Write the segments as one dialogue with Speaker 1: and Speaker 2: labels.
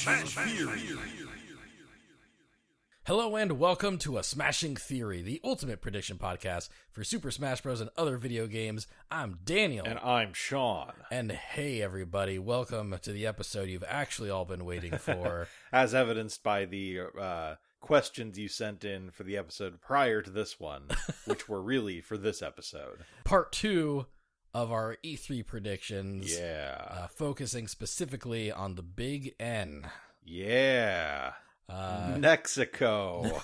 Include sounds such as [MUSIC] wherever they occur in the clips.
Speaker 1: Theory.
Speaker 2: Hello and welcome to A Smashing Theory, the ultimate prediction podcast for Super Smash Bros. and other video games. I'm Daniel.
Speaker 3: And I'm Sean.
Speaker 2: And hey, everybody, welcome to the episode you've actually all been waiting
Speaker 3: [LAUGHS]
Speaker 2: for.
Speaker 3: As evidenced by the uh, questions you sent in for the episode prior to
Speaker 2: [LAUGHS]
Speaker 3: this one, which were really for this episode.
Speaker 2: Part two of our E3 predictions,
Speaker 3: Yeah.
Speaker 2: uh, focusing specifically on the Big N.
Speaker 3: Yeah. Mm-hmm.
Speaker 2: Uh, [LAUGHS]
Speaker 3: Mexico.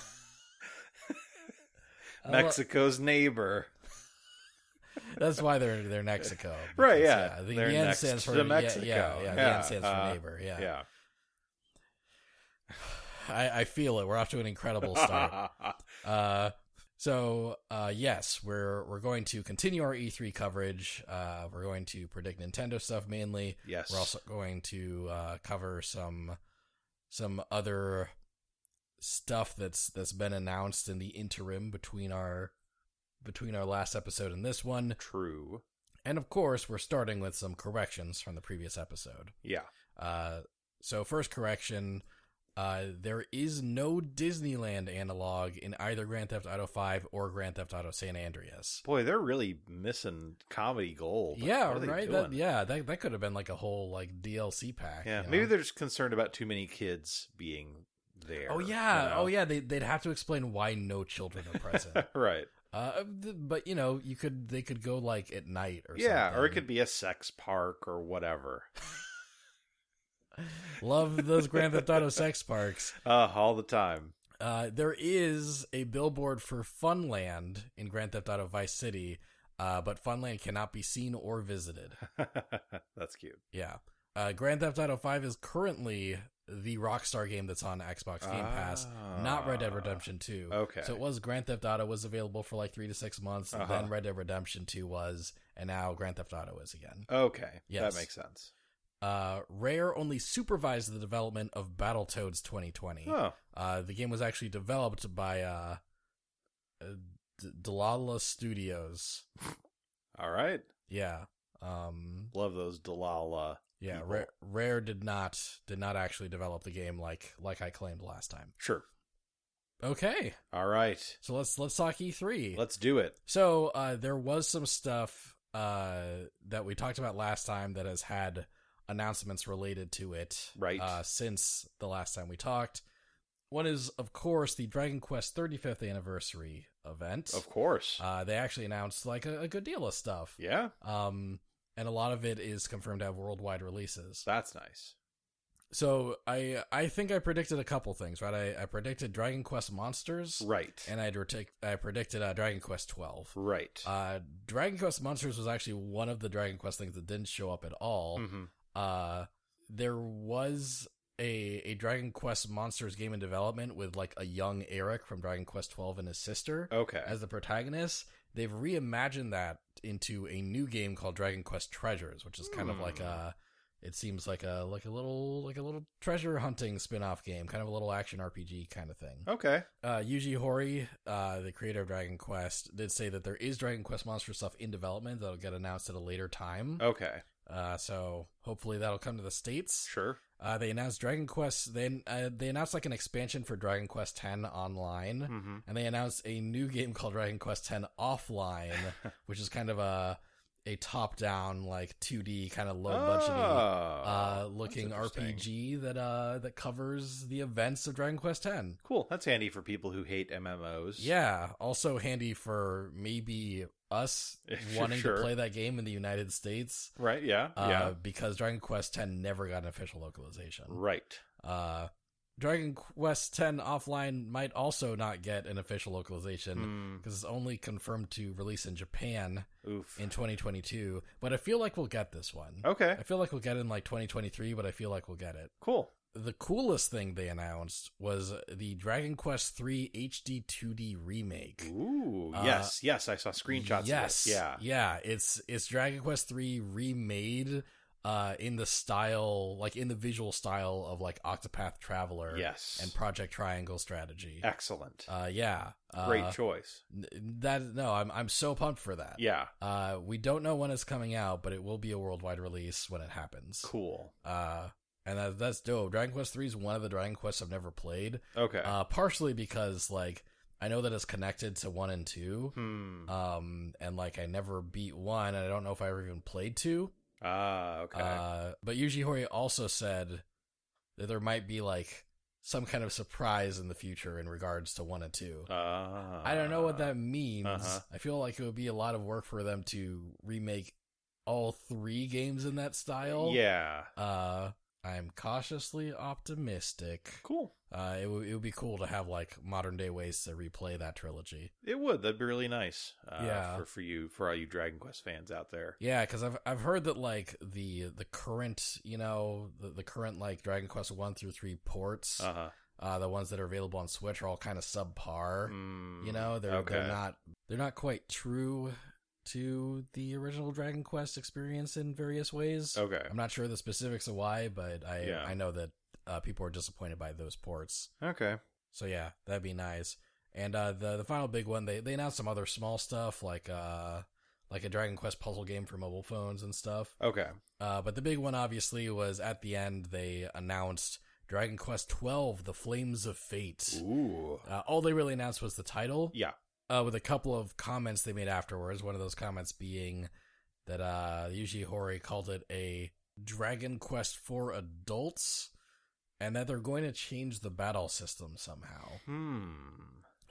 Speaker 2: I lo-
Speaker 3: Mexico's neighbor.
Speaker 2: That's why they're they're Mexico.
Speaker 3: [LAUGHS] Right,
Speaker 2: because,
Speaker 3: yeah,
Speaker 2: the,
Speaker 3: they're
Speaker 2: the N
Speaker 3: next
Speaker 2: stands
Speaker 3: to
Speaker 2: for yeah,
Speaker 3: Mexico.
Speaker 2: Yeah, yeah, The
Speaker 3: Yeah,
Speaker 2: N stands for
Speaker 3: uh,
Speaker 2: neighbor. Yeah.
Speaker 3: Yeah.
Speaker 2: [SIGHS] I, I feel it. We're off to an
Speaker 3: [LAUGHS]
Speaker 2: incredible start. Uh, so uh, yes, we're we're going to continue our E3 coverage. Uh, we're going to predict Nintendo stuff mainly.
Speaker 3: yes.
Speaker 2: We're also going to uh, cover some some other stuff that's that's been announced in the interim between our between our last episode and this one.
Speaker 3: True.
Speaker 2: And of course, we're starting with some corrections from the previous episode.
Speaker 3: Yeah.
Speaker 2: Uh, so first correction, uh, there is no Disneyland analog in either Grand Theft Auto 5 or Grand Theft Auto San Andreas.
Speaker 3: Boy, they're really missing comedy gold.
Speaker 2: yeah,
Speaker 3: What are they
Speaker 2: right.
Speaker 3: doing?
Speaker 2: That, yeah, that that could have been like a whole like DLC pack.
Speaker 3: Yeah,
Speaker 2: you
Speaker 3: maybe
Speaker 2: know?
Speaker 3: they're just concerned about too many kids being there.
Speaker 2: Oh
Speaker 3: you
Speaker 2: yeah,
Speaker 3: know?
Speaker 2: oh yeah. They they'd have to explain why no children are present.
Speaker 3: [LAUGHS] right.
Speaker 2: uh, th- but you know, you could they could go like at night or
Speaker 3: yeah,
Speaker 2: something.
Speaker 3: or it could be a sex park or whatever.
Speaker 2: love those Grand Theft Auto sex parks.
Speaker 3: Uh, all the time. [LAUGHS]
Speaker 2: Uh, there is a billboard for Funland in Grand Theft Auto Vice City, uh, but Funland cannot be seen or visited.
Speaker 3: That's cute.
Speaker 2: Yeah. Uh, Grand Theft Auto 5 is currently the Rockstar game that's on Xbox Game Pass, not Red Dead
Speaker 3: Ah,
Speaker 2: Redemption 2.
Speaker 3: Okay.
Speaker 2: So it was Grand Theft Auto was available for like three to six months,
Speaker 3: Uh-huh.
Speaker 2: then Red Dead Redemption 2 was, and now Grand Theft Auto is again.
Speaker 3: okay.
Speaker 2: Yes.
Speaker 3: That makes sense.
Speaker 2: Uh, Rare only supervised the development of Battletoads 2020.
Speaker 3: Oh,
Speaker 2: Uh, the game was actually developed by uh, uh, D- Dalala Studios.
Speaker 3: all right.
Speaker 2: Yeah, um,
Speaker 3: Love those Dalala.
Speaker 2: yeah.
Speaker 3: People.
Speaker 2: Rare, Rare did not did not actually develop the game like like I claimed last time.
Speaker 3: Sure.
Speaker 2: Okay,
Speaker 3: All right.
Speaker 2: so let's let's talk E3.
Speaker 3: Let's do it.
Speaker 2: So uh, there was some stuff uh, that we talked about last time that has had announcements related to it,
Speaker 3: Right.
Speaker 2: Uh, since the last time we talked, one is of course the Dragon Quest 35th anniversary event.
Speaker 3: Of course.
Speaker 2: Uh, they actually announced like a, a good deal of stuff.
Speaker 3: yeah.
Speaker 2: Um, and a lot of it is confirmed to have worldwide releases.
Speaker 3: That's nice.
Speaker 2: So I I think I predicted a couple things, right? I, I predicted Dragon Quest Monsters,
Speaker 3: Right.
Speaker 2: and I I predicted uh, Dragon Quest Twelve.
Speaker 3: right.
Speaker 2: Uh, Dragon Quest Monsters was actually one of the Dragon Quest things that didn't show up at all.
Speaker 3: Mhm.
Speaker 2: Uh, there was a a Dragon Quest Monsters game in development with like a young Eric from Dragon Quest Twelve and his sister
Speaker 3: Okay.
Speaker 2: as the protagonist. They've reimagined that into a new game called Dragon Quest Treasures, which is kind of like
Speaker 3: Hmm.
Speaker 2: a it seems like a like a little like a little treasure hunting spin-off game, kind of a little action RPG kind of thing.
Speaker 3: okay.
Speaker 2: Uh Yuji Horii, uh the creator of Dragon Quest, did say that there is Dragon Quest Monster stuff in development that'll get announced at a later time.
Speaker 3: Okay.
Speaker 2: Uh so hopefully that'll come to the states.
Speaker 3: Sure.
Speaker 2: Uh they announced Dragon Quest then uh, they announced like an expansion for Dragon Quest 10 online
Speaker 3: Mm-hmm.
Speaker 2: and they announced a new game called Dragon Quest X
Speaker 3: [LAUGHS]
Speaker 2: Offline, which is kind of a a top down like 2D kind of low budget
Speaker 3: Oh.
Speaker 2: uh, looking RPG that uh that covers the events of Dragon Quest X.
Speaker 3: Cool. That's handy for people who hate MMOs.
Speaker 2: Yeah, also handy for maybe us
Speaker 3: Sure,
Speaker 2: wanting
Speaker 3: sure.
Speaker 2: to play that game in the United States.
Speaker 3: Right. Yeah.
Speaker 2: Uh,
Speaker 3: yeah.
Speaker 2: because Dragon Quest X never got an official localization.
Speaker 3: Right.
Speaker 2: Uh, Dragon Quest X Offline might also not get an official localization.
Speaker 3: Mm.
Speaker 2: because it's only confirmed to release in Japan
Speaker 3: Oof.
Speaker 2: in 2022. But I feel like we'll get this one.
Speaker 3: okay.
Speaker 2: I feel like we'll get it in like 2023, but I feel like we'll get it.
Speaker 3: Cool.
Speaker 2: The coolest thing they announced was the Dragon Quest III HD 2D remake.
Speaker 3: Ooh.
Speaker 2: Uh,
Speaker 3: yes. Yes. I saw screenshots. of
Speaker 2: Yes,
Speaker 3: this. Yeah.
Speaker 2: yeah. It's it's Dragon Quest III remade. Uh, in the style, like in the visual style of like Octopath Traveler,
Speaker 3: Yes.
Speaker 2: and Project Triangle Strategy.
Speaker 3: Excellent.
Speaker 2: Uh, yeah, uh,
Speaker 3: Great choice.
Speaker 2: n- that no, I'm I'm so pumped for that.
Speaker 3: Yeah.
Speaker 2: Uh, we don't know when it's coming out, but it will be a worldwide release when it happens.
Speaker 3: Cool.
Speaker 2: Uh, and that, that's dope. Dragon Quest Three is one of the Dragon Quests I've never played,
Speaker 3: Okay.
Speaker 2: uh, partially because like I know that it's connected to one and two,
Speaker 3: hmm.
Speaker 2: um, and like I never beat one, and I don't know if I ever even played two.
Speaker 3: Ah, okay.
Speaker 2: Uh, but Yuji Horii also said that there might be like some kind of surprise in the future in regards to one and two.
Speaker 3: ah.
Speaker 2: I don't know what that means.
Speaker 3: Uh-huh.
Speaker 2: I feel like it would be a lot of work for them to remake all three games in that style.
Speaker 3: Yeah.
Speaker 2: Uh, I'm cautiously optimistic.
Speaker 3: Cool.
Speaker 2: Uh, it would it would be cool to have like modern day ways to replay that trilogy.
Speaker 3: It would. That'd be really nice. Uh,
Speaker 2: Yeah.
Speaker 3: For, for you, for all you Dragon Quest fans out there.
Speaker 2: Yeah, because I've I've heard that like the the current you know the, the current like Dragon Quest one through three ports,
Speaker 3: Uh huh.
Speaker 2: uh, the ones that are available on Switch are all kind of subpar.
Speaker 3: Hmm. Mm-hmm.
Speaker 2: You know, they're they're not they're not quite true to the original Dragon Quest experience in various ways.
Speaker 3: Okay.
Speaker 2: I'm not sure the specifics of why, but I
Speaker 3: Yeah.
Speaker 2: I know that uh, people are disappointed by those ports.
Speaker 3: Okay.
Speaker 2: So yeah, that'd be nice. And uh, the the final big one, they they announced some other small stuff like uh like a Dragon Quest puzzle game for mobile phones and stuff.
Speaker 3: Okay.
Speaker 2: Uh, but the big one obviously was at the end they announced Dragon Quest twelve: The Flames of Fate.
Speaker 3: Ooh.
Speaker 2: Uh, all they really announced was the title.
Speaker 3: Yeah.
Speaker 2: Uh, with a couple of comments they made afterwards. One of those comments being that uh, Yuji Horii called it a Dragon Quest for adults, and that they're going to change the battle system somehow.
Speaker 3: Hmm.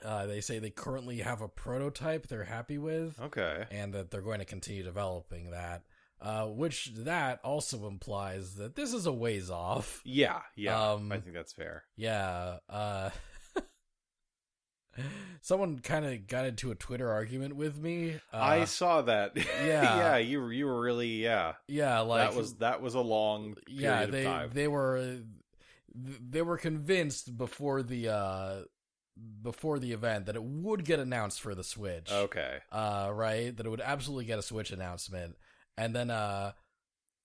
Speaker 2: Uh, they say they currently have a prototype they're happy with,
Speaker 3: Okay.
Speaker 2: and that they're going to continue developing that. Uh, which that also implies that this is a ways off.
Speaker 3: Yeah. Yeah.
Speaker 2: Um,
Speaker 3: I think that's fair.
Speaker 2: Yeah. Uh, [LAUGHS] someone kind of got into a Twitter argument with me. Uh,
Speaker 3: I saw that. [LAUGHS] yeah. You were- you were really yeah.
Speaker 2: yeah, like
Speaker 3: that was that was a long period
Speaker 2: yeah. They
Speaker 3: of time.
Speaker 2: they were they were convinced before the uh before the event that it would get announced for the Switch.
Speaker 3: okay.
Speaker 2: Uh, right, that it would absolutely get a Switch announcement, and then uh,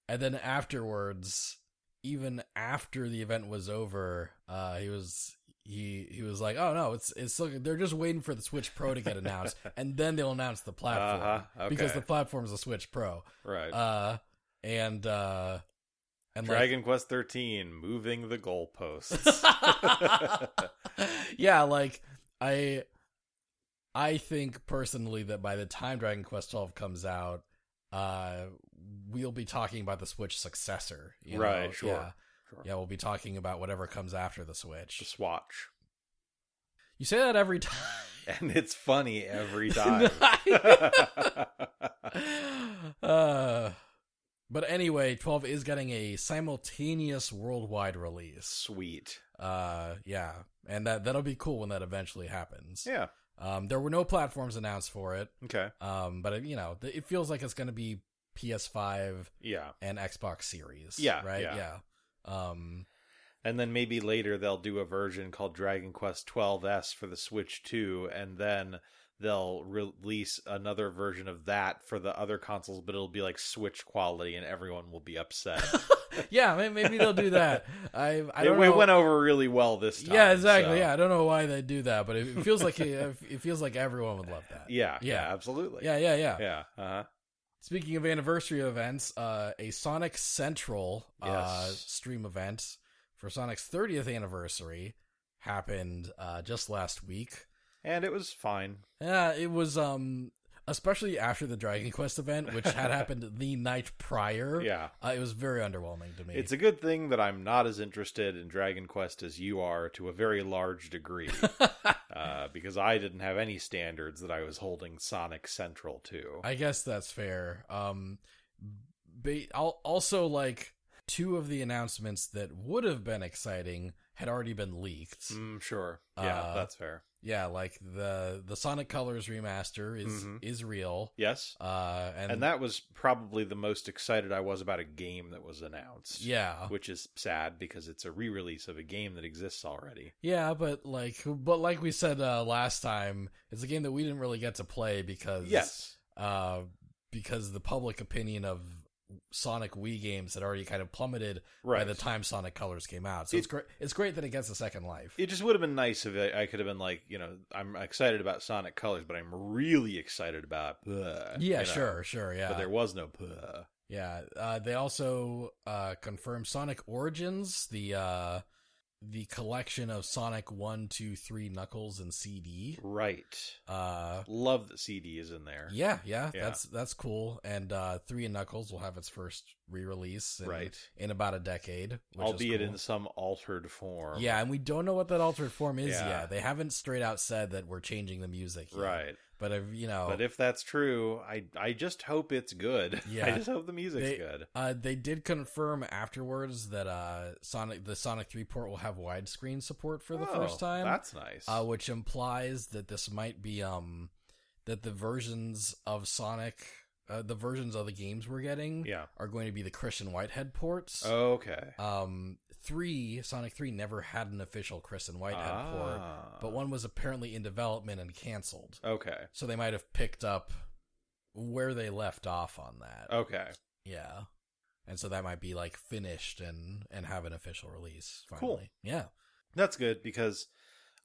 Speaker 2: and then afterwards, even after the event was over, uh, he was. He, he was like, oh no, it's it's still, they're just waiting for the Switch Pro to get
Speaker 3: [LAUGHS]
Speaker 2: announced, and then they'll announce the platform
Speaker 3: Uh-huh, okay.
Speaker 2: because the platform's a Switch Pro.
Speaker 3: Right.
Speaker 2: Uh, and uh, and like,
Speaker 3: Dragon Quest 13 moving
Speaker 2: [LAUGHS]
Speaker 3: the [LAUGHS] goalposts.
Speaker 2: yeah, like I I think personally that by the time Dragon Quest XII comes out, uh we'll be talking about the Switch successor. you
Speaker 3: Right,
Speaker 2: know?
Speaker 3: sure,
Speaker 2: Yeah.
Speaker 3: sure.
Speaker 2: Yeah, we'll be talking about whatever comes after the
Speaker 3: The
Speaker 2: Switch.
Speaker 3: Swatch.
Speaker 2: You say that every time.
Speaker 3: And it's
Speaker 2: [LAUGHS]
Speaker 3: funny every time. [LAUGHS]
Speaker 2: uh, but anyway, 12 is getting a simultaneous worldwide release.
Speaker 3: Sweet.
Speaker 2: Uh yeah, and that that'll be cool when that eventually happens.
Speaker 3: Yeah.
Speaker 2: Um, there were no platforms announced for it,
Speaker 3: Okay.
Speaker 2: um, but it, you know, th- it feels like it's going to be PS5
Speaker 3: Yeah.
Speaker 2: and Xbox Series.
Speaker 3: Yeah,
Speaker 2: right.
Speaker 3: yeah.
Speaker 2: Um,
Speaker 3: And then maybe later they'll do a version called Dragon Quest 12S for the Switch 2 and then they'll release another version of that for the other consoles but it'll be like Switch quality and everyone will be upset.
Speaker 2: yeah, may- maybe they'll do that. I [LAUGHS] I
Speaker 3: [LAUGHS] it,
Speaker 2: don't
Speaker 3: it
Speaker 2: know.
Speaker 3: went over really well this time.
Speaker 2: yeah, exactly.
Speaker 3: so-
Speaker 2: Yeah, I don't know why they do that, but it, it feels like it, it feels like everyone would love that.
Speaker 3: [LAUGHS] Yeah. Yeah,
Speaker 2: Yeah.
Speaker 3: absolutely.
Speaker 2: Yeah, yeah, yeah.
Speaker 3: Yeah. Uh-huh.
Speaker 2: Speaking of anniversary events, uh, a Sonic Central uh,
Speaker 3: Yes.
Speaker 2: stream event for Sonic's 30th anniversary happened uh, just last week.
Speaker 3: And it was fine.
Speaker 2: Yeah, it was um especially after the Dragon Quest event, which
Speaker 3: [LAUGHS]
Speaker 2: had happened the night prior.
Speaker 3: Yeah.
Speaker 2: Uh, it was very underwhelming to me.
Speaker 3: It's a good thing that I'm not as interested in Dragon Quest as you are to a very
Speaker 2: [LAUGHS]
Speaker 3: large degree, uh, because I didn't have any standards that I was holding Sonic Central to.
Speaker 2: I guess that's fair. Um, ba- al- also like two of the announcements that would have been exciting had already been leaked.
Speaker 3: Mm, sure. Yeah,
Speaker 2: Uh,
Speaker 3: that's fair.
Speaker 2: Yeah, like the the Sonic Colors remaster is
Speaker 3: Mhm.
Speaker 2: is real.
Speaker 3: Yes.
Speaker 2: Uh, and,
Speaker 3: And, that was probably the most excited I was about a game that was announced.
Speaker 2: yeah,
Speaker 3: Which is sad because it's a re release of a game that exists already.
Speaker 2: yeah, but like, but like we said uh, last time, it's a game that we didn't really get to play because
Speaker 3: Yes.
Speaker 2: uh, because the public opinion of Sonic Wii games had already kind of plummeted
Speaker 3: Right.
Speaker 2: by the time Sonic Colors came out. So it's
Speaker 3: It-
Speaker 2: great. It's great that it gets a second life.
Speaker 3: It just would have been nice if I, I could have been like, you know, I'm excited about Sonic Colors, but I'm really excited about.
Speaker 2: yeah,
Speaker 3: Bleh, you know?
Speaker 2: sure, sure, yeah,
Speaker 3: But there was no. Bleh.
Speaker 2: Yeah, uh, they also uh, confirmed Sonic Origins, the uh, the collection of Sonic One, Two, Three, Knuckles, and CD.
Speaker 3: Right.
Speaker 2: Uh,
Speaker 3: Love that CD is in there.
Speaker 2: yeah, yeah,
Speaker 3: Yeah.
Speaker 2: that's that's cool. And uh, Three and Knuckles will have its first re-release, in,
Speaker 3: Right.
Speaker 2: in about a decade, which is
Speaker 3: Albeit
Speaker 2: cool.
Speaker 3: in some altered form.
Speaker 2: Yeah, and we don't know what that altered form is
Speaker 3: Yeah.
Speaker 2: yet. They haven't straight out said that we're changing the music, yet.
Speaker 3: Right.
Speaker 2: But if, you know,
Speaker 3: But if that's true, I I just hope it's good. [LAUGHS] I
Speaker 2: Yeah.
Speaker 3: just hope the music's
Speaker 2: They-
Speaker 3: good.
Speaker 2: Uh, they did confirm afterwards that uh, Sonic the Sonic 3 port will have widescreen support for the
Speaker 3: Oh,
Speaker 2: first time,
Speaker 3: That's nice.
Speaker 2: uh, which implies that this might be um that the versions of Sonic, uh, the versions of the games we're getting, [LAUGHS]
Speaker 3: yeah. Oh.
Speaker 2: are going to be the Christian Whitehead ports.
Speaker 3: Okay.
Speaker 2: Um, three Sonic 3 never had an official Christian Whitehead port,
Speaker 3: Ah.
Speaker 2: but one was apparently in development and canceled,
Speaker 3: Okay.
Speaker 2: so they might have picked up where they left off on that.
Speaker 3: Okay.
Speaker 2: Yeah. And so that might be like finished and and have an official release finally.
Speaker 3: Cool.
Speaker 2: Yeah.
Speaker 3: That's good because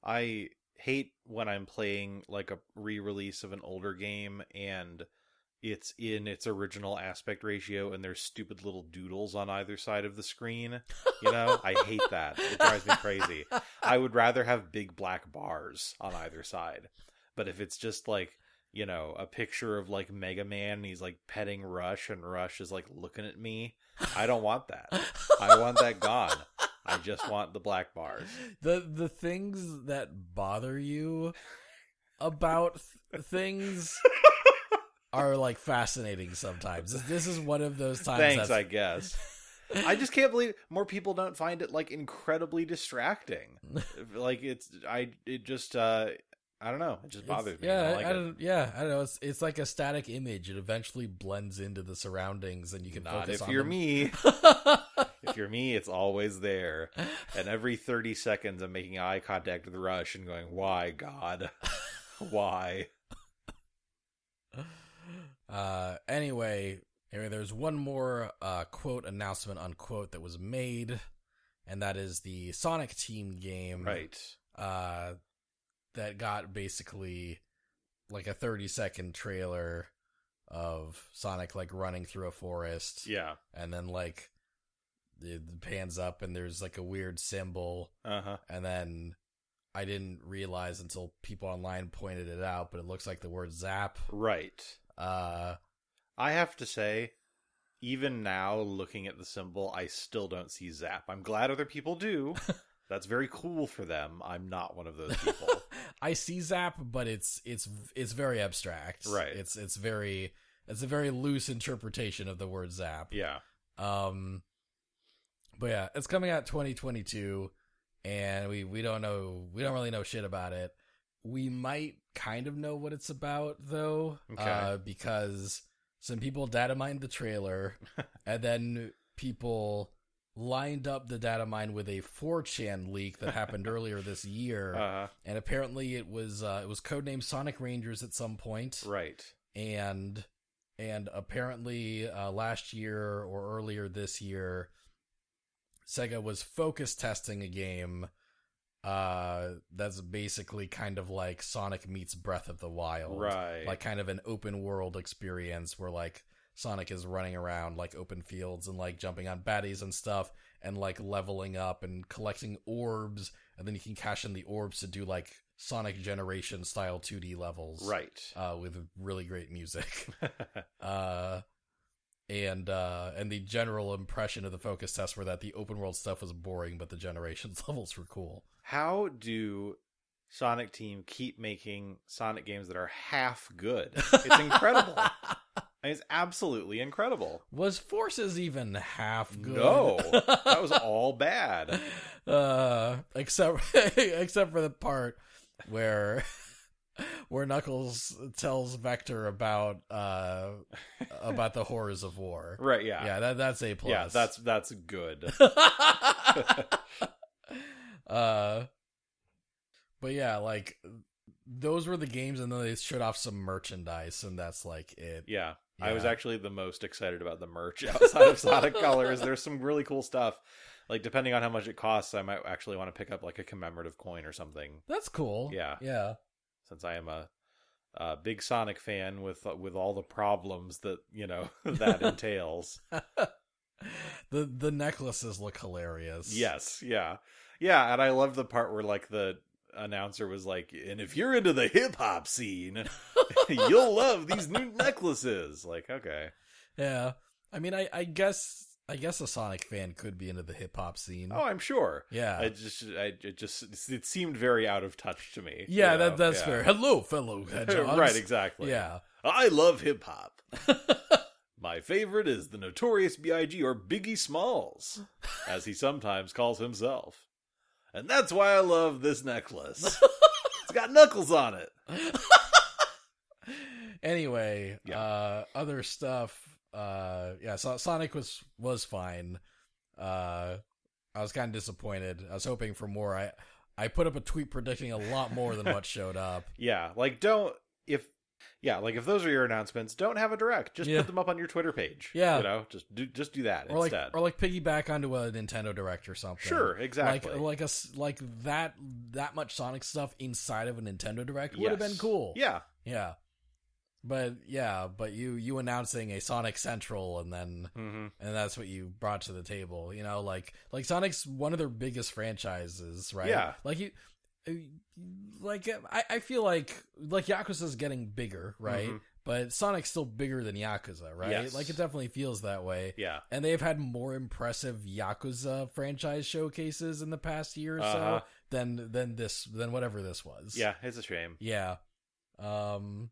Speaker 3: I hate when I'm playing like a re-release of an older game and it's in its original aspect ratio and there's stupid little doodles on either side of the screen. You know, I hate that. It drives me crazy. [LAUGHS] I would rather have big black bars on either side. But if it's just like, you know, a picture of like Mega Man and he's like petting Rush and Rush is like looking at me, I don't want that. I want that gone. I just want the black bars.
Speaker 2: [LAUGHS] the the things that bother you about th- things are like fascinating sometimes. This- This is one of those times
Speaker 3: Thanks, I
Speaker 2: that's-
Speaker 3: guess. I just can't believe more people don't find it like
Speaker 2: [LAUGHS]
Speaker 3: incredibly distracting. like it's I it just uh I don't know, it just
Speaker 2: It's-
Speaker 3: bothers me.
Speaker 2: Yeah,
Speaker 3: I don't like it.
Speaker 2: don't. Yeah, I don't know. It's it's like a static image. It eventually blends into the surroundings, and you can
Speaker 3: Not
Speaker 2: focus
Speaker 3: if
Speaker 2: on
Speaker 3: you're
Speaker 2: them. [LAUGHS]
Speaker 3: me. if you're me, it's always there. And every 30 seconds I'm making eye contact with Rush and going, "Why, god? [LAUGHS] Why?"
Speaker 2: [LAUGHS] Uh, anyway, anyway, there's one more uh, quote announcement unquote that was made, and that is the Sonic Team game,
Speaker 3: Right.
Speaker 2: Uh, that got basically like a 30 second trailer of Sonic like running through a forest,
Speaker 3: Yeah.
Speaker 2: and then like it pans up and there's like a weird symbol,
Speaker 3: Uh-huh.
Speaker 2: and then. I didn't realize until people online pointed it out, but it looks like the word zap.
Speaker 3: Right.
Speaker 2: Uh,
Speaker 3: I have to say, even now looking at the symbol, I still don't see Zap. I'm glad other people do. That's very cool for them. I'm not one
Speaker 2: [LAUGHS]
Speaker 3: of those people.
Speaker 2: I see Zap, but it's it's it's very abstract.
Speaker 3: Right.
Speaker 2: It's it's very it's a very loose interpretation of the word Zap.
Speaker 3: yeah.
Speaker 2: Um. But yeah, it's coming out 2022, and we we don't know we don't really know shit about it. We might kind of know what it's about though,
Speaker 3: Okay.
Speaker 2: uh, because some people data mined the
Speaker 3: [LAUGHS]
Speaker 2: trailer, and then people lined up the data mine with a 4chan leak that happened earlier this
Speaker 3: [LAUGHS]
Speaker 2: year
Speaker 3: Uh,
Speaker 2: and apparently it was uh, it was codenamed Sonic Rangers at some point,
Speaker 3: right.
Speaker 2: and and apparently uh, last year or earlier this year, Sega was focus testing a game uh, that's basically kind of like Sonic meets Breath of the Wild,
Speaker 3: Right.
Speaker 2: like kind of an open world experience where like Sonic is running around like open fields and like jumping on baddies and stuff and like leveling up and collecting orbs and then you can cash in the orbs to do like Sonic Generation style 2D levels.
Speaker 3: right. [LAUGHS]
Speaker 2: Uh, with really great music. [LAUGHS] uh and uh and the general impression of the focus test were that the open world stuff was boring but the generations [LAUGHS] levels were cool.
Speaker 3: How do Sonic Team keep making Sonic games that are half good? It's incredible. it's absolutely incredible.
Speaker 2: [LAUGHS] Was Forces even half good?
Speaker 3: No.
Speaker 2: [LAUGHS]
Speaker 3: That was all bad.
Speaker 2: uh, except [LAUGHS] except for the part where [LAUGHS] where Knuckles tells Vector about uh about the horrors of war.
Speaker 3: Right,
Speaker 2: Yeah,
Speaker 3: [LAUGHS] yeah. Yeah,
Speaker 2: that that's a plus.
Speaker 3: that's that's good.
Speaker 2: [LAUGHS] uh, but yeah, like those were the games, and then they showed off some merchandise, and that's like it.
Speaker 3: Yeah. I was
Speaker 2: Yeah.
Speaker 3: actually the most excited about the merch [LAUGHS] outside of Sonic Colors. There's some really cool stuff. Like depending on how much it costs, I might actually want to pick up like a commemorative coin or something,
Speaker 2: That's cool.
Speaker 3: Yeah.
Speaker 2: yeah.
Speaker 3: since I am a uh, big Sonic fan with with all the problems that you know [LAUGHS] that entails.
Speaker 2: the the necklaces look hilarious.
Speaker 3: Yes, yeah, yeah, and I love the part where like the announcer was like, "And if you're into the hip hop scene, [LAUGHS] you'll love these new necklaces." Like, okay,
Speaker 2: Yeah. I mean, I, I guess I guess a Sonic fan could be into the hip hop scene.
Speaker 3: oh, I'm sure.
Speaker 2: yeah.
Speaker 3: I just, I it just, it seemed very out of touch to me.
Speaker 2: yeah,
Speaker 3: you know?
Speaker 2: that, that's
Speaker 3: Yeah.
Speaker 2: fair. Hello, fellow hedgehogs.
Speaker 3: [LAUGHS] right, exactly.
Speaker 2: Yeah.
Speaker 3: I love
Speaker 2: [LAUGHS]
Speaker 3: hip hop. My favorite is the notorious B.I.G. or Biggie Smalls, as he sometimes calls himself. And that's why I love
Speaker 2: [LAUGHS]
Speaker 3: this necklace. it's got knuckles on it.
Speaker 2: Anyway,
Speaker 3: Yeah.
Speaker 2: uh, other stuff. Uh, yeah, so Sonic was was fine. Uh, I was kind of disappointed. I was hoping for more. I I put up a tweet predicting a lot more than
Speaker 3: [LAUGHS]
Speaker 2: what showed up.
Speaker 3: Yeah, like don't if yeah, like if those are your announcements, don't have a direct. Just
Speaker 2: Yeah.
Speaker 3: put them up on your Twitter page.
Speaker 2: Yeah.
Speaker 3: you know, just do just do that
Speaker 2: Or like,
Speaker 3: instead.
Speaker 2: or like piggyback onto a Nintendo Direct or something.
Speaker 3: sure, exactly.
Speaker 2: Like like a s- like that that much Sonic stuff inside of a Nintendo Direct would have
Speaker 3: Yes.
Speaker 2: been cool.
Speaker 3: Yeah,
Speaker 2: Yeah. But yeah, but you you announcing a Sonic Central and then
Speaker 3: hmm
Speaker 2: and that's what you brought to the table, you know, like like Sonic's one of their biggest franchises, right?
Speaker 3: Yeah.
Speaker 2: Like you uh, like I, I feel like like Yakuza's getting bigger, right?
Speaker 3: Mhm.
Speaker 2: But Sonic's still bigger than Yakuza, right?
Speaker 3: Yes.
Speaker 2: Like it definitely feels that way.
Speaker 3: yeah,
Speaker 2: And they've had more impressive Yakuza franchise showcases in the past year or
Speaker 3: Uh-huh.
Speaker 2: so than than this than whatever this was.
Speaker 3: yeah. It's a shame.
Speaker 2: Yeah. Um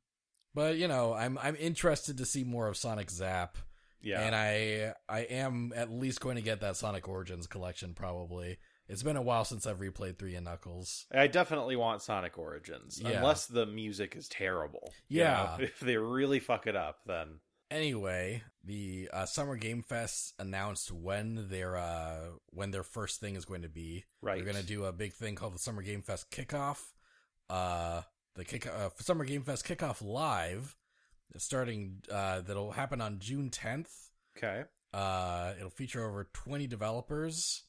Speaker 2: but you know, I'm I'm interested to see more of Sonic Zap.
Speaker 3: Yeah,
Speaker 2: And I I am at least going to get that Sonic Origins collection probably. It's been a while since I've replayed 3 and Knuckles.
Speaker 3: I definitely want Sonic Origins,
Speaker 2: Yeah.
Speaker 3: unless the music is terrible. you
Speaker 2: Yeah.
Speaker 3: know? [LAUGHS] if they really fuck it up, then
Speaker 2: Anyway, the uh, Summer Game Fest announced when their uh when their first thing is going to be.
Speaker 3: right.
Speaker 2: They're going to do a big thing called the Summer Game Fest Kickoff. Uh, the kick uh, Summer Game Fest Kickoff live, starting uh, that'll happen on June 10th.
Speaker 3: okay.
Speaker 2: Uh, it'll feature over 20 developers,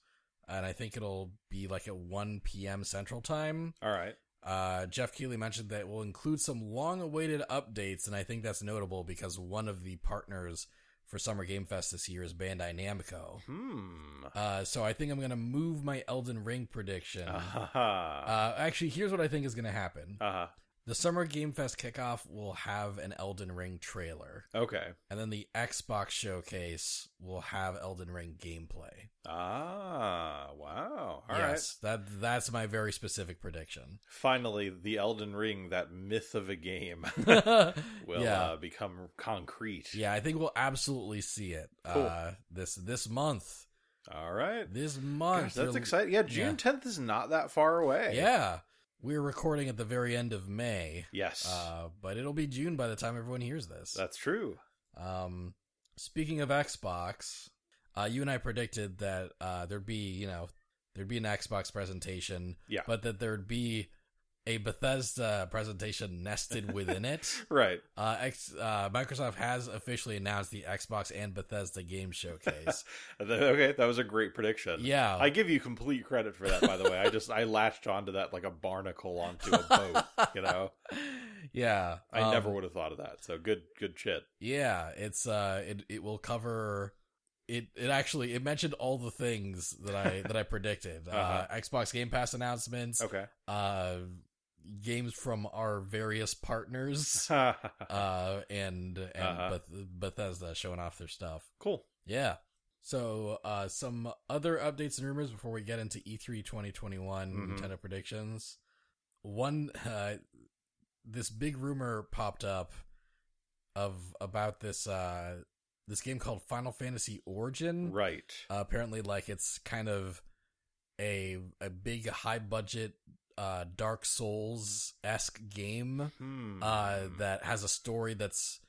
Speaker 2: and I think it'll be like at 1 p.m. Central Time.
Speaker 3: All right.
Speaker 2: Uh, Jeff Keighley mentioned that it will include some long-awaited updates, and I think that's notable because one of the partners for Summer Game Fest this year is Bandai Namco.
Speaker 3: Hmm.
Speaker 2: Uh, so I think I'm gonna move my Elden Ring prediction.
Speaker 3: Uh-huh.
Speaker 2: Uh, actually, here's what I think is going to happen.
Speaker 3: Uh-huh.
Speaker 2: The Summer Game Fest kickoff will have an Elden Ring trailer,
Speaker 3: Okay.
Speaker 2: and then the Xbox showcase will have Elden Ring gameplay.
Speaker 3: Ah, wow. All right.
Speaker 2: yes, that that's my very specific
Speaker 3: [LAUGHS]
Speaker 2: prediction. [LAUGHS]
Speaker 3: Finally, the Elden Ring, that myth of a game, [LAUGHS]
Speaker 2: yeah,
Speaker 3: will uh, become concrete.
Speaker 2: yeah, I think we'll absolutely see it
Speaker 3: Cool.
Speaker 2: uh, this this month.
Speaker 3: All right.
Speaker 2: This month,
Speaker 3: Gosh, that's
Speaker 2: They're-
Speaker 3: exciting. Yeah, June 10th is not that far away.
Speaker 2: Yeah, we're recording at the very end of May,
Speaker 3: Yes.
Speaker 2: uh, but it'll be June by the time everyone hears this.
Speaker 3: that's true.
Speaker 2: Um, speaking of Xbox, uh, you and I predicted that uh, there'd be, you know, there'd be an Xbox presentation,
Speaker 3: Yeah.
Speaker 2: but that there'd be a Bethesda presentation nested within
Speaker 3: [LAUGHS]
Speaker 2: it.
Speaker 3: Right.
Speaker 2: Uh, X, uh, Microsoft has officially announced the Xbox and Bethesda game showcase.
Speaker 3: Okay, that was a great prediction.
Speaker 2: yeah,
Speaker 3: [LAUGHS] I give you complete credit for that, by the way. I just I latched onto that like a barnacle onto a
Speaker 2: [LAUGHS]
Speaker 3: boat. You know,
Speaker 2: yeah.
Speaker 3: I
Speaker 2: um,
Speaker 3: never would have thought of that. So good, good shit.
Speaker 2: Yeah, it's uh, it it will cover. It it actually it mentioned all the things that I that I predicted. uh
Speaker 3: [LAUGHS] Uh-huh.
Speaker 2: Xbox Game Pass announcements,
Speaker 3: Okay. [LAUGHS]
Speaker 2: uh, games from our various
Speaker 3: [LAUGHS]
Speaker 2: partners uh, and and
Speaker 3: Uh-huh.
Speaker 2: Beth- Bethesda showing off their stuff.
Speaker 3: cool.
Speaker 2: Yeah. So uh, some other updates and rumors before we get into E E3 2021
Speaker 3: Mhm.
Speaker 2: Nintendo predictions. One, uh, this big rumor popped up of about this uh, this game called Final Fantasy Origin
Speaker 3: Right.
Speaker 2: uh, apparently like it's kind of a a big high budget uh dark souls esque game
Speaker 3: Hmm.
Speaker 2: uh that has a story that's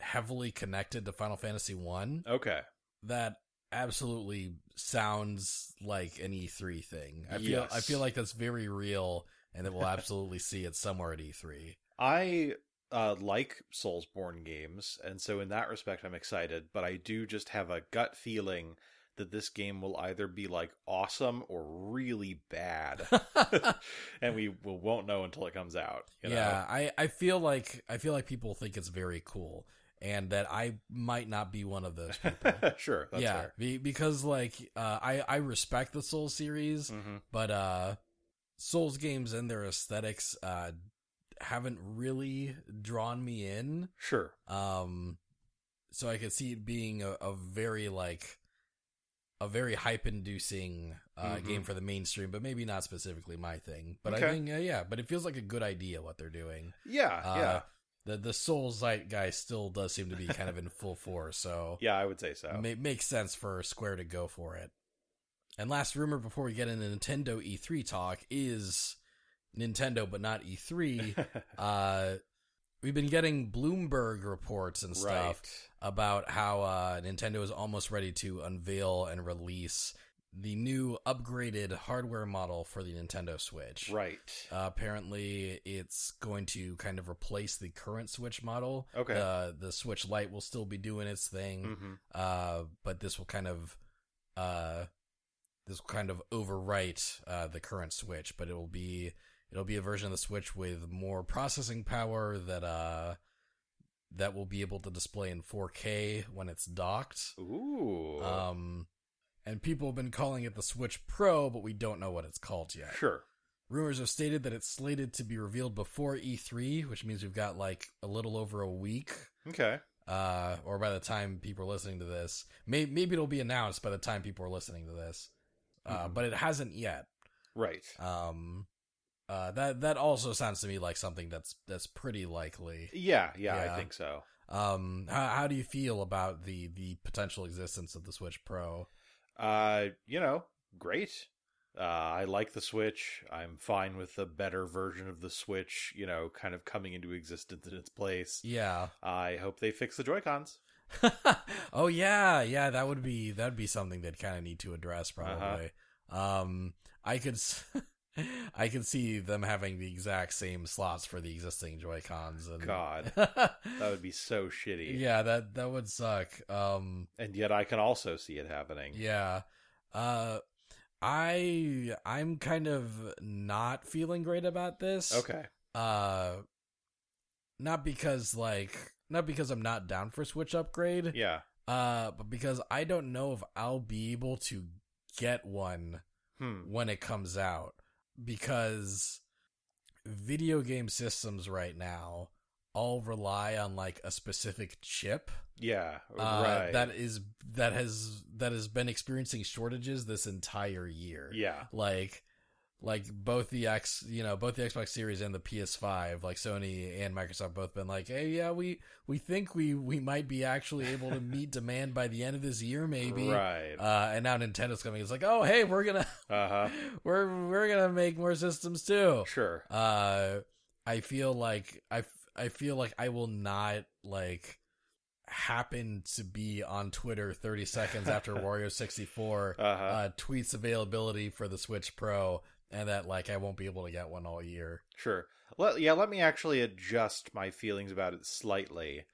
Speaker 2: heavily connected to final fantasy one
Speaker 3: okay.
Speaker 2: that absolutely sounds like an e3 thing i feel i
Speaker 3: Yes.
Speaker 2: feel like that's very real and
Speaker 3: [LAUGHS]
Speaker 2: that we'll absolutely see it somewhere at E [LAUGHS] e3
Speaker 3: I uh, like Soulsborne games, and so in that respect, I'm excited. But I do just have a gut feeling that this game will either be like awesome or really bad, [LAUGHS] and we will, won't know until it comes out. you know?
Speaker 2: yeah, I, I feel like I feel like people think it's very cool, and that I might not be one of those people.
Speaker 3: [LAUGHS] sure. That's
Speaker 2: yeah,
Speaker 3: fair.
Speaker 2: be, because like uh, I I respect the Soul series,
Speaker 3: Mhm.
Speaker 2: but uh, Souls games and their aesthetics uh, haven't really drawn me in.
Speaker 3: Sure.
Speaker 2: Um, so I could see it being a, a very like a very hype inducing uh,
Speaker 3: Mhm.
Speaker 2: game for the mainstream, but maybe not specifically my thing. But
Speaker 3: Okay.
Speaker 2: I think uh, yeah, but it feels like a good idea what they're doing.
Speaker 3: Yeah.
Speaker 2: Uh,
Speaker 3: yeah.
Speaker 2: The the soul zeitgeist still does seem to be kind of in full force, so
Speaker 3: [LAUGHS] Yeah, I would say so. [LAUGHS]
Speaker 2: it makes sense for Square to go for it. And last rumor before we get into Nintendo E3 talk is Nintendo, but not
Speaker 3: [LAUGHS]
Speaker 2: E3. uh, we've been getting Bloomberg reports and stuff about how uh, Nintendo is almost ready to unveil and release the new upgraded hardware model for the Nintendo Switch.
Speaker 3: Right.
Speaker 2: Uh, apparently, it's going to kind of replace the current Switch model.
Speaker 3: Okay.
Speaker 2: The, the Switch Lite will still be doing its thing,
Speaker 3: Mhm.
Speaker 2: uh, but this will kind of. Uh, this will kind of overwrite uh, the current Switch, but it will be it'll be a version of the Switch with more processing power that uh that will be able to display in 4K when it's docked.
Speaker 3: Ooh.
Speaker 2: Um, and people have been calling it the Switch Pro, but we don't know what it's called yet.
Speaker 3: sure.
Speaker 2: Rumors have stated that it's slated to be revealed before E3, which means we've got like a little over a week.
Speaker 3: Okay.
Speaker 2: Uh, or by the time people are listening to this, may- maybe it'll be announced by the time people are listening to this. Uh,
Speaker 3: Mhm.
Speaker 2: but it hasn't yet.
Speaker 3: Right.
Speaker 2: Um, uh, that that also sounds to me like something that's that's pretty likely.
Speaker 3: Yeah, yeah, I
Speaker 2: yeah.
Speaker 3: think so.
Speaker 2: Um, how, how do you feel about the the potential existence of the Switch Pro?
Speaker 3: Uh, you know, great. Uh, I like the Switch. I'm fine with the better version of the Switch, you know, kind of coming into existence in its place.
Speaker 2: Yeah.
Speaker 3: I hope they fix the Joy Cons.
Speaker 2: oh yeah, yeah. That would be that'd be something they'd kind of need to address probably. Um, I could. S- [LAUGHS] I could see them having the exact same slots for the existing Joy Cons, and [LAUGHS]
Speaker 3: God,
Speaker 2: that
Speaker 3: that would be so shitty.
Speaker 2: um, yeah, that that would suck. Um,
Speaker 3: And yet I can also see it happening.
Speaker 2: Yeah. Uh I I'm kind of not feeling great about this.
Speaker 3: Okay.
Speaker 2: Uh not because like not because I'm not down for Switch upgrade.
Speaker 3: Yeah.
Speaker 2: Uh but because I don't know if I'll be able to get one
Speaker 3: Hmm.
Speaker 2: when it comes out because video game systems right now all rely on like a specific chip
Speaker 3: Yeah.
Speaker 2: uh,
Speaker 3: right.
Speaker 2: that is that has that has been experiencing shortages this entire year.
Speaker 3: yeah.
Speaker 2: Like like both the X, you know, both the Xbox Series and the PS5, like Sony and Microsoft both been like, "Hey, yeah, we we think we we might be actually able to meet demand by the end of this year maybe."
Speaker 3: Right.
Speaker 2: Uh, and now Nintendo's coming. It's like, "Oh, hey, we're going to
Speaker 3: Uh
Speaker 2: [LAUGHS] we're we're going to make more systems too."
Speaker 3: huh. Sure.
Speaker 2: uh i feel like i f- i feel like i will not like happen to be on twitter 30 seconds after wario 64
Speaker 3: Uh huh.
Speaker 2: uh tweets availability for the switch pro and that like i won't be able to get one all year
Speaker 3: Sure. Let, yeah, let me actually adjust my feelings about it slightly.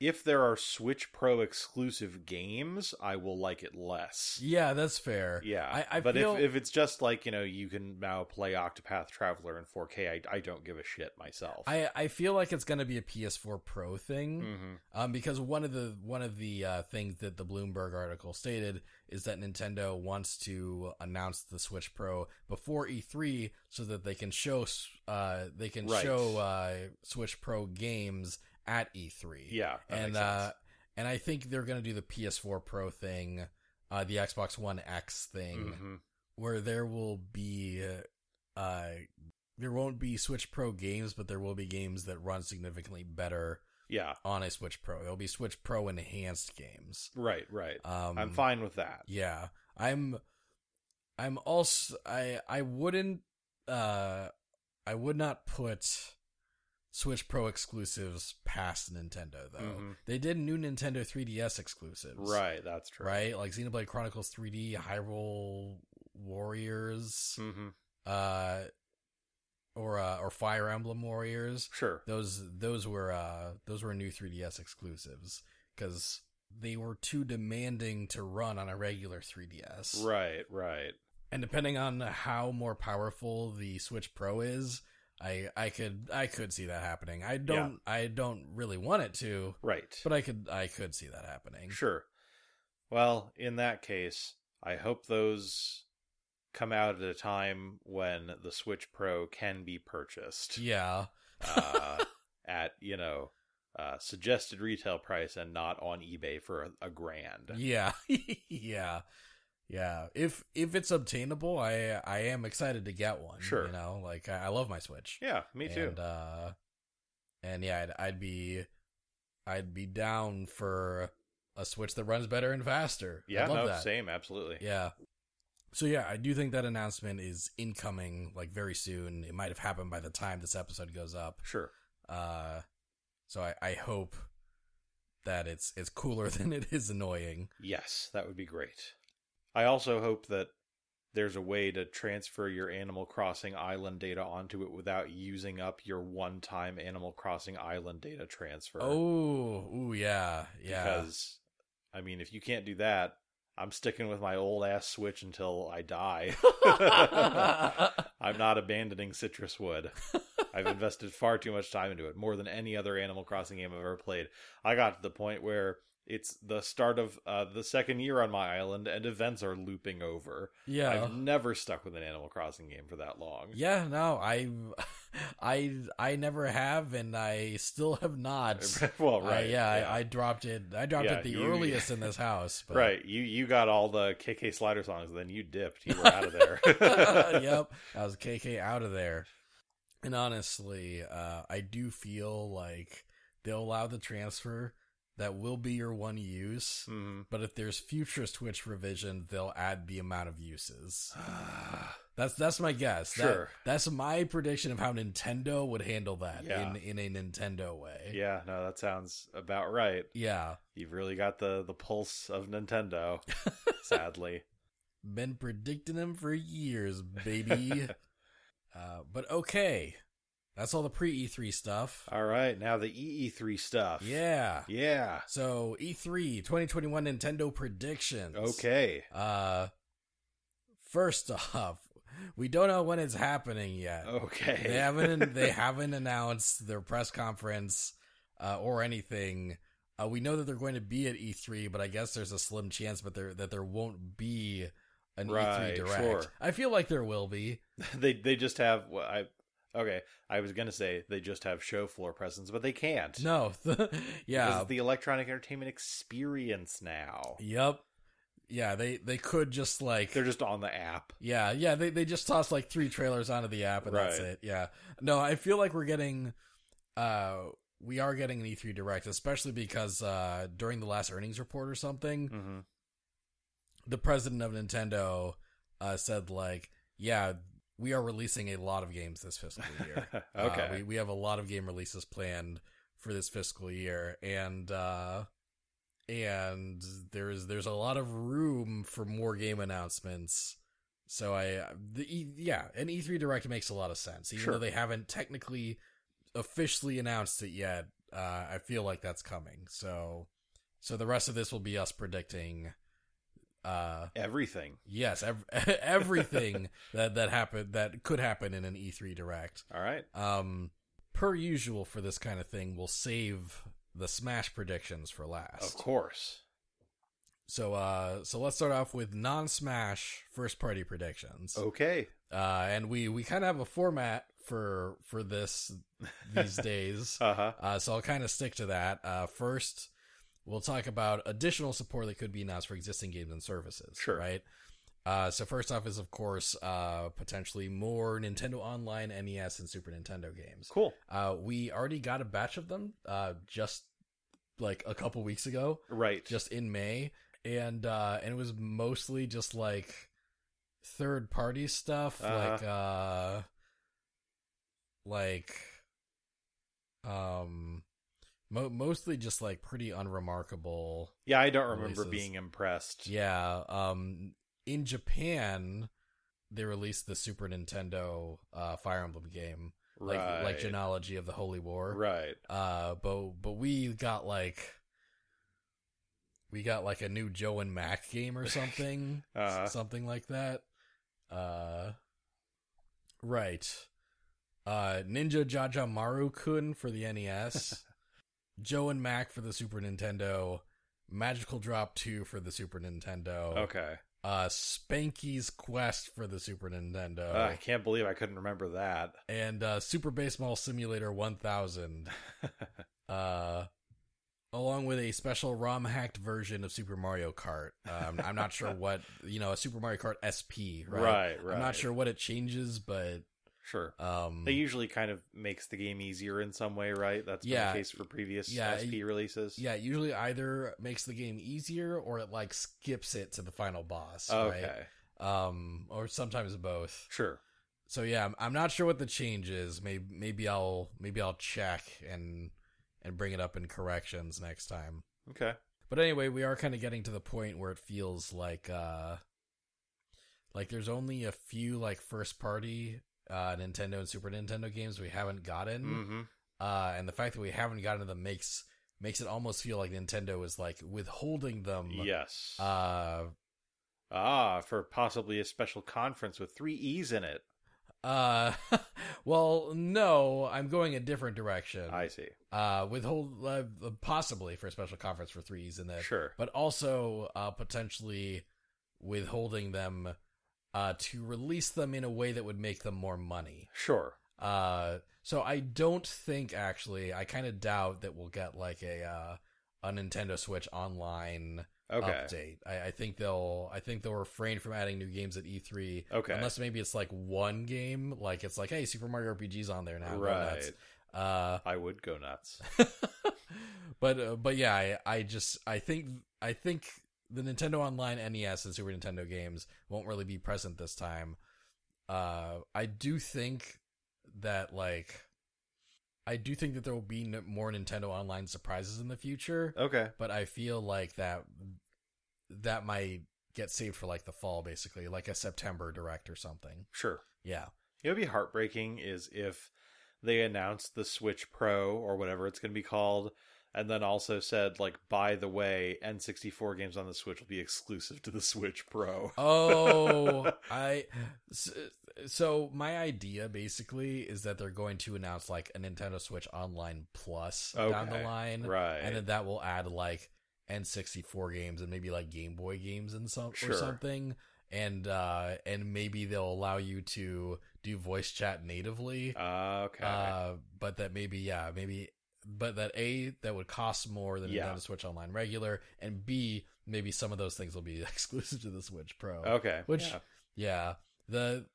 Speaker 3: If there are Switch Pro exclusive games, I will like it less.
Speaker 2: yeah that's fair
Speaker 3: Yeah.
Speaker 2: I- I
Speaker 3: but
Speaker 2: feel-
Speaker 3: if, if it's just like, you know, you can now play Octopath Traveler in 4K, I, I don't give a shit myself.
Speaker 2: i i feel like it's gonna be a ps4 pro thing
Speaker 3: hmm
Speaker 2: Um, because one of the one of the uh, things that the Bloomberg article stated is that Nintendo wants to announce the Switch Pro before E3 so that they can show s- uh, they can
Speaker 3: Right.
Speaker 2: show uh, Switch Pro games at E3.
Speaker 3: Yeah. that
Speaker 2: and
Speaker 3: makes
Speaker 2: uh,
Speaker 3: sense.
Speaker 2: and I think they're gonna do the PS4 Pro thing, uh, the Xbox One X thing,
Speaker 3: Mhm.
Speaker 2: where there will be uh, there won't be Switch Pro games, but there will be games that run significantly better
Speaker 3: Yeah.
Speaker 2: on a Switch Pro. It'll be Switch Pro enhanced games.
Speaker 3: Right, right.
Speaker 2: Um,
Speaker 3: I'm fine with that.
Speaker 2: Yeah, I'm. I'm also. I I wouldn't. Uh, I would not put Switch Pro exclusives past Nintendo though.
Speaker 3: Mhm.
Speaker 2: They did new Nintendo 3DS exclusives.
Speaker 3: Right, that's true.
Speaker 2: Right. Like Xenoblade Chronicles 3D, Hyrule Warriors,
Speaker 3: hmm
Speaker 2: uh, or uh, or Fire Emblem Warriors
Speaker 3: Sure.
Speaker 2: those those were uh those were new 3ds exclusives because they were too demanding to run on a regular 3DS.
Speaker 3: Right, right.
Speaker 2: And depending on how more powerful the Switch Pro is, I I could I could see that happening. I don't I don't really want it to,
Speaker 3: Right.
Speaker 2: but I could I could see that happening.
Speaker 3: Sure. Well, in that case, I hope those come out at a time when the Switch Pro can be purchased
Speaker 2: Yeah. [LAUGHS]
Speaker 3: uh, at, you know, uh, suggested retail price and not on eBay for a, a grand.
Speaker 2: Yeah. [LAUGHS] yeah. Yeah. If if it's obtainable, I I am excited to get one.
Speaker 3: Sure.
Speaker 2: You know, like I, I love my Switch.
Speaker 3: Yeah, me too.
Speaker 2: And, uh, and yeah, I'd, I'd be, I'd be down for a Switch that runs better and faster. I
Speaker 3: yeah,
Speaker 2: love
Speaker 3: no,
Speaker 2: that.
Speaker 3: same, absolutely.
Speaker 2: Yeah. So yeah, I do think that announcement is incoming, like very soon. It might have happened by the time this episode goes up.
Speaker 3: Sure.
Speaker 2: Uh, so I, I hope that it's it's cooler [LAUGHS] than it is annoying.
Speaker 3: Yes, that would be great. I also hope that there's a way to transfer your Animal Crossing Island data onto it without using up your one time Animal Crossing Island data transfer.
Speaker 2: Oh, ooh, yeah, yeah.
Speaker 3: Because, I mean, if you can't do that, I'm sticking with my old ass Switch until
Speaker 2: [LAUGHS]
Speaker 3: I die. [LAUGHS] I'm not abandoning Citrus Wood. I've invested far too much time into it, more than any other Animal Crossing game I've ever played. I got to the point where it's the start of uh, the second year on my island, and events are looping over.
Speaker 2: yeah.
Speaker 3: I've never stuck with an Animal Crossing game for that long.
Speaker 2: Yeah, no, [LAUGHS] I, I, I never have, and I still have not.
Speaker 3: [LAUGHS] [LAUGHS] well,
Speaker 2: I-
Speaker 3: right.
Speaker 2: yeah, I, I dropped it. I dropped
Speaker 3: Yeah,
Speaker 2: it the
Speaker 3: you- [LAUGHS]
Speaker 2: earliest in this house. But.
Speaker 3: right. [LAUGHS] You you got all the KK Slider songs, then you dipped. You were out of there.
Speaker 2: [LAUGHS] [LAUGHS]
Speaker 3: [LAUGHS]
Speaker 2: yep, I was KK out of there. And honestly, uh, I do feel like they'll allow the transfer that will be your one use. [SIGHS]
Speaker 3: Mhm.
Speaker 2: But if there's future Switch revision, they'll add the amount of uses. That's that's my guess. That-
Speaker 3: Sure.
Speaker 2: that's my prediction of how Nintendo would handle that
Speaker 3: Yeah.
Speaker 2: in, in a Nintendo way.
Speaker 3: Yeah, no, that sounds about right.
Speaker 2: Yeah.
Speaker 3: You've really got the the pulse
Speaker 2: [LAUGHS]
Speaker 3: of Nintendo, sadly.
Speaker 2: Been predicting them for years, baby. uh, but okay. That's all the pre E3 stuff.
Speaker 3: All right, now the EE3 stuff.
Speaker 2: Yeah.
Speaker 3: Uh, Yeah.
Speaker 2: So E E3 2021 Nintendo predictions.
Speaker 3: Okay.
Speaker 2: Uh, first [LAUGHS] off, we don't know when it's happening yet.
Speaker 3: Okay.
Speaker 2: They haven't they haven't announced their press conference uh, or anything. Uh, we know that they're going to be at E3, but I guess there's a slim chance but there that there won't be an
Speaker 3: Right,
Speaker 2: E3 direct.
Speaker 3: sure.
Speaker 2: I feel like there will be.
Speaker 3: [LAUGHS] they they just have well, I okay, I was going to say they just have show floor presence, but they can't.
Speaker 2: No, [LAUGHS]
Speaker 3: Because
Speaker 2: yeah,
Speaker 3: it's the electronic entertainment experience now.
Speaker 2: yep, yeah. They they could just like
Speaker 3: They're just on the app.
Speaker 2: Yeah, yeah, they they just toss like three trailers onto the app and that's
Speaker 3: Right.
Speaker 2: it. Yeah. No, I feel like we're getting uh we are getting an E3 direct, especially because uh during the last earnings report or something,
Speaker 3: [LAUGHS] Mhm.
Speaker 2: the president of Nintendo uh said like, yeah, we are releasing a lot of games this fiscal year. Uh,
Speaker 3: okay.
Speaker 2: we, we have a lot of game releases planned for this fiscal year, and uh, and there's there's a lot of room for more game announcements. So I the e, yeah, an E3 Direct makes a lot of sense, even
Speaker 3: Sure.
Speaker 2: though they haven't technically officially announced it yet. Uh, I feel like that's coming. So so the rest of this will be us predicting. Uh,
Speaker 3: Everything.
Speaker 2: yes, ev- [LAUGHS]
Speaker 3: [LAUGHS]
Speaker 2: everything that that happened that could happen in an E3 Direct.
Speaker 3: All right.
Speaker 2: Um, per usual for this kind of thing, we'll save the Smash predictions for
Speaker 3: Of
Speaker 2: last.
Speaker 3: course.
Speaker 2: So, uh, so let's start off with non-Smash first-party predictions.
Speaker 3: Okay.
Speaker 2: Uh, and we we kind of have a format for for this
Speaker 3: [LAUGHS]
Speaker 2: these days.
Speaker 3: Uh-huh.
Speaker 2: Uh, so I'll kind of stick to that. Uh, first, we'll talk about additional support that could be announced for existing games and services.
Speaker 3: Sure.
Speaker 2: Right. Uh, so first off is of course uh, potentially more Nintendo Online, NES, and Super Nintendo games.
Speaker 3: Cool.
Speaker 2: Uh, we already got a batch of them uh, just like a couple weeks ago,
Speaker 3: Right.
Speaker 2: just in May, and uh, and it was mostly just like third party stuff,
Speaker 3: Uh-huh.
Speaker 2: like uh, like um, mo- mostly just like pretty unremarkable.
Speaker 3: Yeah, I don't remember
Speaker 2: releases.
Speaker 3: being impressed.
Speaker 2: Yeah. Um, in Japan, they released the Super Nintendo uh, Fire Emblem game, like
Speaker 3: Right.
Speaker 2: like Genealogy of the Holy War.
Speaker 3: Right.
Speaker 2: Uh, but but we got like we got like a new Joe and Mac game or
Speaker 3: [LAUGHS]
Speaker 2: something,
Speaker 3: Uh-huh.
Speaker 2: S- something like that. Uh, right. Uh, Ninja Jaja Maru Kun for the
Speaker 3: [LAUGHS]
Speaker 2: NES, Joe and Mac for the Super Nintendo, Magical Drop Two for the Super Nintendo,
Speaker 3: Okay.
Speaker 2: uh, Spanky's Quest for the Super Nintendo,
Speaker 3: Uh, I can't believe I couldn't remember that.
Speaker 2: and uh, Super Baseball Simulator One
Speaker 3: [LAUGHS]
Speaker 2: Thousand. uh, along with a special ROM hacked version of Super Mario Kart. Um, I'm not sure
Speaker 3: [LAUGHS]
Speaker 2: what you know, a Super Mario Kart SP, right?
Speaker 3: right, right.
Speaker 2: I'm not sure what it changes, but
Speaker 3: Sure.
Speaker 2: um,
Speaker 3: That usually kind of makes the game easier in some way, right? That's been
Speaker 2: Yeah.
Speaker 3: the case for previous
Speaker 2: Yeah,
Speaker 3: SP releases.
Speaker 2: yeah, it usually either makes the game easier or it like skips it to the final boss,
Speaker 3: Okay.
Speaker 2: right? Um, or sometimes both.
Speaker 3: Sure.
Speaker 2: So yeah, I'm, I'm not sure what the change is. Maybe maybe I'll maybe I'll check and and bring it up in corrections next time.
Speaker 3: Okay.
Speaker 2: But anyway, we are kind of getting to the point where it feels like uh like there's only a few like first party uh Nintendo and Super Nintendo games we haven't gotten.
Speaker 3: Mm-hmm.
Speaker 2: Uh and the fact that we haven't gotten them makes makes it almost feel like Nintendo is like withholding them.
Speaker 3: Yes.
Speaker 2: um, Uh
Speaker 3: ah, for possibly a special conference with three E's in it.
Speaker 2: uh [LAUGHS] well, no, I'm going a different direction.
Speaker 3: I see.
Speaker 2: uh withhold uh, possibly for a special conference for threes and then
Speaker 3: Sure.
Speaker 2: uh, but also uh, potentially withholding them uh, to release them in a way that would make them more money.
Speaker 3: Sure.
Speaker 2: Uh, so I don't think actually, I kind of doubt that we'll get like a uh, a Nintendo Switch Online
Speaker 3: Okay.
Speaker 2: update. I, I think they'll I think they'll refrain from adding new games at E3.
Speaker 3: Okay.
Speaker 2: Unless maybe it's like one game, like it's like, hey, Super Mario RPG's on there now. go
Speaker 3: right.
Speaker 2: nuts. Uh,
Speaker 3: I would go nuts.
Speaker 2: [LAUGHS] but uh, but yeah, I, I just I think I think the Nintendo Online NES and Super Nintendo games won't really be present this time. Uh, I do think that like I do think that there will be n- more Nintendo Online surprises in the future,
Speaker 3: Okay.
Speaker 2: but I feel like that that might get saved for like the fall, basically, like a September direct or something.
Speaker 3: Sure.
Speaker 2: Yeah,
Speaker 3: It would be heartbreaking is if they announced the Switch Pro or whatever it's going to be called, and then also said like, by the way, N64 games on the Switch will be exclusive to the Switch Pro. [LAUGHS]
Speaker 2: Oh, I. s- So my idea basically is that they're going to announce like a Nintendo Switch Online Plus down the
Speaker 3: Okay,
Speaker 2: line,
Speaker 3: right.
Speaker 2: and then that will add like N64 games and maybe like Game Boy games and some
Speaker 3: Sure.
Speaker 2: or something, and uh and maybe they'll allow you to do voice chat natively.
Speaker 3: Ah, okay.
Speaker 2: Uh, but that maybe yeah maybe but that a that would cost more than
Speaker 3: Yeah.
Speaker 2: Nintendo Switch Online regular, and b maybe some of those things will be [LAUGHS] exclusive to the Switch Pro.
Speaker 3: okay.
Speaker 2: which-
Speaker 3: yeah.
Speaker 2: Yeah. The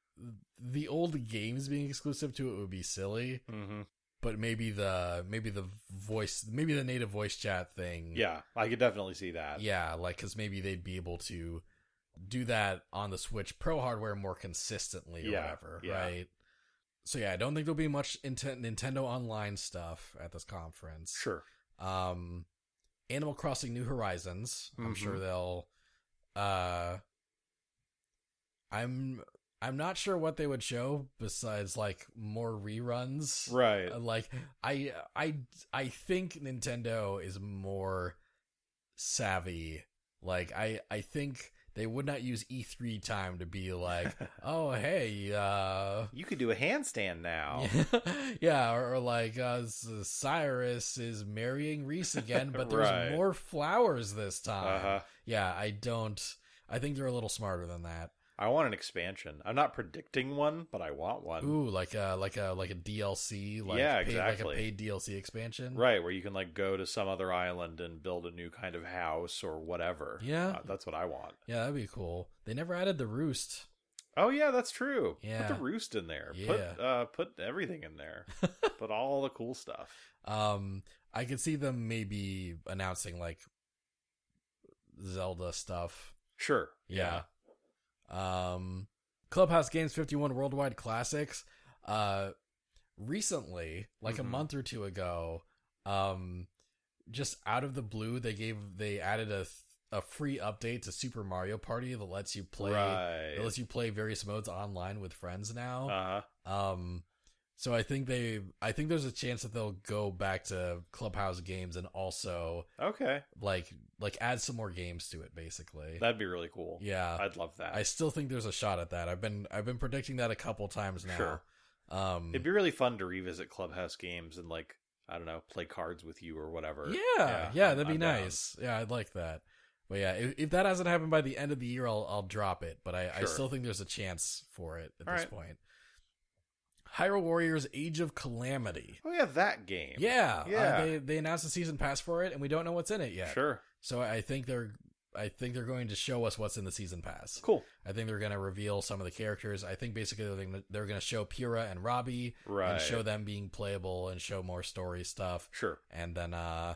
Speaker 2: the old games being exclusive to it would be silly,
Speaker 3: hmm
Speaker 2: but maybe the maybe the voice maybe the native voice chat thing.
Speaker 3: yeah, I could definitely see that.
Speaker 2: Yeah, like cuz maybe they'd be able to do that on the Switch Pro hardware more consistently or
Speaker 3: Yeah,
Speaker 2: whatever,
Speaker 3: yeah.
Speaker 2: right? So yeah, I don't think there'll be much inten- Nintendo online stuff at this conference.
Speaker 3: Sure.
Speaker 2: Um Animal Crossing New Horizons. I'm
Speaker 3: Mhm.
Speaker 2: sure they'll uh I'm I'm not sure what they would show besides like more reruns.
Speaker 3: Right.
Speaker 2: Uh, Like I I I think Nintendo is more savvy. Like I I think they would not use E3 time to be like, "Oh, hey, uh
Speaker 3: you could do a handstand now.
Speaker 2: [LAUGHS] yeah, or, or like uh, S- Cyrus is marrying Reese again,
Speaker 3: [LAUGHS]
Speaker 2: but there's
Speaker 3: Right.
Speaker 2: more flowers this time.
Speaker 3: Uh-huh.
Speaker 2: Yeah, I don't. I think they're a little smarter than that.
Speaker 3: I want an expansion. I'm not predicting one, but I want one.
Speaker 2: Ooh, like a like a like a DLC, like
Speaker 3: Um, Yeah,
Speaker 2: paid,
Speaker 3: exactly.
Speaker 2: like a paid DLC expansion.
Speaker 3: Right, where you can like go to some other island and build a new kind of house or whatever.
Speaker 2: Yeah.
Speaker 3: Uh, that's what I want.
Speaker 2: Yeah, that'd be cool. They never added the roost.
Speaker 3: Oh yeah, that's true.
Speaker 2: Yeah.
Speaker 3: Put the roost in there.
Speaker 2: Yeah.
Speaker 3: Put uh put everything
Speaker 2: [LAUGHS]
Speaker 3: in there. put all the cool stuff.
Speaker 2: Um, I could see them maybe announcing like Zelda stuff
Speaker 3: Sure.
Speaker 2: Yeah. Um, Clubhouse Games 51 Worldwide Classics. Uh, recently, like
Speaker 3: Mhm.
Speaker 2: a month or two ago, um, just out of the blue, they gave they added a th- a free update to Super Mario Party that lets you play that
Speaker 3: Right.
Speaker 2: lets you play various modes online with friends now.
Speaker 3: Uh-huh.
Speaker 2: Um, So I think they, I think there's a chance that they'll go back to Clubhouse games and also
Speaker 3: Okay,
Speaker 2: like like add some more games to it, basically.
Speaker 3: that'd be really cool.
Speaker 2: yeah,
Speaker 3: I'd love that.
Speaker 2: I still think there's a shot at that. I've been I've been predicting that a couple times now.
Speaker 3: Sure.
Speaker 2: Um,
Speaker 3: It'd be really fun to revisit Clubhouse games and like I don't know, play cards with you or whatever.
Speaker 2: yeah, yeah,
Speaker 3: I'm-
Speaker 2: that'd be
Speaker 3: I'm down.
Speaker 2: nice. Yeah, I'd like that. But yeah, if, if that hasn't happened by the end of the year, I'll I'll drop it. But I, I
Speaker 3: Sure.
Speaker 2: still think there's a chance for it at
Speaker 3: All
Speaker 2: this
Speaker 3: right.
Speaker 2: point. Hyrule Warriors: Age of Calamity.
Speaker 3: Oh yeah, that game.
Speaker 2: Yeah, uh,
Speaker 3: Yeah.
Speaker 2: they they announced a season pass for it, and we don't know what's in it yet.
Speaker 3: Sure.
Speaker 2: So I think they're I think they're going to show us what's in the season pass.
Speaker 3: Cool.
Speaker 2: I think they're going to reveal some of the characters. I think basically they're gonna, they're going to show Pura and Robbie
Speaker 3: Right.
Speaker 2: and show them being playable and show more story stuff,
Speaker 3: Sure.
Speaker 2: and then uh,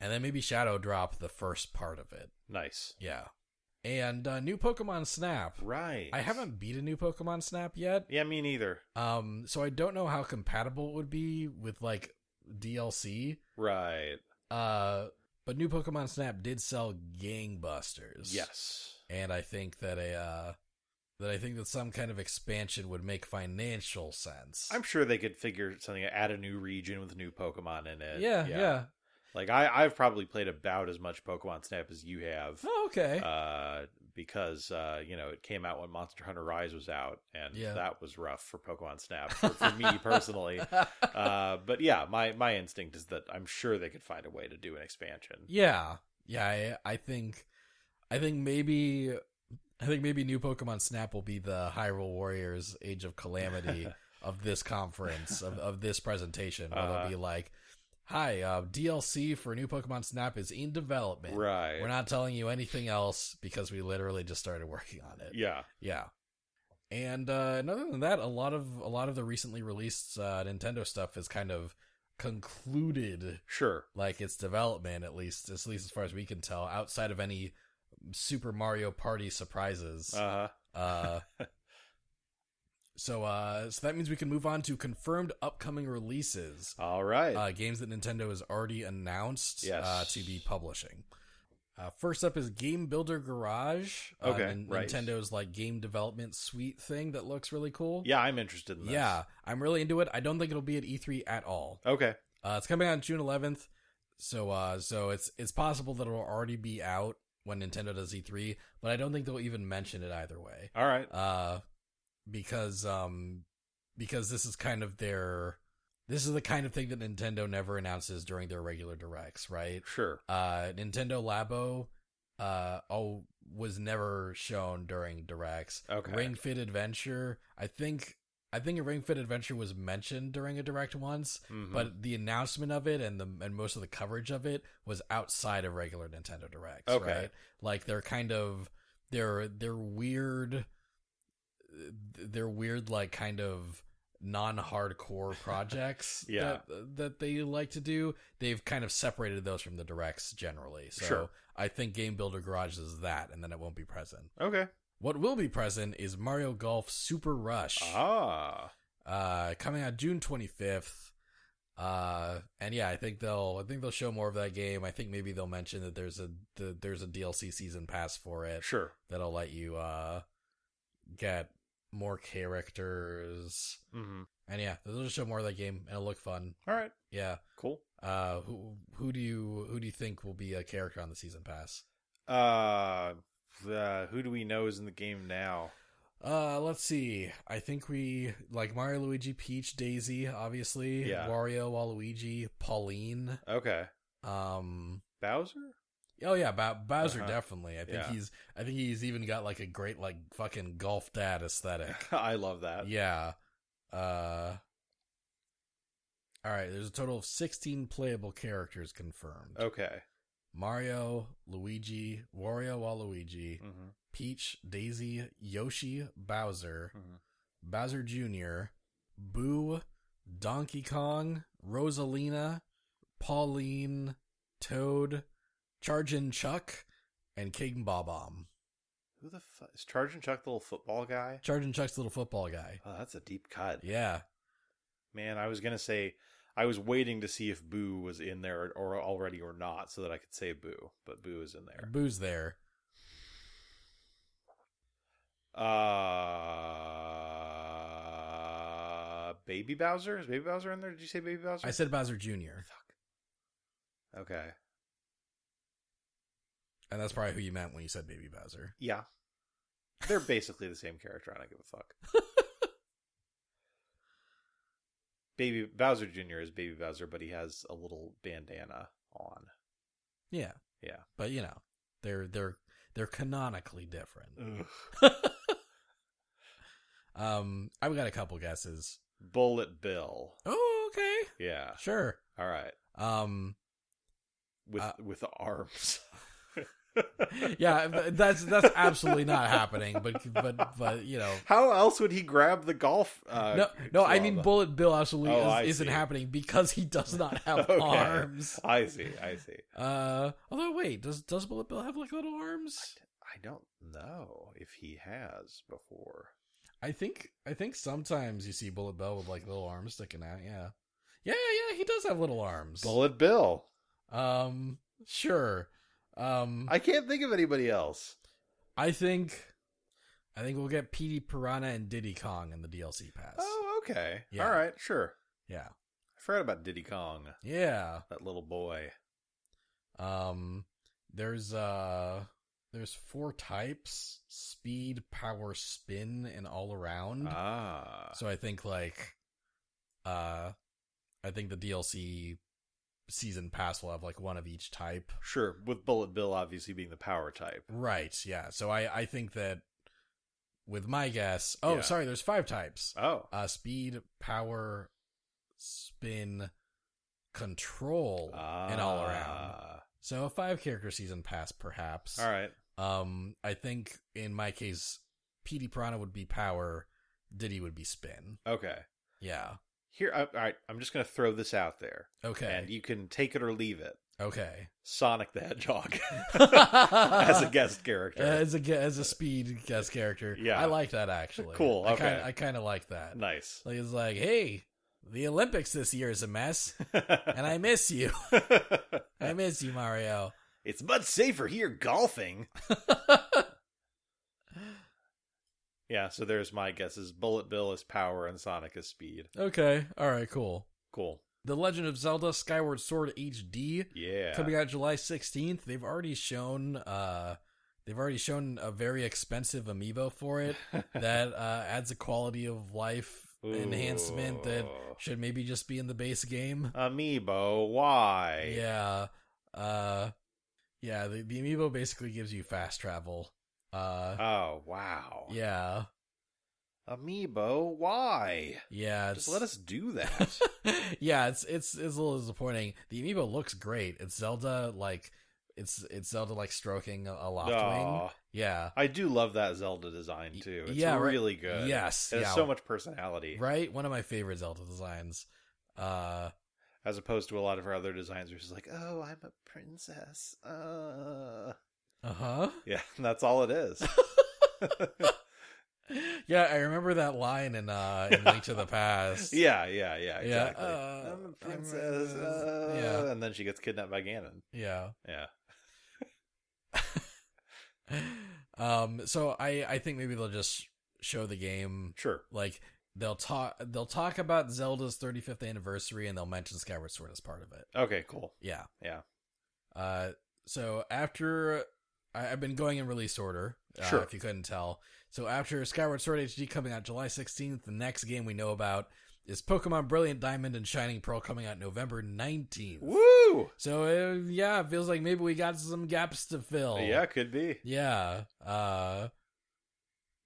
Speaker 2: and then maybe Shadow drop the first part of it.
Speaker 3: Nice.
Speaker 2: Yeah, and uh, new Pokemon Snap.
Speaker 3: Right.
Speaker 2: I haven't beat a new Pokemon Snap yet,
Speaker 3: Yeah, me neither.
Speaker 2: um, so I don't know how compatible it would be with like DLC.
Speaker 3: Right.
Speaker 2: Uh, but new Pokemon Snap did sell gangbusters.
Speaker 3: Yes.
Speaker 2: and I think that a uh, that I think that some kind of expansion would make financial sense.
Speaker 3: I'm sure they could figure something add a new region with new Pokemon in it.
Speaker 2: yeah, yeah,
Speaker 3: Like I, I've probably played about as much Pokemon Snap as you have.
Speaker 2: Oh, okay.
Speaker 3: Uh because uh, you know, it came out when Monster Hunter Rise was out and
Speaker 2: Yeah.
Speaker 3: that was rough for Pokemon Snap for, for
Speaker 2: [LAUGHS]
Speaker 3: me personally. Uh but yeah, my my instinct is that I'm sure they could find a way to do an expansion.
Speaker 2: yeah, yeah. I, I think, I think maybe, I think maybe new Pokemon Snap will be the Hyrule Warriors Age of
Speaker 3: [LAUGHS]
Speaker 2: Calamity of this conference of of this presentation. Where
Speaker 3: Uh-huh.
Speaker 2: they'll be like, "Hi, uh, DLC for new Pokemon Snap is in development.
Speaker 3: right.
Speaker 2: We're not telling you anything else because we literally just started working on it."
Speaker 3: yeah.
Speaker 2: Yeah. And uh, and other than that, a lot of a lot of the recently released uh, Nintendo stuff is kind of concluded
Speaker 3: Sure.
Speaker 2: like its development at least at least as far as we can tell outside of any Super Mario Party surprises. Uh, [LAUGHS]
Speaker 3: Uh-huh.
Speaker 2: so uh, so that means we can move on to confirmed upcoming releases.
Speaker 3: All right.
Speaker 2: Uh, games that Nintendo has already announced
Speaker 3: Yes.
Speaker 2: uh, to be publishing. Uh, first up is Game Builder Garage. uh,
Speaker 3: Okay,
Speaker 2: Nin-
Speaker 3: right.
Speaker 2: Nintendo's like game development suite thing that looks really cool.
Speaker 3: yeah, I'm interested in this.
Speaker 2: yeah, I'm really into it. I don't think it'll be at E3 at all.
Speaker 3: Okay.
Speaker 2: Uh, it's coming out June 11th, so uh, so it's it's possible that it'll already be out when Nintendo does E3, but I don't think they'll even mention it either way
Speaker 3: All right.
Speaker 2: uh, because um, because this is kind of their this is the kind of thing that Nintendo never announces during their regular directs, right?
Speaker 3: Sure.
Speaker 2: Uh, Nintendo Labo uh oh was never shown during directs.
Speaker 3: Okay.
Speaker 2: Ring Fit Adventure, I think I think a Ring Fit Adventure was mentioned during a direct once,
Speaker 3: Mhm.
Speaker 2: but the announcement of it and the and most of the coverage of it was outside of regular Nintendo Directs,
Speaker 3: Okay.
Speaker 2: right? Like they're kind of they're they're weird they're weird like kind of non-hardcore [LAUGHS] projects
Speaker 3: Yeah.
Speaker 2: that, that they like to do they've kind of separated those from the directs generally so
Speaker 3: Sure.
Speaker 2: i think game builder garage is that and then it won't be present
Speaker 3: okay.
Speaker 2: what will be present is mario golf super rush
Speaker 3: Ah.
Speaker 2: uh, coming out June 25th. Uh, and yeah, I think they'll, I think they'll show more of that game. I think maybe they'll mention that there's a, the, there's a DLC season pass for it
Speaker 3: Sure.
Speaker 2: that'll let you, uh, get more characters.
Speaker 3: hmm
Speaker 2: And yeah, they'll just show more of that game and it'll look fun.
Speaker 3: All right.
Speaker 2: Yeah.
Speaker 3: Cool.
Speaker 2: Uh, who, who do you, who do you think will be a character on the season pass?
Speaker 3: Uh, uh who do we know is in the game now?
Speaker 2: Uh, let's see. I think we like Mario, Luigi, Peach, Daisy, obviously.
Speaker 3: Yeah.
Speaker 2: Wario, Waluigi, Pauline.
Speaker 3: Okay.
Speaker 2: Um.
Speaker 3: Bowser? [LAUGHS]
Speaker 2: Oh yeah, Bow- Bowser
Speaker 3: Uh-huh.
Speaker 2: definitely. I think
Speaker 3: Yeah.
Speaker 2: he's. I think he's even got like a great like fucking golf dad aesthetic.
Speaker 3: [LAUGHS] I love that.
Speaker 2: yeah. Uh. All right. There's a total of 16 playable characters confirmed:
Speaker 3: Okay.
Speaker 2: Mario, Luigi, Wario, Waluigi,
Speaker 3: Mm-hmm.
Speaker 2: Peach, Daisy, Yoshi, Bowser,
Speaker 3: Mhm.
Speaker 2: Bowser Jr., Boo, Donkey Kong, Rosalina, Pauline, Toad, Chargin' Chuck, and King Bob Bomb.
Speaker 3: Who the fuck is Charging Chuck the little football guy?
Speaker 2: Chargin' Chuck's little football guy.
Speaker 3: Oh, that's a deep cut.
Speaker 2: Yeah.
Speaker 3: Man, I was gonna say I was waiting to see if Boo was in there or, already or not, so that I could say Boo, but Boo is in there.
Speaker 2: Boo's there.
Speaker 3: Uh Baby Bowser. Is Baby Bowser in there? Did you say Baby Bowser?
Speaker 2: I said Bowser Jr.
Speaker 3: okay.
Speaker 2: And that's probably who you meant when you said Baby Bowser.
Speaker 3: Yeah. They're basically the same character. I don't give a
Speaker 2: [LAUGHS]
Speaker 3: fuck. Baby Bowser Jr. is Baby Bowser, but he has a little bandana on.
Speaker 2: Yeah.
Speaker 3: Yeah.
Speaker 2: But you know, they're they're they're canonically different.
Speaker 3: Ugh.
Speaker 2: Um I've got a couple guesses.
Speaker 3: Bullet Bill.
Speaker 2: Oh, okay.
Speaker 3: Yeah.
Speaker 2: Sure.
Speaker 3: All right.
Speaker 2: Um
Speaker 3: With
Speaker 2: Uh,
Speaker 3: with arms. [LAUGHS]
Speaker 2: yeah, but that's that's absolutely not happening, but but but you know,
Speaker 3: How else would he grab the golf? Uh,
Speaker 2: no, no. I mean,
Speaker 3: club?
Speaker 2: Bullet Bill absolutely
Speaker 3: Oh, I
Speaker 2: is, isn't
Speaker 3: see.
Speaker 2: happening because he does not have
Speaker 3: [LAUGHS] Okay.
Speaker 2: arms.
Speaker 3: I see. I see.
Speaker 2: Uh, although wait, does does Bullet Bill have like little arms?
Speaker 3: I don't know if he has before.
Speaker 2: I think I think sometimes you see Bullet Bill with like little arms sticking out. Yeah, yeah, yeah. He does have little arms.
Speaker 3: Bullet Bill.
Speaker 2: Um, sure. Um, I,
Speaker 3: I can't think of anybody else.
Speaker 2: think I think we'll get Petey Piranha and Diddy Kong in the DLC pass.
Speaker 3: Oh, okay.
Speaker 2: Yeah.
Speaker 3: All right, sure.
Speaker 2: Yeah,
Speaker 3: I forgot about Diddy Kong,
Speaker 2: yeah.
Speaker 3: that little boy.
Speaker 2: Um, there's uh, there's four types: speed, power, spin, and all around.
Speaker 3: Ah.
Speaker 2: So I think like, uh, I think the DLC season pass will have like one of each type.
Speaker 3: Sure, with Bullet Bill obviously being the power type.
Speaker 2: Right. Yeah. So I I think that with my guess. Oh,
Speaker 3: Yeah.
Speaker 2: sorry. There's five types.
Speaker 3: Oh.
Speaker 2: Uh, speed, power, spin, control, and all around.
Speaker 3: Ah.
Speaker 2: So a five character season pass, perhaps.
Speaker 3: All right.
Speaker 2: Um, I think in my case, PD Piranha would be power, Diddy would be spin.
Speaker 3: Okay.
Speaker 2: Yeah.
Speaker 3: Here, I- all right, I'm just going to throw this out there,
Speaker 2: Okay.
Speaker 3: and you can take it or leave it.
Speaker 2: okay.
Speaker 3: Sonic the Hedgehog [LAUGHS] as
Speaker 2: as [LAUGHS]
Speaker 3: a guest character.
Speaker 2: As a gu- as a speed guest character,
Speaker 3: Yeah.
Speaker 2: I like that actually.
Speaker 3: Cool,
Speaker 2: I kind
Speaker 3: okay.
Speaker 2: I kind of like that. [LAUGHS]
Speaker 3: nice. [LAUGHS]
Speaker 2: Like it's like, hey, the Olympics this year is a mess, and I miss you. [LAUGHS] I miss you, Mario.
Speaker 3: it's much safer
Speaker 2: [LAUGHS]
Speaker 3: here golfing. Yeah, so there's my guesses. Bullet Bill is power and Sonic is speed.
Speaker 2: okay. All right. Cool.
Speaker 3: Cool.
Speaker 2: The Legend of Zelda: Skyward Sword HD
Speaker 3: Yeah.
Speaker 2: coming out July 16th. They've already shown uh they've already shown a very expensive amiibo for
Speaker 3: [LAUGHS]
Speaker 2: it that uh adds a quality of life [LAUGHS] enhancement that
Speaker 3: Ooh.
Speaker 2: should maybe just be in the base game.
Speaker 3: Amiibo, why?
Speaker 2: Yeah. Uh yeah, the, the amiibo basically gives you fast travel. Uh
Speaker 3: Oh, wow.
Speaker 2: yeah.
Speaker 3: Amiibo, why?
Speaker 2: Yeah,
Speaker 3: Just
Speaker 2: it's-
Speaker 3: let
Speaker 2: [LAUGHS]
Speaker 3: us [LAUGHS] do that.
Speaker 2: yeah, it's it's it's a little disappointing. The amiibo looks great. It's Zelda like it's it's Zelda like stroking a, a Loftwing.
Speaker 3: Aw.
Speaker 2: Yeah.
Speaker 3: I do love that Zelda design too. It's
Speaker 2: Yeah, right.
Speaker 3: really good.
Speaker 2: Yes,
Speaker 3: It has
Speaker 2: yeah.
Speaker 3: so much personality.
Speaker 2: right? One of my favorite Zelda designs. Uh,
Speaker 3: As opposed to a lot of her other designs which is like, oh, I'm a princess. Uh
Speaker 2: uh huh.
Speaker 3: Yeah, [LAUGHS] that's all it is.
Speaker 2: Yeah, I remember that line in uh in Link
Speaker 3: [LAUGHS]
Speaker 2: to the Past.
Speaker 3: yeah, yeah, yeah, exactly.
Speaker 2: Yeah, uh,
Speaker 3: I'm a princess. uh,
Speaker 2: yeah.
Speaker 3: And then she gets kidnapped by Ganon.
Speaker 2: yeah.
Speaker 3: Yeah.
Speaker 2: Um, so I I think maybe they'll just show the game
Speaker 3: Sure.
Speaker 2: like they'll talk they'll talk about Zelda's 35th anniversary and they'll mention Skyward Sword as part of it.
Speaker 3: Okay, cool.
Speaker 2: Yeah.
Speaker 3: Yeah.
Speaker 2: Uh, so after I, I've been going in release order, uh,
Speaker 3: Sure.
Speaker 2: if you couldn't tell. So after Skyward Sword HD coming out July 16th, the next game we know about is Pokemon Brilliant Diamond and Shining Pearl coming out November 19th.
Speaker 3: Woo!
Speaker 2: So uh, yeah, it feels like maybe we got some gaps to fill.
Speaker 3: Oh. Yeah, could be.
Speaker 2: Yeah. Uh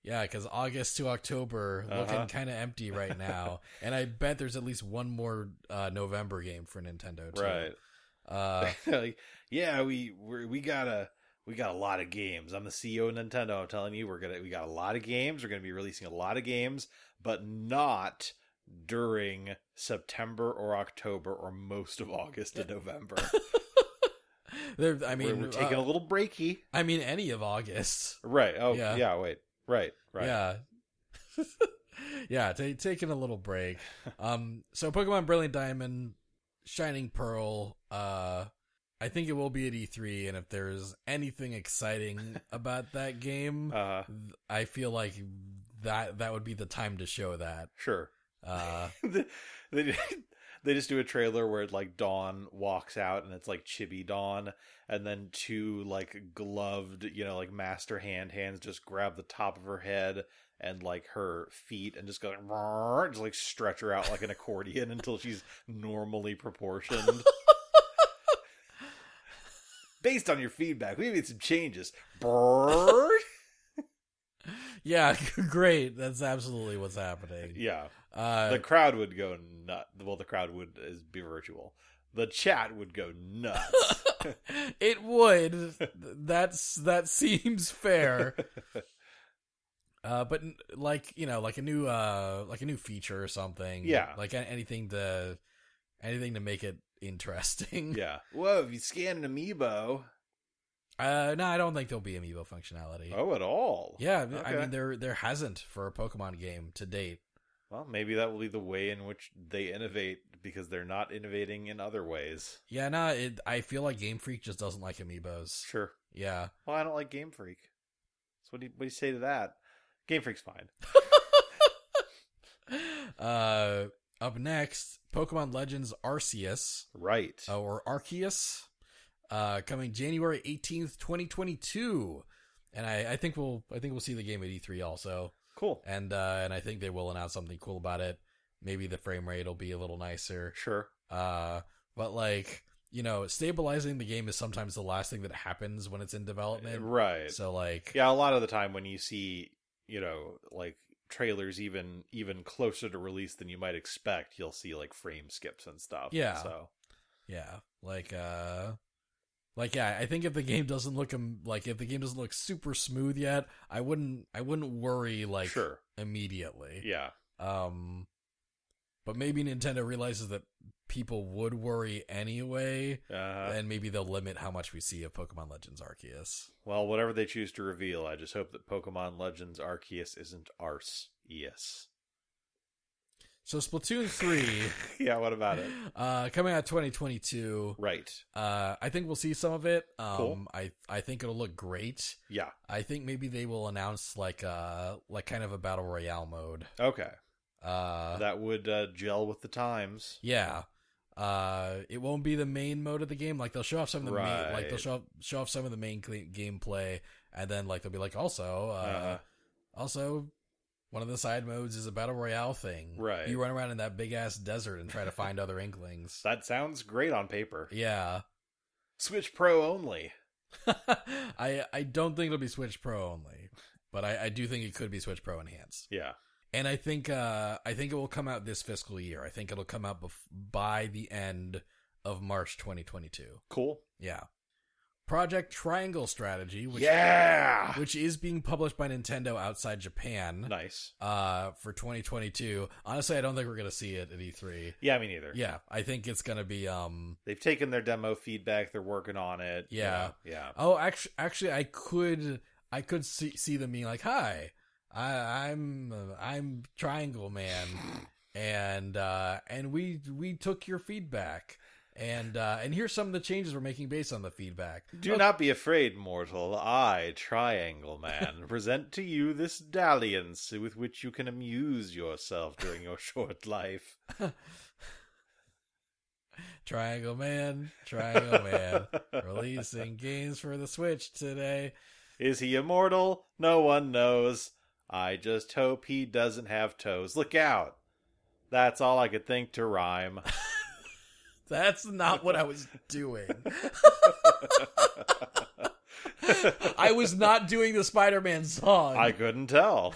Speaker 2: yeah, because August to October
Speaker 3: Uh-huh.
Speaker 2: looking kind of empty right
Speaker 3: [LAUGHS]
Speaker 2: now, and I bet there's at least one more uh, November game for Nintendo. Too.
Speaker 3: Right.
Speaker 2: Uh,
Speaker 3: [LAUGHS] Like, yeah, we we're, we got a we got a lot of games. I'm the CEO of Nintendo. I'm telling you, we're gonna we got a lot of games. We're gonna be releasing a lot of games, but not during September or October or most of August and November.
Speaker 2: [LAUGHS] There, [LAUGHS] I
Speaker 3: We're-
Speaker 2: mean,
Speaker 3: we're, taking
Speaker 2: uh,
Speaker 3: a little breaky.
Speaker 2: I mean, any of August.
Speaker 3: Right. Oh,
Speaker 2: Yeah.
Speaker 3: yeah. wait. Right. Right.
Speaker 2: Yeah. [LAUGHS] yeah, ta taking a little
Speaker 3: [LAUGHS]
Speaker 2: break. Um, so Pokemon Brilliant Diamond, Shining Pearl. Uh, I think it will be at E3, and if there's anything
Speaker 3: [LAUGHS]
Speaker 2: exciting about that game,
Speaker 3: Uh,
Speaker 2: th- I feel like that that would be the time to show that.
Speaker 3: sure. [LAUGHS]
Speaker 2: Uh,
Speaker 3: they, they just do a trailer where like Dawn walks out and it's like chibi Dawn, and then two like gloved, you know, like master hand hands just grab the top of her head and like her feet and just go like, just like stretch her out like an accordion until she's normally proportioned. Based on your feedback, we made some changes. Brrrr.
Speaker 2: yeah, [LAUGHS] great. That's absolutely what's happening.
Speaker 3: yeah.
Speaker 2: Uh,
Speaker 3: the crowd would go nuts. Well, the crowd would is be virtual. The chat would go
Speaker 2: [LAUGHS]
Speaker 3: nuts.
Speaker 2: it would. That's that seems fair.
Speaker 3: [LAUGHS]
Speaker 2: Uh, but n- like you know, like a new uh, like a new feature or something.
Speaker 3: Yeah.
Speaker 2: Like a- anything to anything to make it interesting.
Speaker 3: yeah. Whoa! If you scan an amiibo,
Speaker 2: [LAUGHS] Uh, no, I don't think there'll be amiibo functionality.
Speaker 3: oh, at all?
Speaker 2: Yeah, I mean- I
Speaker 3: Okay.
Speaker 2: mean there there hasn't for a Pokemon game to date.
Speaker 3: Well, maybe that will be the way in which they innovate because they're not innovating in other ways.
Speaker 2: Yeah, no, it, I feel like Game Freak just doesn't like amiibos.
Speaker 3: Sure.
Speaker 2: Yeah. [LAUGHS]
Speaker 3: Well, I don't like Game Freak. So what do you, what do you say to that? Game Freak's fine.
Speaker 2: Uh, up next, Pokemon Legends Arceus.
Speaker 3: Right.
Speaker 2: uh, or Arceus, uh, coming January eighteenth, twenty twenty two. And I, I think we'll I think we'll see the game at E three also,
Speaker 3: Cool.
Speaker 2: and uh, and I think they will announce something cool about it. Maybe the frame rate will be a little nicer.
Speaker 3: Sure.
Speaker 2: Uh, but like you know, stabilizing the game is sometimes the last thing that happens when it's in development.
Speaker 3: Right.
Speaker 2: So like
Speaker 3: yeah a lot of the time when you see you know like trailers even even closer to release than you might expect you'll see like frame skips and stuff
Speaker 2: Yeah.
Speaker 3: so
Speaker 2: Yeah, like uh like yeah, I think if the game doesn't look um, like if the game doesn't look super smooth yet, I wouldn't I wouldn't worry like
Speaker 3: sure
Speaker 2: immediately.
Speaker 3: yeah
Speaker 2: Um but maybe Nintendo realizes that people would worry anyway
Speaker 3: uh,
Speaker 2: and maybe they'll limit how much we see of Pokemon Legends Arceus.
Speaker 3: well whatever they choose to reveal i just hope that pokemon legends arceus isn't arse yes
Speaker 2: So Splatoon 3
Speaker 3: [LAUGHS] yeah what about
Speaker 2: [LAUGHS]
Speaker 3: it
Speaker 2: uh coming out 2022.
Speaker 3: right
Speaker 2: Uh I think we'll see some of it. Um
Speaker 3: Cool.
Speaker 2: I I think it'll look great.
Speaker 3: yeah
Speaker 2: I think maybe they will announce like uh like kind of a battle royale mode.
Speaker 3: okay
Speaker 2: Uh
Speaker 3: that would uh, gel with the times
Speaker 2: yeah. Uh it won't be the main mode of the game. Like they'll show off some of the main, like they'll
Speaker 3: Right.
Speaker 2: show off, show off some of the main cle- gameplay and then like they'll be like also uh,
Speaker 3: Uh-huh.
Speaker 2: also one of the side modes is a battle royale thing.
Speaker 3: Right.
Speaker 2: You run around in that big ass desert and try to find other
Speaker 3: [LAUGHS]
Speaker 2: inklings.
Speaker 3: that sounds great on paper
Speaker 2: Yeah. [LAUGHS]
Speaker 3: switch pro only
Speaker 2: I I don't think it'll be Switch Pro only, but I, I do think it could be Switch Pro enhanced.
Speaker 3: yeah
Speaker 2: and I think uh, I think it will come out this fiscal year. I think it'll come out bef- by the end of March 2022.
Speaker 3: cool
Speaker 2: Yeah, Project Triangle Strategy, which
Speaker 3: yeah
Speaker 2: [LAUGHS] which is being published by Nintendo outside Japan
Speaker 3: nice
Speaker 2: uh, for 2022. Honestly, I don't think we're gonna see it at E3.
Speaker 3: yeah me neither
Speaker 2: Yeah, I think it's gonna be. Um,
Speaker 3: they've taken their demo feedback they're working on it you
Speaker 2: Yeah.
Speaker 3: know, yeah
Speaker 2: oh, actually, actually, I could I could see see them being like, "Hi, I, I'm uh, I'm Triangle
Speaker 3: [LAUGHS]
Speaker 2: Man." and uh, and we we took your feedback and uh, and here's some of the changes we're making based on the feedback.
Speaker 3: do not be afraid mortal i triangle man [LAUGHS] present to you this dalliance with which you can amuse yourself during your [LAUGHS] short life
Speaker 2: Triangle Man, Triangle Man, releasing games for the Switch today.
Speaker 3: is he immortal no one knows i just hope he doesn't have toes look out that's all i could think to [LAUGHS] rhyme
Speaker 2: That's not what I was doing. [LAUGHS] I was not doing the Spider-Man song.
Speaker 3: i couldn't tell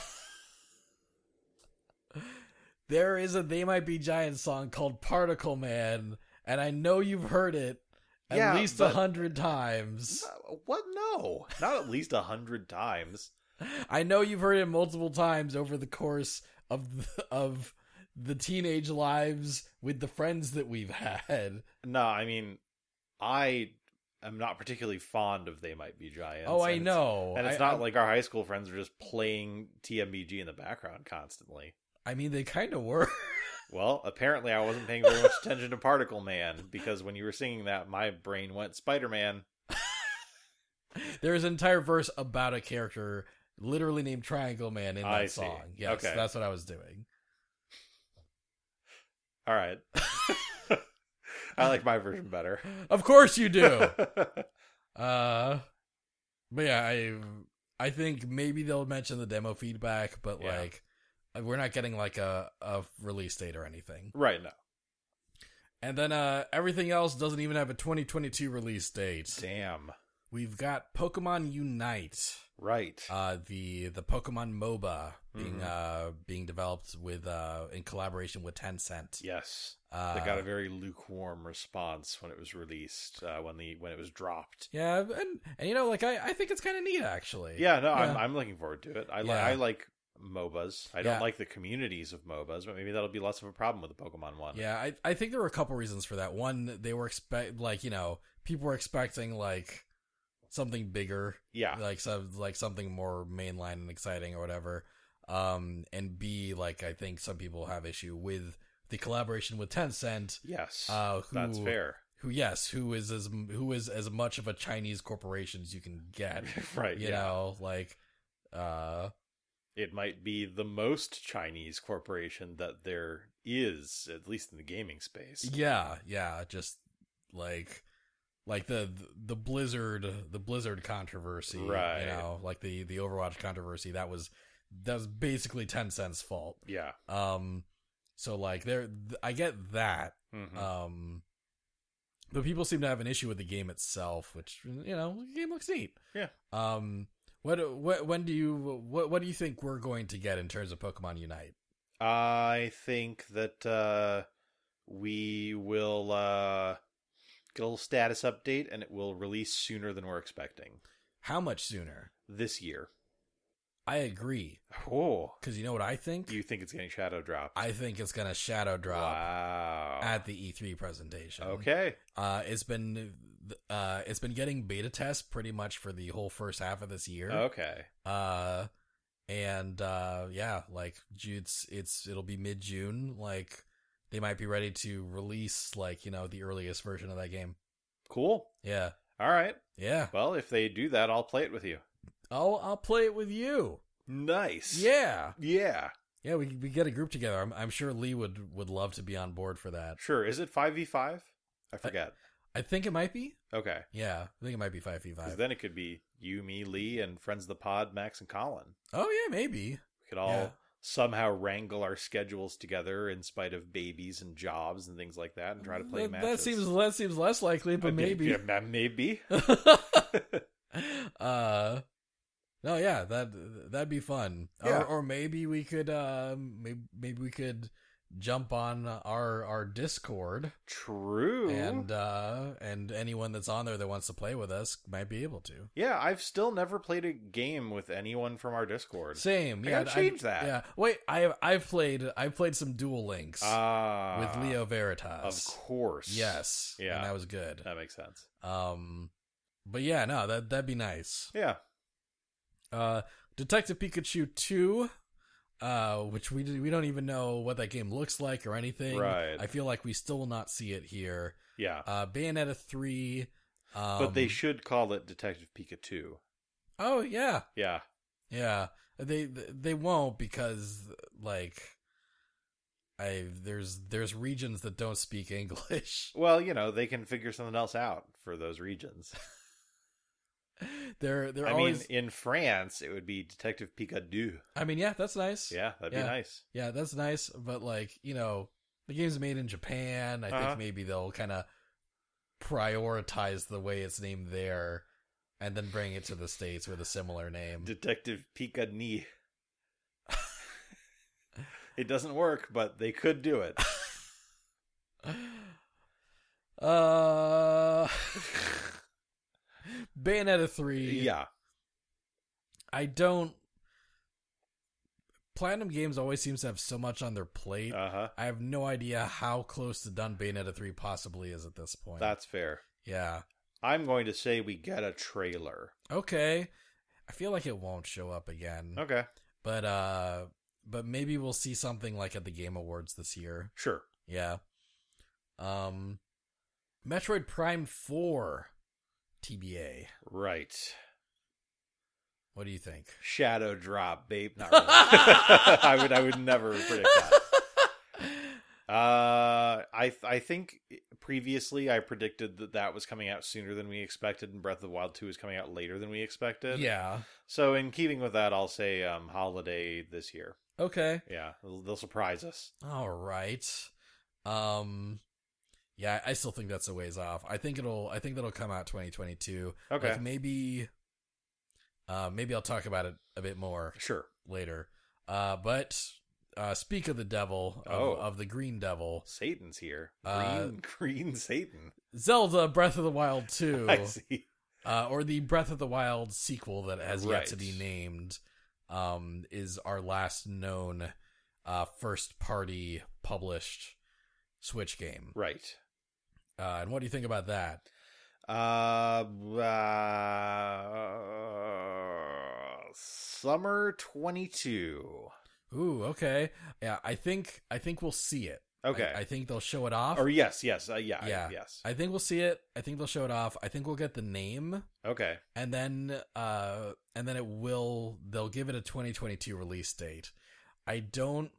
Speaker 2: there is a They Might Be Giant song called Particle Man, and I know you've heard it at
Speaker 3: Yeah,
Speaker 2: least a
Speaker 3: but-
Speaker 2: hundred times.
Speaker 3: [LAUGHS] what no not at least a hundred times
Speaker 2: I know you've heard it multiple times over the course of the, of the teenage lives with the friends that we've had.
Speaker 3: No, I mean, I am not particularly fond of They Might Be Giants.
Speaker 2: oh, I
Speaker 3: and it's-
Speaker 2: know.
Speaker 3: and it's
Speaker 2: I-
Speaker 3: not
Speaker 2: I-
Speaker 3: like our high school friends are just playing TMBG in the background constantly.
Speaker 2: I mean they kind of were. [LAUGHS]
Speaker 3: Well, apparently I wasn't paying very much attention to Particle Man because when you were singing that, my brain went Spider Man.
Speaker 2: There's an entire verse about a character literally named Triangle Man in that
Speaker 3: I see.
Speaker 2: song. Yes,
Speaker 3: Okay.
Speaker 2: that's what I was doing.
Speaker 3: All right. [LAUGHS] I like my version better.
Speaker 2: Of course you
Speaker 3: [LAUGHS]
Speaker 2: do. uh, but yeah, I I think maybe they'll mention the demo feedback, but
Speaker 3: Yeah.
Speaker 2: like we're not getting like a a release date or anything.
Speaker 3: right now.
Speaker 2: And then uh everything else doesn't even have a 2022 release date.
Speaker 3: Damn.
Speaker 2: We've got Pokemon Unite,
Speaker 3: Right.
Speaker 2: uh the the Pokemon MOBA being
Speaker 3: Mhm.
Speaker 2: uh being developed with uh in collaboration with Tencent.
Speaker 3: yes.
Speaker 2: Uh,
Speaker 3: They got a very lukewarm response when it was released, uh, when the when it was dropped.
Speaker 2: yeah, and, and you know, like I, I think it's kind of neat actually.
Speaker 3: Yeah, no, I'm
Speaker 2: Yeah.
Speaker 3: I'm looking forward to it. I li-
Speaker 2: Yeah.
Speaker 3: I like MOBAs. I don't
Speaker 2: Yeah.
Speaker 3: like the communities of MOBAs, but maybe that'll be less of a problem with the Pokemon one.
Speaker 2: Yeah, I, I think there were a couple reasons for that. One, they were expect like you know people were expecting like something bigger,
Speaker 3: Yeah.
Speaker 2: like some like something more mainline and exciting or whatever. Um, and B, like I think some people have issue with the collaboration with Tencent,
Speaker 3: Yes.
Speaker 2: uh, who,
Speaker 3: that's fair.
Speaker 2: Who, yes, who is as who is as much of a Chinese corporation as you can
Speaker 3: [LAUGHS]
Speaker 2: get.
Speaker 3: right.
Speaker 2: You
Speaker 3: yeah.
Speaker 2: know, like, uh,
Speaker 3: It might be the most Chinese corporation that there is, at least in the gaming space.
Speaker 2: Yeah, yeah, just like like the the Blizzard the Blizzard controversy,
Speaker 3: Right.
Speaker 2: You know, like the the Overwatch controversy that was that was basically Tencent's fault.
Speaker 3: Yeah.
Speaker 2: Um, so like there, th- I get that.
Speaker 3: Mhm.
Speaker 2: Um, but people seem to have an issue with the game itself, which you know, the game looks neat.
Speaker 3: Yeah.
Speaker 2: Um. What, what when do you what what do you think we're going to get in terms of Pokemon Unite?
Speaker 3: I think that uh, we will uh, get a little status update, and it will release sooner than we're expecting
Speaker 2: How much sooner?
Speaker 3: this year.
Speaker 2: I agree
Speaker 3: Oh,
Speaker 2: because you know what I think.
Speaker 3: you think it's getting shadow dropped?
Speaker 2: I think it's gonna shadow drop
Speaker 3: Wow.
Speaker 2: at the E3 presentation.
Speaker 3: okay.
Speaker 2: Uh, it's been uh, it's been getting beta tests pretty much for the whole first half of this year.
Speaker 3: Okay.
Speaker 2: Uh, and uh, yeah, like ju- it's it's it'll be mid June. Like they might be ready to release like you know the earliest version of that game.
Speaker 3: Cool.
Speaker 2: Yeah,
Speaker 3: All right.
Speaker 2: yeah.
Speaker 3: Well, if they do that, I'll play it with you.
Speaker 2: I'll I'll play it with you.
Speaker 3: Nice.
Speaker 2: Yeah,
Speaker 3: Yeah.
Speaker 2: yeah. We we get a group together. I'm I'm sure Lee would would love to be on board for that.
Speaker 3: Sure. Is it 5v5? I forget.
Speaker 2: I think it might be.
Speaker 3: okay.
Speaker 2: Yeah, I think it might be five v
Speaker 3: Because
Speaker 2: five.
Speaker 3: then it could be you, me, Lee, and friends of the pod, Max and Colin.
Speaker 2: Oh yeah, maybe.
Speaker 3: We could all
Speaker 2: Yeah.
Speaker 3: somehow wrangle our schedules together in spite of babies and jobs and things like that, and try to play
Speaker 2: that,
Speaker 3: matches.
Speaker 2: That seems that seems less likely,
Speaker 3: I
Speaker 2: but
Speaker 3: mean,
Speaker 2: maybe.
Speaker 3: yeah,
Speaker 2: [LAUGHS]
Speaker 3: ma- maybe.
Speaker 2: uh, no, yeah, that that'd be fun.
Speaker 3: Yeah.
Speaker 2: Or, or maybe we could, uh, maybe, maybe we could jump on our our Discord,
Speaker 3: True.
Speaker 2: and uh, and anyone that's on there that wants to play with us might be able to.
Speaker 3: yeah, I've still never played a game with anyone from our Discord.
Speaker 2: Same,
Speaker 3: I
Speaker 2: yeah.
Speaker 3: gotta change that.
Speaker 2: Yeah, wait, I I've played I played some Duel Links
Speaker 3: Ah,
Speaker 2: with Leo Veritas.
Speaker 3: Of course.
Speaker 2: Yes.
Speaker 3: Yeah.
Speaker 2: And that was good.
Speaker 3: That makes sense.
Speaker 2: Um, but yeah, no, that that'd be nice.
Speaker 3: Yeah.
Speaker 2: Uh, Detective Pikachu two, uh, which we we don't even know what that game looks like or anything.
Speaker 3: Right.
Speaker 2: I feel like we still will not see it here.
Speaker 3: Yeah.
Speaker 2: Uh, Bayonetta three. Um,
Speaker 3: but they should call it Detective Pikachu.
Speaker 2: oh yeah,
Speaker 3: Yeah.
Speaker 2: yeah. They they won't because like. I there's there's regions that don't speak English. [LAUGHS]
Speaker 3: Well, you know, they can figure something else out for those regions.
Speaker 2: They're [LAUGHS] they're
Speaker 3: I
Speaker 2: always.
Speaker 3: mean, in France, it would be Detective Pikachu.
Speaker 2: I mean, yeah, that's nice.
Speaker 3: Yeah, that'd
Speaker 2: Yeah.
Speaker 3: be nice.
Speaker 2: Yeah, that's nice, but like, you know, the game's made in Japan. I
Speaker 3: Uh-huh.
Speaker 2: think maybe they'll kind of prioritize the way it's named there and then bring it to the states with a similar name.
Speaker 3: Detective Pikachu. it doesn't work, but they could
Speaker 2: [LAUGHS]
Speaker 3: do it.
Speaker 2: [SIGHS] uh [LAUGHS] Bayonetta 3.
Speaker 3: yeah.
Speaker 2: I don't Platinum Games always seems to have so much on their plate.
Speaker 3: Uh huh.
Speaker 2: I have no idea how close to done Bayonetta 3 possibly is at this point.
Speaker 3: That's fair.
Speaker 2: yeah.
Speaker 3: I'm going to say we get a trailer.
Speaker 2: Okay. I feel like it won't show up again.
Speaker 3: Okay.
Speaker 2: But uh but maybe we'll see something like at the Game Awards this year.
Speaker 3: Sure.
Speaker 2: Yeah. Um Metroid Prime 4 TBA.
Speaker 3: Right.
Speaker 2: What do you think?
Speaker 3: Shadow drop, babe.
Speaker 2: [LAUGHS]
Speaker 3: [LAUGHS] Not really. I would. I would never predict that. Uh, I I think previously I predicted that that was coming out sooner than we expected, and Breath of the Wild Two is coming out later than we expected.
Speaker 2: Yeah.
Speaker 3: So in keeping with that, I'll say um, holiday this year.
Speaker 2: Okay.
Speaker 3: Yeah, they'll, they'll surprise us.
Speaker 2: All right. Um. Yeah, I still think that's a ways off. I think it'll. I think that'll come out 2022.
Speaker 3: Okay,
Speaker 2: Like maybe. Uh, maybe I'll talk about it a bit more
Speaker 3: sure.
Speaker 2: later. Uh, but uh, speak of the devil of,
Speaker 3: Oh.
Speaker 2: of the Green Devil,
Speaker 3: Satan's here. Green, [LAUGHS]
Speaker 2: Uh,
Speaker 3: green Satan.
Speaker 2: Zelda Breath of the Wild Two.
Speaker 3: [LAUGHS] I see.
Speaker 2: uh, or the Breath of the Wild sequel that has yet to
Speaker 3: Right.
Speaker 2: be named, um, is our last known uh, first party published Switch game.
Speaker 3: Right.
Speaker 2: Uh, and what do you think about that?
Speaker 3: Uh, uh, summer 22.
Speaker 2: Ooh, okay, yeah, I think I think we'll see it. I-
Speaker 3: Okay.
Speaker 2: I, think they'll show it off.
Speaker 3: or yes, yes, uh, yeah,
Speaker 2: Yeah.
Speaker 3: yes.
Speaker 2: I think we'll see it. I think they'll show it off. I think we'll get the name,
Speaker 3: okay.
Speaker 2: and then uh, and then it will. They'll give it a 2022 release date. I don't.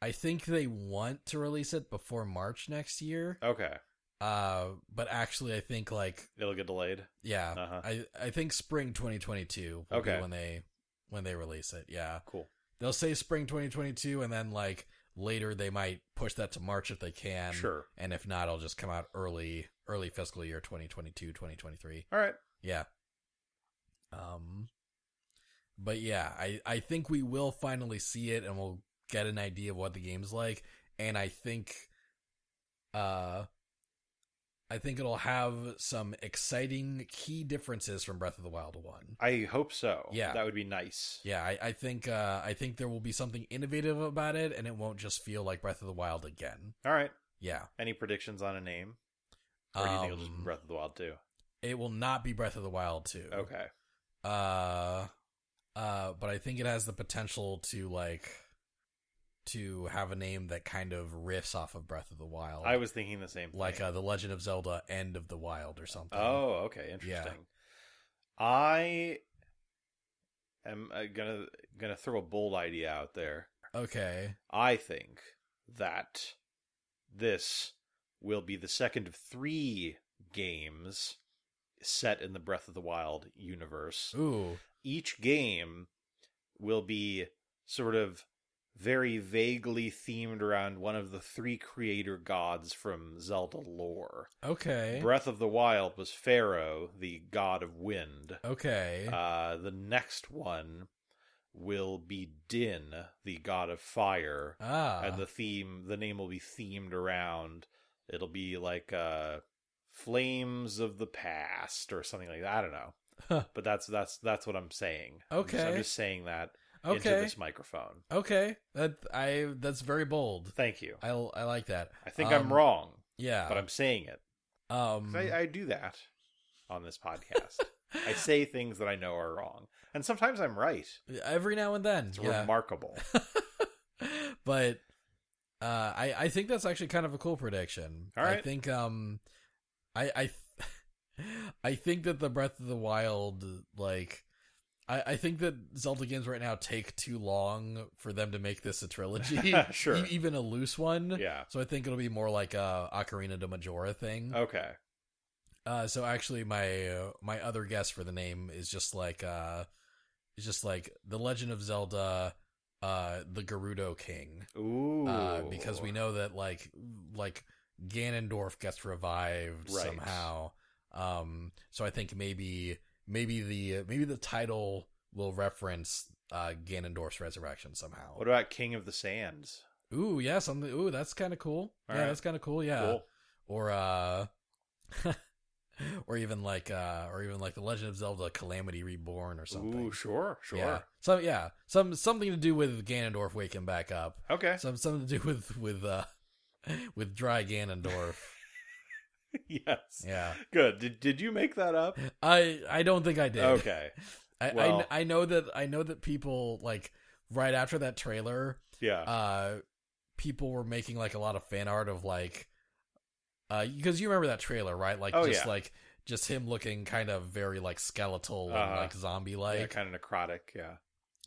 Speaker 2: I think they want to release it before March next year.
Speaker 3: Okay.
Speaker 2: Uh, but actually, I think like
Speaker 3: It'll get delayed.
Speaker 2: yeah,
Speaker 3: Uh-huh.
Speaker 2: I I think spring 2022 will
Speaker 3: Okay.
Speaker 2: be when they when they release it. Yeah,
Speaker 3: Cool.
Speaker 2: they'll say spring 2022, and then like later they might push that to March if they can.
Speaker 3: sure.
Speaker 2: and if not it'll just come out early early fiscal year 2022 2023
Speaker 3: All right.
Speaker 2: yeah um but yeah i i think we will finally see it and we'll get an idea of what the game's like and i think uh i think it'll have some exciting key differences from breath of the wild 1
Speaker 3: I hope so.
Speaker 2: Yeah.
Speaker 3: That would be nice.
Speaker 2: yeah, I, I think uh, I think there will be something innovative about it, and it won't just feel like Breath of the Wild again.
Speaker 3: All right.
Speaker 2: Yeah,
Speaker 3: Any predictions on a name? Or do you think it'll just be
Speaker 2: Um, oh,
Speaker 3: Breath of the Wild too?
Speaker 2: It will not be Breath of the Wild 2.
Speaker 3: Okay.
Speaker 2: Uh uh but I think it has the potential to like to have a name that kind of riffs off of Breath of the Wild.
Speaker 3: I was thinking the same.
Speaker 2: oh, like
Speaker 3: thing.
Speaker 2: uh, The Legend of Zelda End of the Wild or something.
Speaker 3: Oh, okay, interesting. I am uh, gonna gonna throw a bold idea out there.
Speaker 2: Okay.
Speaker 3: I think that this will be the second of three games set in the Breath of the Wild universe.
Speaker 2: Ooh.
Speaker 3: Each game will be sort of very vaguely themed around one of the three creator gods from Zelda lore.
Speaker 2: Okay.
Speaker 3: Breath of the Wild was Pharaoh, the god of wind.
Speaker 2: okay.
Speaker 3: Uh, the next one will be Din, the god of fire,
Speaker 2: ah.
Speaker 3: and the theme, the name will be themed around. It'll be like uh, flames of the past or something like that. I don't know,
Speaker 2: Huh.
Speaker 3: but that's that's that's what I'm saying. I'm just, I'm
Speaker 2: Okay.
Speaker 3: just saying that into
Speaker 2: okay.
Speaker 3: this microphone.
Speaker 2: Okay. That I that's very bold.
Speaker 3: Thank you.
Speaker 2: I I like that.
Speaker 3: I think I'm
Speaker 2: Um,
Speaker 3: wrong,
Speaker 2: Yeah.
Speaker 3: but I'm saying it.
Speaker 2: um
Speaker 3: 'Cause I, I do that on this podcast.
Speaker 2: [LAUGHS]
Speaker 3: I say things that I know are wrong, and sometimes I'm right.
Speaker 2: every now and then.
Speaker 3: It's
Speaker 2: yeah. [LAUGHS]
Speaker 3: remarkable.
Speaker 2: but uh, I I think that's actually kind of a cool prediction.
Speaker 3: All
Speaker 2: I
Speaker 3: right.
Speaker 2: think um, I I [LAUGHS] th- I think that the Breath of the Wild like. I, I think that Zelda games right now take too long for them to make this a trilogy,
Speaker 3: [LAUGHS] Sure.
Speaker 2: E- even a loose one.
Speaker 3: Yeah.
Speaker 2: So I think it'll be more like a Ocarina de Majora thing.
Speaker 3: Okay.
Speaker 2: Uh, so actually, my uh, my other guess for the name is just like uh, is just like the Legend of Zelda, uh, the Gerudo King
Speaker 3: Ooh.
Speaker 2: uh, because we know that like like Ganondorf gets revived
Speaker 3: Right.
Speaker 2: somehow. Um, so I think maybe maybe the maybe the title will reference uh, Ganondorf's resurrection somehow.
Speaker 3: What about King of the Sands?
Speaker 2: ooh, yeah, something. Ooh, that's kind of cool.
Speaker 3: All
Speaker 2: yeah,
Speaker 3: right.
Speaker 2: that's kind of cool. Yeah,
Speaker 3: Cool.
Speaker 2: or uh, [LAUGHS] or even like uh, or even like the Legend of Zelda: Calamity Reborn or something.
Speaker 3: Ooh, sure, sure.
Speaker 2: Yeah. So yeah, some something to do with Ganondorf waking back up
Speaker 3: Okay.
Speaker 2: some something to do with with uh [LAUGHS] with dry
Speaker 3: [LAUGHS]
Speaker 2: Ganondorf.
Speaker 3: yes.
Speaker 2: yeah,
Speaker 3: Good. Did did you make that up?
Speaker 2: I I don't think I did.
Speaker 3: Okay.
Speaker 2: I,
Speaker 3: well-
Speaker 2: I I know that I know that people like right after that trailer,
Speaker 3: Yeah.
Speaker 2: uh, people were making like a lot of fan art of like, uh, because you remember that trailer, right? Like
Speaker 3: Oh,
Speaker 2: just
Speaker 3: yeah.
Speaker 2: like just him looking kind of very like skeletal and
Speaker 3: Uh-huh.
Speaker 2: like zombie like.
Speaker 3: yeah kind of necrotic. Yeah.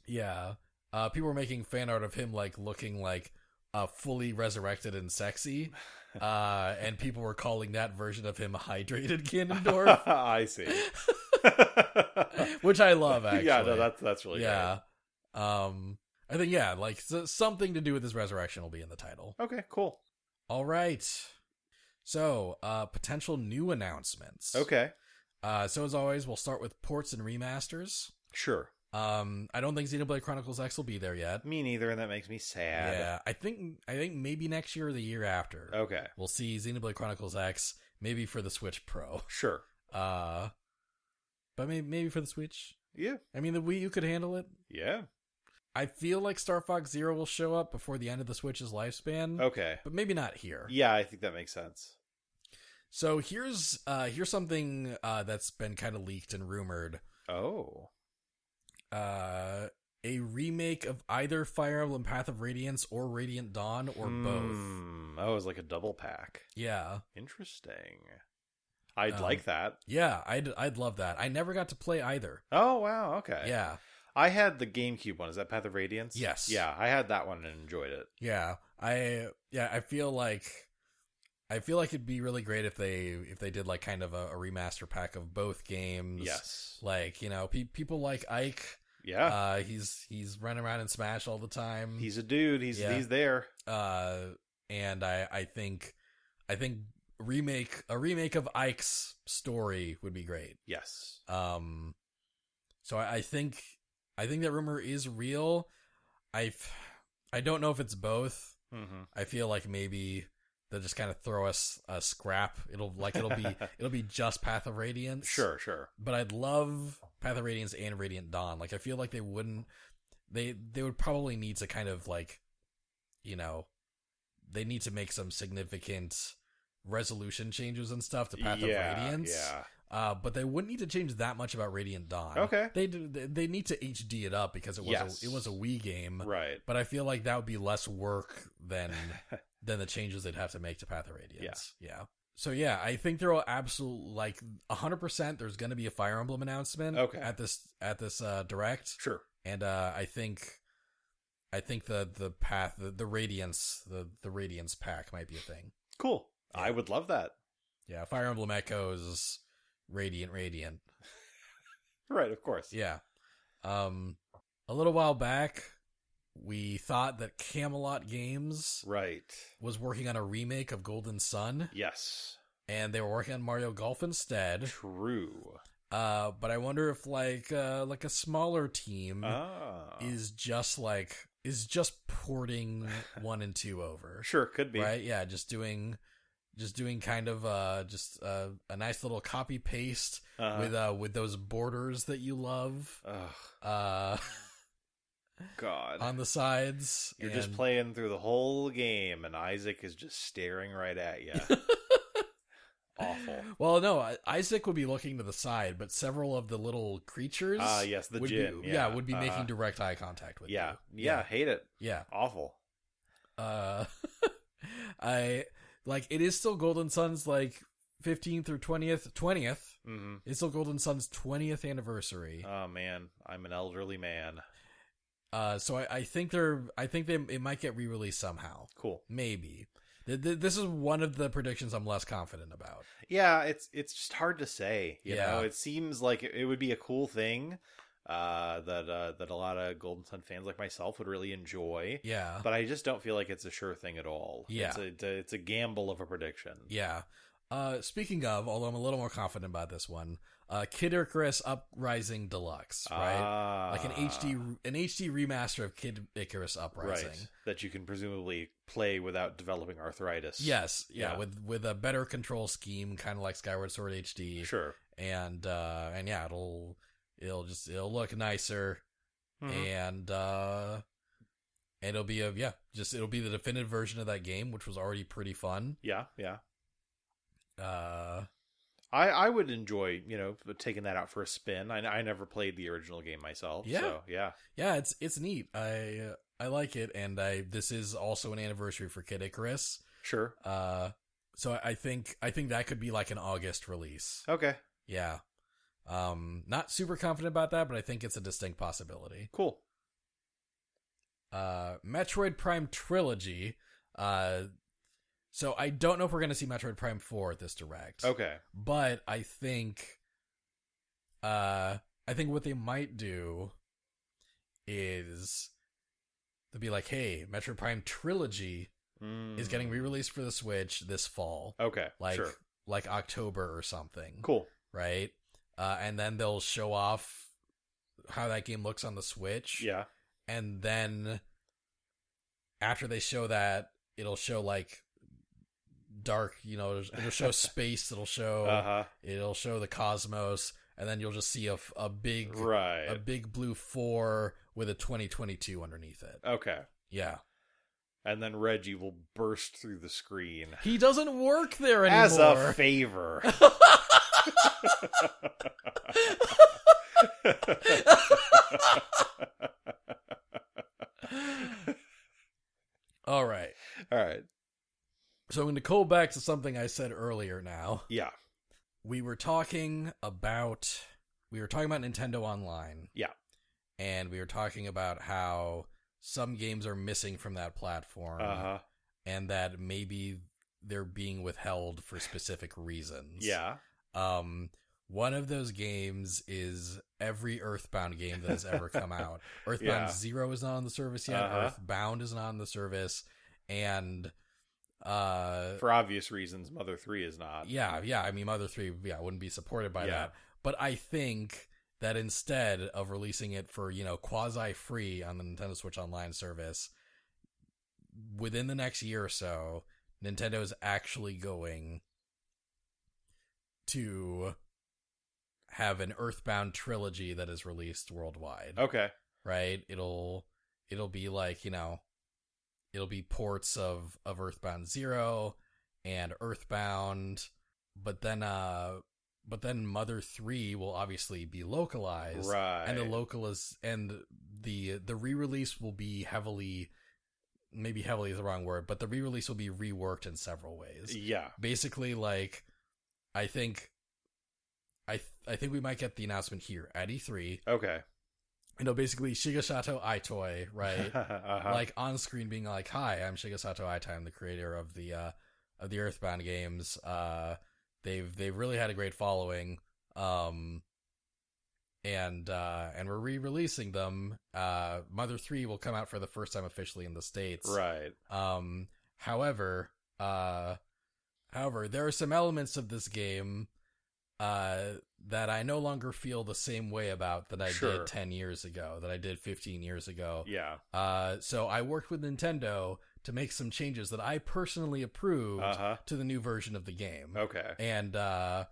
Speaker 2: Yeah. Uh, people were making fan art of him like looking like uh, fully resurrected and
Speaker 3: [LAUGHS]
Speaker 2: sexy. Uh, and people were calling that version of him
Speaker 3: [LAUGHS]
Speaker 2: hydrated Ganondorf,
Speaker 3: I see.
Speaker 2: which I [LAUGHS] love actually.
Speaker 3: [LAUGHS] Yeah, no, that's that's really
Speaker 2: yeah. Um, I think yeah, like so, something to do with his resurrection will be in the title.
Speaker 3: great. Okay, cool.
Speaker 2: All right. So, uh, potential new announcements.
Speaker 3: Okay,
Speaker 2: Uh, so as always, we'll start with ports and remasters.
Speaker 3: sure.
Speaker 2: Um, I don't think Xenoblade Chronicles X will be there yet.
Speaker 3: Me neither, and that makes me sad.
Speaker 2: Yeah, I think I think maybe next year or the year after
Speaker 3: Okay,
Speaker 2: we'll see Xenoblade Chronicles X maybe for the Switch Pro.
Speaker 3: sure.
Speaker 2: Uh, but maybe maybe for the Switch.
Speaker 3: Yeah,
Speaker 2: I mean, the Wii U could handle it.
Speaker 3: yeah.
Speaker 2: Mm-hmm. I feel like Star Fox Zero will show up before the end of the Switch's lifespan,
Speaker 3: Okay.
Speaker 2: but maybe not here.
Speaker 3: Oh. Yeah, I think that makes sense.
Speaker 2: So here's uh, here's something uh, that's been kind of leaked and rumored.
Speaker 3: Oh,
Speaker 2: Uh, a remake of either Fire Emblem Path of Radiance or Radiant Dawn or
Speaker 3: Hmm.
Speaker 2: both.
Speaker 3: both. Oh, it was like a double pack.
Speaker 2: Yeah,
Speaker 3: Interesting. I'd
Speaker 2: Um,
Speaker 3: like that.
Speaker 2: yeah, I'd I'd love that. I never got to play either.
Speaker 3: Oh wow. Okay.
Speaker 2: Yeah,
Speaker 3: I had the GameCube one. Is that Path of Radiance?
Speaker 2: Yes.
Speaker 3: Yeah, I had that one and enjoyed it.
Speaker 2: yeah, I yeah I feel like I feel like it'd be really great if they if they did like kind of a, a remaster pack of both games.
Speaker 3: Yes.
Speaker 2: like you know pe- people like Ike.
Speaker 3: Yeah.
Speaker 2: Uh, he's he's running around in Smash all the time.
Speaker 3: he's a dude. He's
Speaker 2: um, yeah.
Speaker 3: he's there.
Speaker 2: uh, and I I think I think remake a remake of Ike's story would be great.
Speaker 3: Yes.
Speaker 2: Um, so I, I think I think that rumor is real. I I don't know if it's both.
Speaker 3: Mm-hmm.
Speaker 2: I feel like maybe they'll just kind of throw us a scrap. It'll like it'll
Speaker 3: [LAUGHS]
Speaker 2: be it'll be just Path of Radiance.
Speaker 3: Sure. Sure.
Speaker 2: but I'd love Path of Radiance and Radiant Dawn. Like I feel like they wouldn't they they would probably need to kind of like you know they need to make some significant resolution changes and stuff to Path
Speaker 3: yeah,
Speaker 2: of Radiance.
Speaker 3: Yeah.
Speaker 2: Uh but they wouldn't need to change that much about Radiant Dawn.
Speaker 3: Okay.
Speaker 2: They do- they they need to HD it up because it was
Speaker 3: Yes.
Speaker 2: a, it was a Wii game.
Speaker 3: Right.
Speaker 2: But I feel like that would be less work
Speaker 3: [LAUGHS]
Speaker 2: than than the changes they'd have to make to Path of Radiance. Yeah. So yeah, I think there will absolutely like 100% there's going to be a Fire Emblem announcement
Speaker 3: Okay.
Speaker 2: at this at this uh direct
Speaker 3: sure.
Speaker 2: and uh I think I think the the path the, the Radiance the the Radiance pack might be a thing.
Speaker 3: Cool.
Speaker 2: Yeah.
Speaker 3: I would love that.
Speaker 2: Yeah, Fire Emblem Echoes Radiant Radiant.
Speaker 3: Right. Of course.
Speaker 2: Yeah. Um a little while back we thought that Camelot Games
Speaker 3: Right.
Speaker 2: was working on a remake of Golden Sun,
Speaker 3: Yes.
Speaker 2: and they were working on Mario Golf instead.
Speaker 3: True.
Speaker 2: Uh, but I wonder if like uh, like a smaller team
Speaker 3: Ah.
Speaker 2: is just like is just
Speaker 3: [LAUGHS]
Speaker 2: porting one and two over,
Speaker 3: sure. Could be.
Speaker 2: right? Yeah, just doing just doing kind of uh just uh, a nice little copy paste
Speaker 3: Uh-huh.
Speaker 2: with uh with those borders that you love
Speaker 3: Ugh, [LAUGHS]
Speaker 2: uh
Speaker 3: God.
Speaker 2: on the sides.
Speaker 3: You're just
Speaker 2: and-
Speaker 3: playing through the whole game, and Isaac is just staring right at you.
Speaker 2: [LAUGHS]
Speaker 3: Awful.
Speaker 2: Well, no, I- Isaac would be looking to the side, but several of the little creatures.
Speaker 3: Ah, yes, the
Speaker 2: would
Speaker 3: gin.
Speaker 2: Be,
Speaker 3: yeah,
Speaker 2: yeah. would be
Speaker 3: uh-huh.
Speaker 2: making direct eye contact with
Speaker 3: yeah.
Speaker 2: you.
Speaker 3: yeah, hate it.
Speaker 2: yeah,
Speaker 3: Awful.
Speaker 2: yeah. Uh, [LAUGHS] I like it is still Golden Sun's like fifteenth or twentieth, twentieth.
Speaker 3: hmm
Speaker 2: It's still Golden Sun's twentieth anniversary.
Speaker 3: Oh man, I'm an elderly man.
Speaker 2: Uh, so I, I think they're, I think they it might get re released somehow,
Speaker 3: Cool.
Speaker 2: maybe. Th- th- This is one of the predictions I'm less confident about.
Speaker 3: Yeah, it's it's just hard to say. You
Speaker 2: Yeah.
Speaker 3: know, it seems like it, it would be a cool thing uh, that uh, that a lot of Golden Sun fans like myself would really enjoy.
Speaker 2: Yeah,
Speaker 3: But I just don't feel like it's a sure thing at all.
Speaker 2: Yeah.
Speaker 3: it's a, it's a- it's a gamble of a prediction.
Speaker 2: Yeah. Uh, speaking of, although I'm a little more confident about this one, uh, Kid Icarus Uprising Deluxe, right?
Speaker 3: Ah,
Speaker 2: like an HD an HD remaster of Kid Icarus Uprising.
Speaker 3: right that you can presumably play without developing arthritis.
Speaker 2: Yes, yeah,
Speaker 3: Yeah.
Speaker 2: with with a better control scheme, kind of like Skyward Sword HD,
Speaker 3: sure.
Speaker 2: and uh, and yeah, it'll it'll just it'll look nicer, Mm-hmm.
Speaker 3: Mm-hmm.
Speaker 2: and uh, and it'll be a yeah, just it'll be the definitive version of that game, which was already pretty fun.
Speaker 3: Yeah, yeah.
Speaker 2: Uh,
Speaker 3: I, I would enjoy, you know, taking that out for a spin. I, I never played the original game myself.
Speaker 2: Yeah.
Speaker 3: So, yeah.
Speaker 2: yeah, it's it's neat. I I like it, and I this is also an anniversary for Kid Icarus.
Speaker 3: Sure.
Speaker 2: Uh, so I- I think I think that could be like an August release.
Speaker 3: Okay.
Speaker 2: Yeah, um, not super confident about that, but I think it's a distinct possibility.
Speaker 3: Cool.
Speaker 2: uh, Metroid Prime Trilogy. Uh, so I don't know if we're going to see Metroid Prime 4 at this direct.
Speaker 3: Okay.
Speaker 2: But I think uh I think what they might do is they'll be like, "Hey, Metroid Prime Trilogy
Speaker 3: Mm.
Speaker 2: is getting re-released for the Switch this fall."
Speaker 3: Okay.
Speaker 2: Like
Speaker 3: sure.
Speaker 2: like October or something.
Speaker 3: Cool.
Speaker 2: Right? Uh and then they'll show off how that game looks on the Switch
Speaker 3: Yeah.
Speaker 2: and then after they show that it'll show like dark you know it'll
Speaker 3: [LAUGHS]
Speaker 2: show space it'll show
Speaker 3: Uh huh.
Speaker 2: it'll show the cosmos and then you'll just see a, f- a big
Speaker 3: Right.
Speaker 2: a big blue four with a 2022 underneath it
Speaker 3: Okay.
Speaker 2: yeah
Speaker 3: And then Reggie will burst through the screen
Speaker 2: he doesn't work there anymore
Speaker 3: as a
Speaker 2: [LAUGHS]
Speaker 3: favor.
Speaker 2: [LAUGHS] all right
Speaker 3: All right.
Speaker 2: so i'm going to go back to something i said earlier now
Speaker 3: Yeah.
Speaker 2: we were talking about we were talking about Nintendo Online.
Speaker 3: Yeah.
Speaker 2: And we were talking about how some games are missing from that platform
Speaker 3: Uh huh.
Speaker 2: and that maybe they're being withheld for specific reasons.
Speaker 3: Yeah.
Speaker 2: Um one of those games is every Earthbound game that has ever come out. Earthbound
Speaker 3: [LAUGHS] Yeah.
Speaker 2: Zero is not on the service yet.
Speaker 3: Uh-huh.
Speaker 2: Earthbound is not on the service and uh
Speaker 3: For obvious reasons, Mother 3 is not.
Speaker 2: yeah, yeah. I mean, Mother 3, yeah, wouldn't be supported by
Speaker 3: Yeah.
Speaker 2: that. But I think that instead of releasing it for, you know, quasi free on the Nintendo Switch Online service, within the next year or so, Nintendo is actually going to have an Earthbound trilogy that is released worldwide
Speaker 3: Okay.
Speaker 2: right? It'll it'll be like, you know, it'll be ports of of Earthbound 0 and Earthbound, but then uh but then Mother 3 will obviously be localized.
Speaker 3: Right.
Speaker 2: And the local is and the the re-release will be heavily maybe heavily is the wrong word, but the re-release will be reworked in several ways
Speaker 3: Yeah.
Speaker 2: basically like I think I th- I think we might get the announcement here at E E3.
Speaker 3: Okay.
Speaker 2: You know, basically Shigesato Itoi, right?
Speaker 3: [LAUGHS] uh-huh.
Speaker 2: Like on screen being like, "Hi, I'm Shigesato Itoi, I'm the creator of the uh of the Earthbound games. Uh they've they've really had a great following. Um and uh and we're re-releasing them. Uh Mother 3 will come out for the first time officially in the states.
Speaker 3: Right.
Speaker 2: Um, however, uh, however, there are some elements of this game uh, that I no longer feel the same way about that I
Speaker 3: Sure.
Speaker 2: did ten years ago, that I did fifteen years ago.
Speaker 3: Yeah.
Speaker 2: Uh, so I worked with Nintendo to make some changes that I personally approved
Speaker 3: Uh huh.
Speaker 2: to the new version of the game,
Speaker 3: Okay.
Speaker 2: and uh,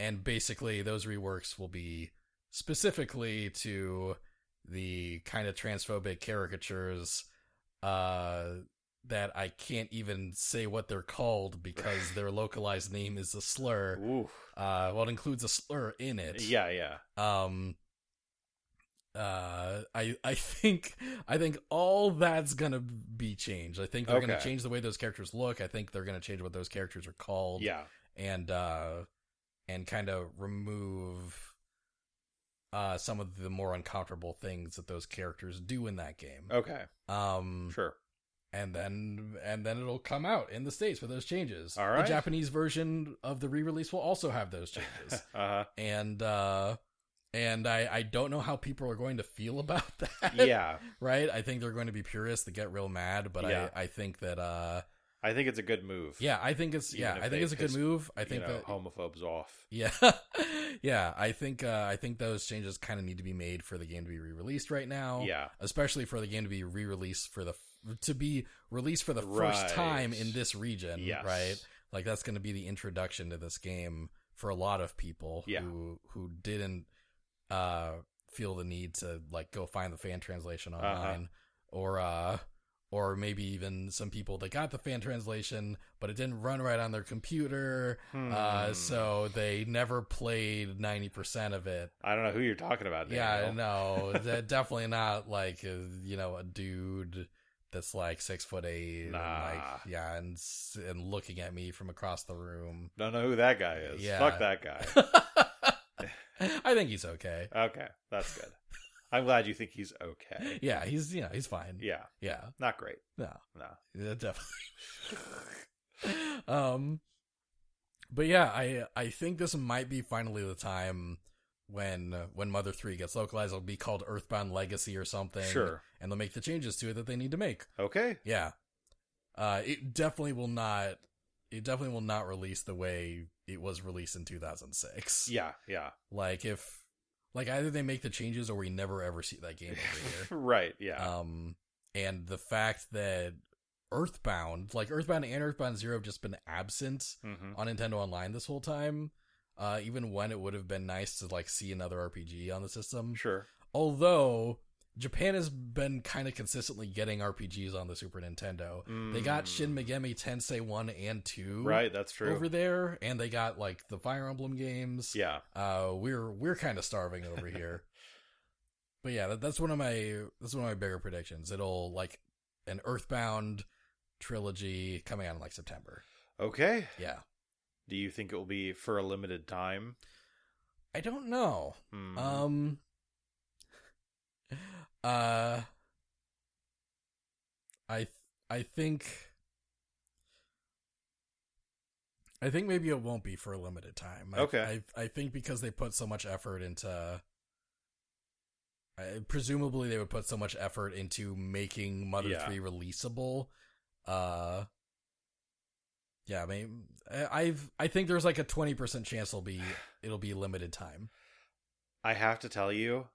Speaker 2: and basically those reworks will be specifically to the kind of transphobic caricatures uh that I can't even say what they're called because
Speaker 3: [LAUGHS]
Speaker 2: their localized name is a slur.
Speaker 3: Ooh.
Speaker 2: Uh well it includes a slur in it.
Speaker 3: Yeah. Yeah.
Speaker 2: Um uh I I think I think all that's gonna be changed. I think they're gonna
Speaker 3: Okay.
Speaker 2: change the way those characters look. I think they're gonna change what those characters are called
Speaker 3: Yeah.
Speaker 2: and uh and kind of remove uh some of the more uncomfortable things that those characters do in that game.
Speaker 3: Okay.
Speaker 2: Um
Speaker 3: Oh, Sure. [LAUGHS]
Speaker 2: and then and then it'll come out in the states with those changes.
Speaker 3: All right.
Speaker 2: The Japanese version of the re-release will also have those
Speaker 3: [LAUGHS]
Speaker 2: changes.
Speaker 3: Uh
Speaker 2: [LAUGHS] and uh and I, I don't know how people are going to feel [LAUGHS] about that.
Speaker 3: huh. Yeah.
Speaker 2: Right? I think they're going to be purists that get real mad, but
Speaker 3: Yeah.
Speaker 2: I, I think that uh
Speaker 3: I think it's a good move.
Speaker 2: yeah, I think it's
Speaker 3: Even
Speaker 2: yeah,
Speaker 3: if
Speaker 2: I
Speaker 3: they
Speaker 2: think it's a good
Speaker 3: piss-
Speaker 2: move. I think
Speaker 3: you know,
Speaker 2: that
Speaker 3: homophobes off.
Speaker 2: Yeah. [LAUGHS] yeah, I think uh, I think those changes kind of need to be made for the game to be re-released right now.
Speaker 3: Yeah.
Speaker 2: Especially for the game to be re-released for the to be released for the
Speaker 3: Right.
Speaker 2: first time in this region,
Speaker 3: Yes.
Speaker 2: right? Like that's going to be the introduction to this game for a lot of people
Speaker 3: Yeah.
Speaker 2: who who didn't uh feel the need to like go find the fan translation
Speaker 3: Uh-huh.
Speaker 2: online or uh or maybe even some people that got the fan translation but it didn't run right on their computer uh,
Speaker 3: Hmm.
Speaker 2: so they never played ninety percent of it.
Speaker 3: I don't know who you're talking about.
Speaker 2: Yeah,
Speaker 3: Daniel. [LAUGHS]
Speaker 2: no, they're definitely not like uh, you know a dude that's like six foot eight,
Speaker 3: Nah.
Speaker 2: and like yeah, and s- and looking at me from across the room.
Speaker 3: [LAUGHS]
Speaker 2: [LAUGHS]
Speaker 3: Don't know who that guy is.
Speaker 2: Yeah.
Speaker 3: Fuck that guy.
Speaker 2: I think he's okay.
Speaker 3: [LAUGHS] Okay, that's good. I'm glad you think he's okay.
Speaker 2: [LAUGHS] Yeah, he's yeah, he's fine.
Speaker 3: Yeah,
Speaker 2: Yeah,
Speaker 3: not great.
Speaker 2: No.
Speaker 3: no.
Speaker 2: yeah, definitely. [LAUGHS] um, but yeah, I I think this might be finally the time when when Mother Three gets localized. It'll be called Earthbound Legacy or something.
Speaker 3: Sure.
Speaker 2: and they'll make the changes to it that they need to make.
Speaker 3: Okay.
Speaker 2: Yeah. Uh, it definitely will not. It definitely will not release the way it was released in 2006.
Speaker 3: Yeah, yeah.
Speaker 2: Like if, like either they make the changes or we never ever see that game over
Speaker 3: [LAUGHS] right.
Speaker 2: here.
Speaker 3: Yeah.
Speaker 2: Um, and the fact that Earthbound, like Earthbound and Earthbound Zero, have just been absent
Speaker 3: hmm
Speaker 2: on Nintendo Online this whole time. Uh, even when it would have been nice to like see another RPG on the system.
Speaker 3: Sure.
Speaker 2: Although Japan has been kind of consistently getting RPGs on the Super Nintendo. They got
Speaker 3: Mm.
Speaker 2: Shin Megami Tensei 1 and 2
Speaker 3: Right. That's true.
Speaker 2: over there, and they got like the Fire Emblem games.
Speaker 3: yeah.
Speaker 2: Uh, we're we're kind of starving over [LAUGHS] here. but yeah, that, that's one of my that's one of my bigger predictions. It'll like an Earthbound trilogy coming out in like September.
Speaker 3: Okay.
Speaker 2: Yeah.
Speaker 3: Do you think it will be for a limited time?
Speaker 2: I don't know.
Speaker 3: Hmm.
Speaker 2: Um uh I th- I think I think maybe it won't be for a limited time. I,
Speaker 3: Okay.
Speaker 2: I I think because they put so much effort into I, presumably they would put so much effort into making Mother
Speaker 3: Yeah.
Speaker 2: 3 releasable. Uh yeah, I mean, I- I've I think there's like a twenty percent chance it'll
Speaker 3: [SIGHS]
Speaker 2: be it'll be limited time.
Speaker 3: I have to tell you,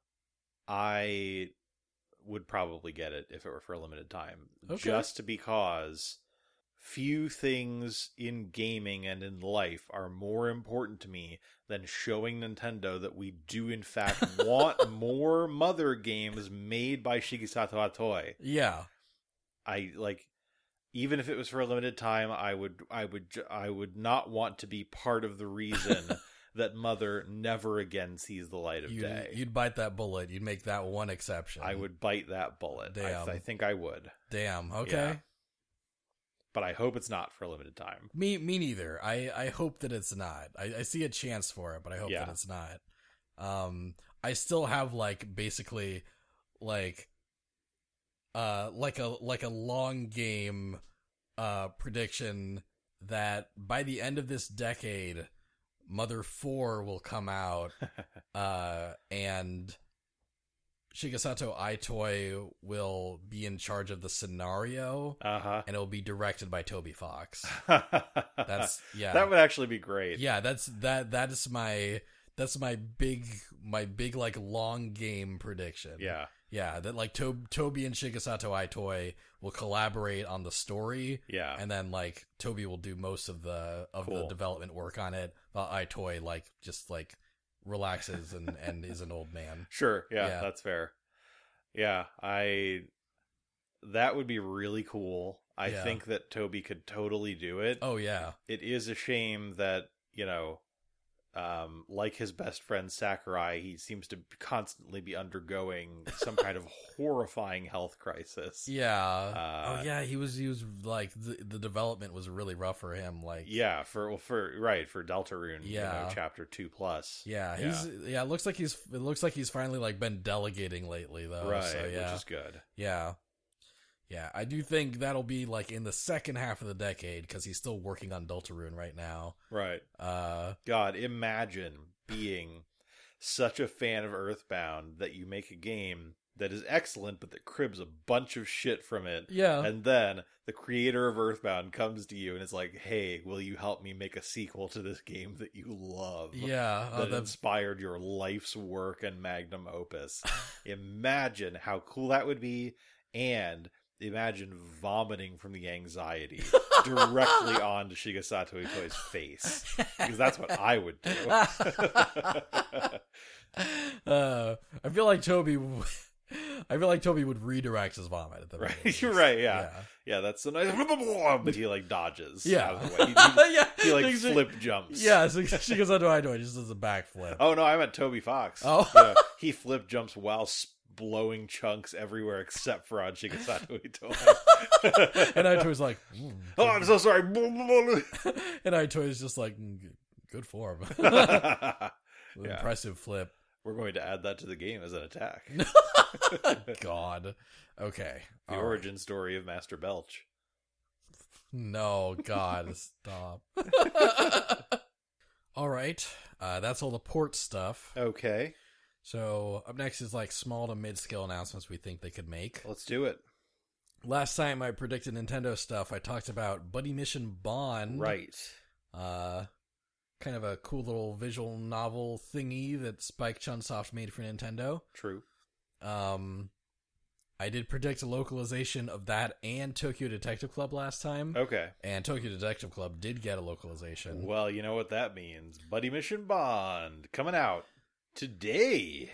Speaker 3: I would probably get it if it were for a limited time.
Speaker 2: Okay.
Speaker 3: Just because few things in gaming and in life are more important to me than showing Nintendo that we do
Speaker 2: [LAUGHS]
Speaker 3: in fact want more mother games made by Shigesato Atoi.
Speaker 2: Yeah,
Speaker 3: I like even if it was for a limited time, I would I would j- I would not want to be part of the
Speaker 2: [LAUGHS]
Speaker 3: reason that mother never again sees the light of
Speaker 2: you'd,
Speaker 3: day.
Speaker 2: you'd bite that bullet. You'd make that one exception.
Speaker 3: I would bite that bullet. I,
Speaker 2: Damn.
Speaker 3: I think I would,
Speaker 2: Damn. Okay.
Speaker 3: Yeah. but I hope it's not for a limited time.
Speaker 2: Me, me neither. I, I hope that it's not. I, I see a chance for it, but I hope
Speaker 3: Yeah.
Speaker 2: that it's not. Um, I still have like basically like, uh, like a like a long game, uh, prediction that by the end of this decade, Mother Four will come out, uh, and Shigesato Itoi will be in charge of the scenario,
Speaker 3: Uh
Speaker 2: and it'll be directed by Toby Fox.
Speaker 3: huh.
Speaker 2: That's yeah.
Speaker 3: [LAUGHS] that would actually be great.
Speaker 2: yeah, that's that that is my that's my big my big like long game prediction.
Speaker 3: yeah,
Speaker 2: Yeah, that like to- Toby and Shigesato Itoi will collaborate on the story
Speaker 3: yeah.
Speaker 2: and then like Toby will do most of the of the
Speaker 3: Cool.
Speaker 2: development work on it while Itoi like just like relaxes and
Speaker 3: [LAUGHS]
Speaker 2: and is an old man.
Speaker 3: Sure. Yeah,
Speaker 2: Yeah.
Speaker 3: that's fair. Yeah, I that would be really cool. I
Speaker 2: Yeah.
Speaker 3: think that Toby could totally do it.
Speaker 2: Oh yeah.
Speaker 3: It is a shame that, you know, um like his best friend Sakurai, he seems to constantly be undergoing some kind of
Speaker 2: [LAUGHS]
Speaker 3: horrifying health crisis.
Speaker 2: Yeah.
Speaker 3: Uh,
Speaker 2: oh yeah, he was he was like the, the development was really rough for him like
Speaker 3: Yeah, for well, for right, for Deltarune, you
Speaker 2: Yeah.
Speaker 3: know, chapter 2 plus.
Speaker 2: Yeah, he's yeah. It looks like he's it looks like he's finally like been delegating lately though.
Speaker 3: right,
Speaker 2: So yeah,
Speaker 3: which is good.
Speaker 2: yeah, yeah. I do think that'll be like in the second half of the decade because he's still working on Deltarune right now.
Speaker 3: Right.
Speaker 2: Uh,
Speaker 3: God, imagine being such a fan of Earthbound that you make a game that is excellent, but that cribs a bunch of shit from it.
Speaker 2: yeah,
Speaker 3: And then the creator of Earthbound comes to you and is like, hey, will you help me make a sequel to this game that you love?
Speaker 2: yeah.
Speaker 3: That
Speaker 2: Oh, that's
Speaker 3: inspired your life's work and
Speaker 2: [LAUGHS]
Speaker 3: magnum opus. imagine how cool that would be. And imagine vomiting from the anxiety
Speaker 2: [LAUGHS]
Speaker 3: directly onto Shigesato Itoi's face because that's what I would do.
Speaker 2: [LAUGHS]
Speaker 3: [LAUGHS]
Speaker 2: uh, I feel like Toby. [LAUGHS] w- I feel like Toby would redirect his vomit at the very
Speaker 3: right, [LAUGHS] you're
Speaker 2: least.
Speaker 3: right. Yeah, yeah. That's so nice. [LAUGHS] But he like dodges.
Speaker 2: yeah,
Speaker 3: out of the way.
Speaker 2: yeah.
Speaker 3: [LAUGHS]
Speaker 2: [LAUGHS]
Speaker 3: He-
Speaker 2: yeah.
Speaker 3: He, he, like
Speaker 2: She-
Speaker 3: flip jumps.
Speaker 2: Yeah, so she goes under my door. Just does a backflip.
Speaker 3: [LAUGHS] Oh no, I'm at Toby Fox.
Speaker 2: Oh. [LAUGHS]
Speaker 3: Yeah, he flip jumps while s- blowing chunks everywhere except for on Shigesato
Speaker 2: [LAUGHS]
Speaker 3: Itoi.
Speaker 2: and I was like, "Hmm, "Ooh."
Speaker 3: [LAUGHS] oh, I'm so sorry. [LAUGHS]
Speaker 2: [LAUGHS] and I toy is just like, "Mm, g- good form, [LAUGHS]
Speaker 3: right.
Speaker 2: impressive flip.
Speaker 3: We're going to add that to the game as an
Speaker 2: [LAUGHS]
Speaker 3: attack.
Speaker 2: God. Okay.
Speaker 3: The
Speaker 2: All right.
Speaker 3: origin story of Master Belch.
Speaker 2: No,
Speaker 3: [LAUGHS]
Speaker 2: God, stop. [LAUGHS] all right. Uh, that's all the port stuff.
Speaker 3: Okay,
Speaker 2: So up next is like small to mid scale announcements we think they could make.
Speaker 3: let's do it.
Speaker 2: Last time I predicted Nintendo stuff, I talked about Buddy Mission Bond.
Speaker 3: Right.
Speaker 2: Uh, kind of a cool little visual novel thingy that Spike Chunsoft made for Nintendo.
Speaker 3: True.
Speaker 2: Um, I did predict a localization of that and Tokyo Detective Club last time.
Speaker 3: Okay.
Speaker 2: And Tokyo Detective Club did get a localization.
Speaker 3: Well, you know what that means. Buddy Mission Bond coming out today.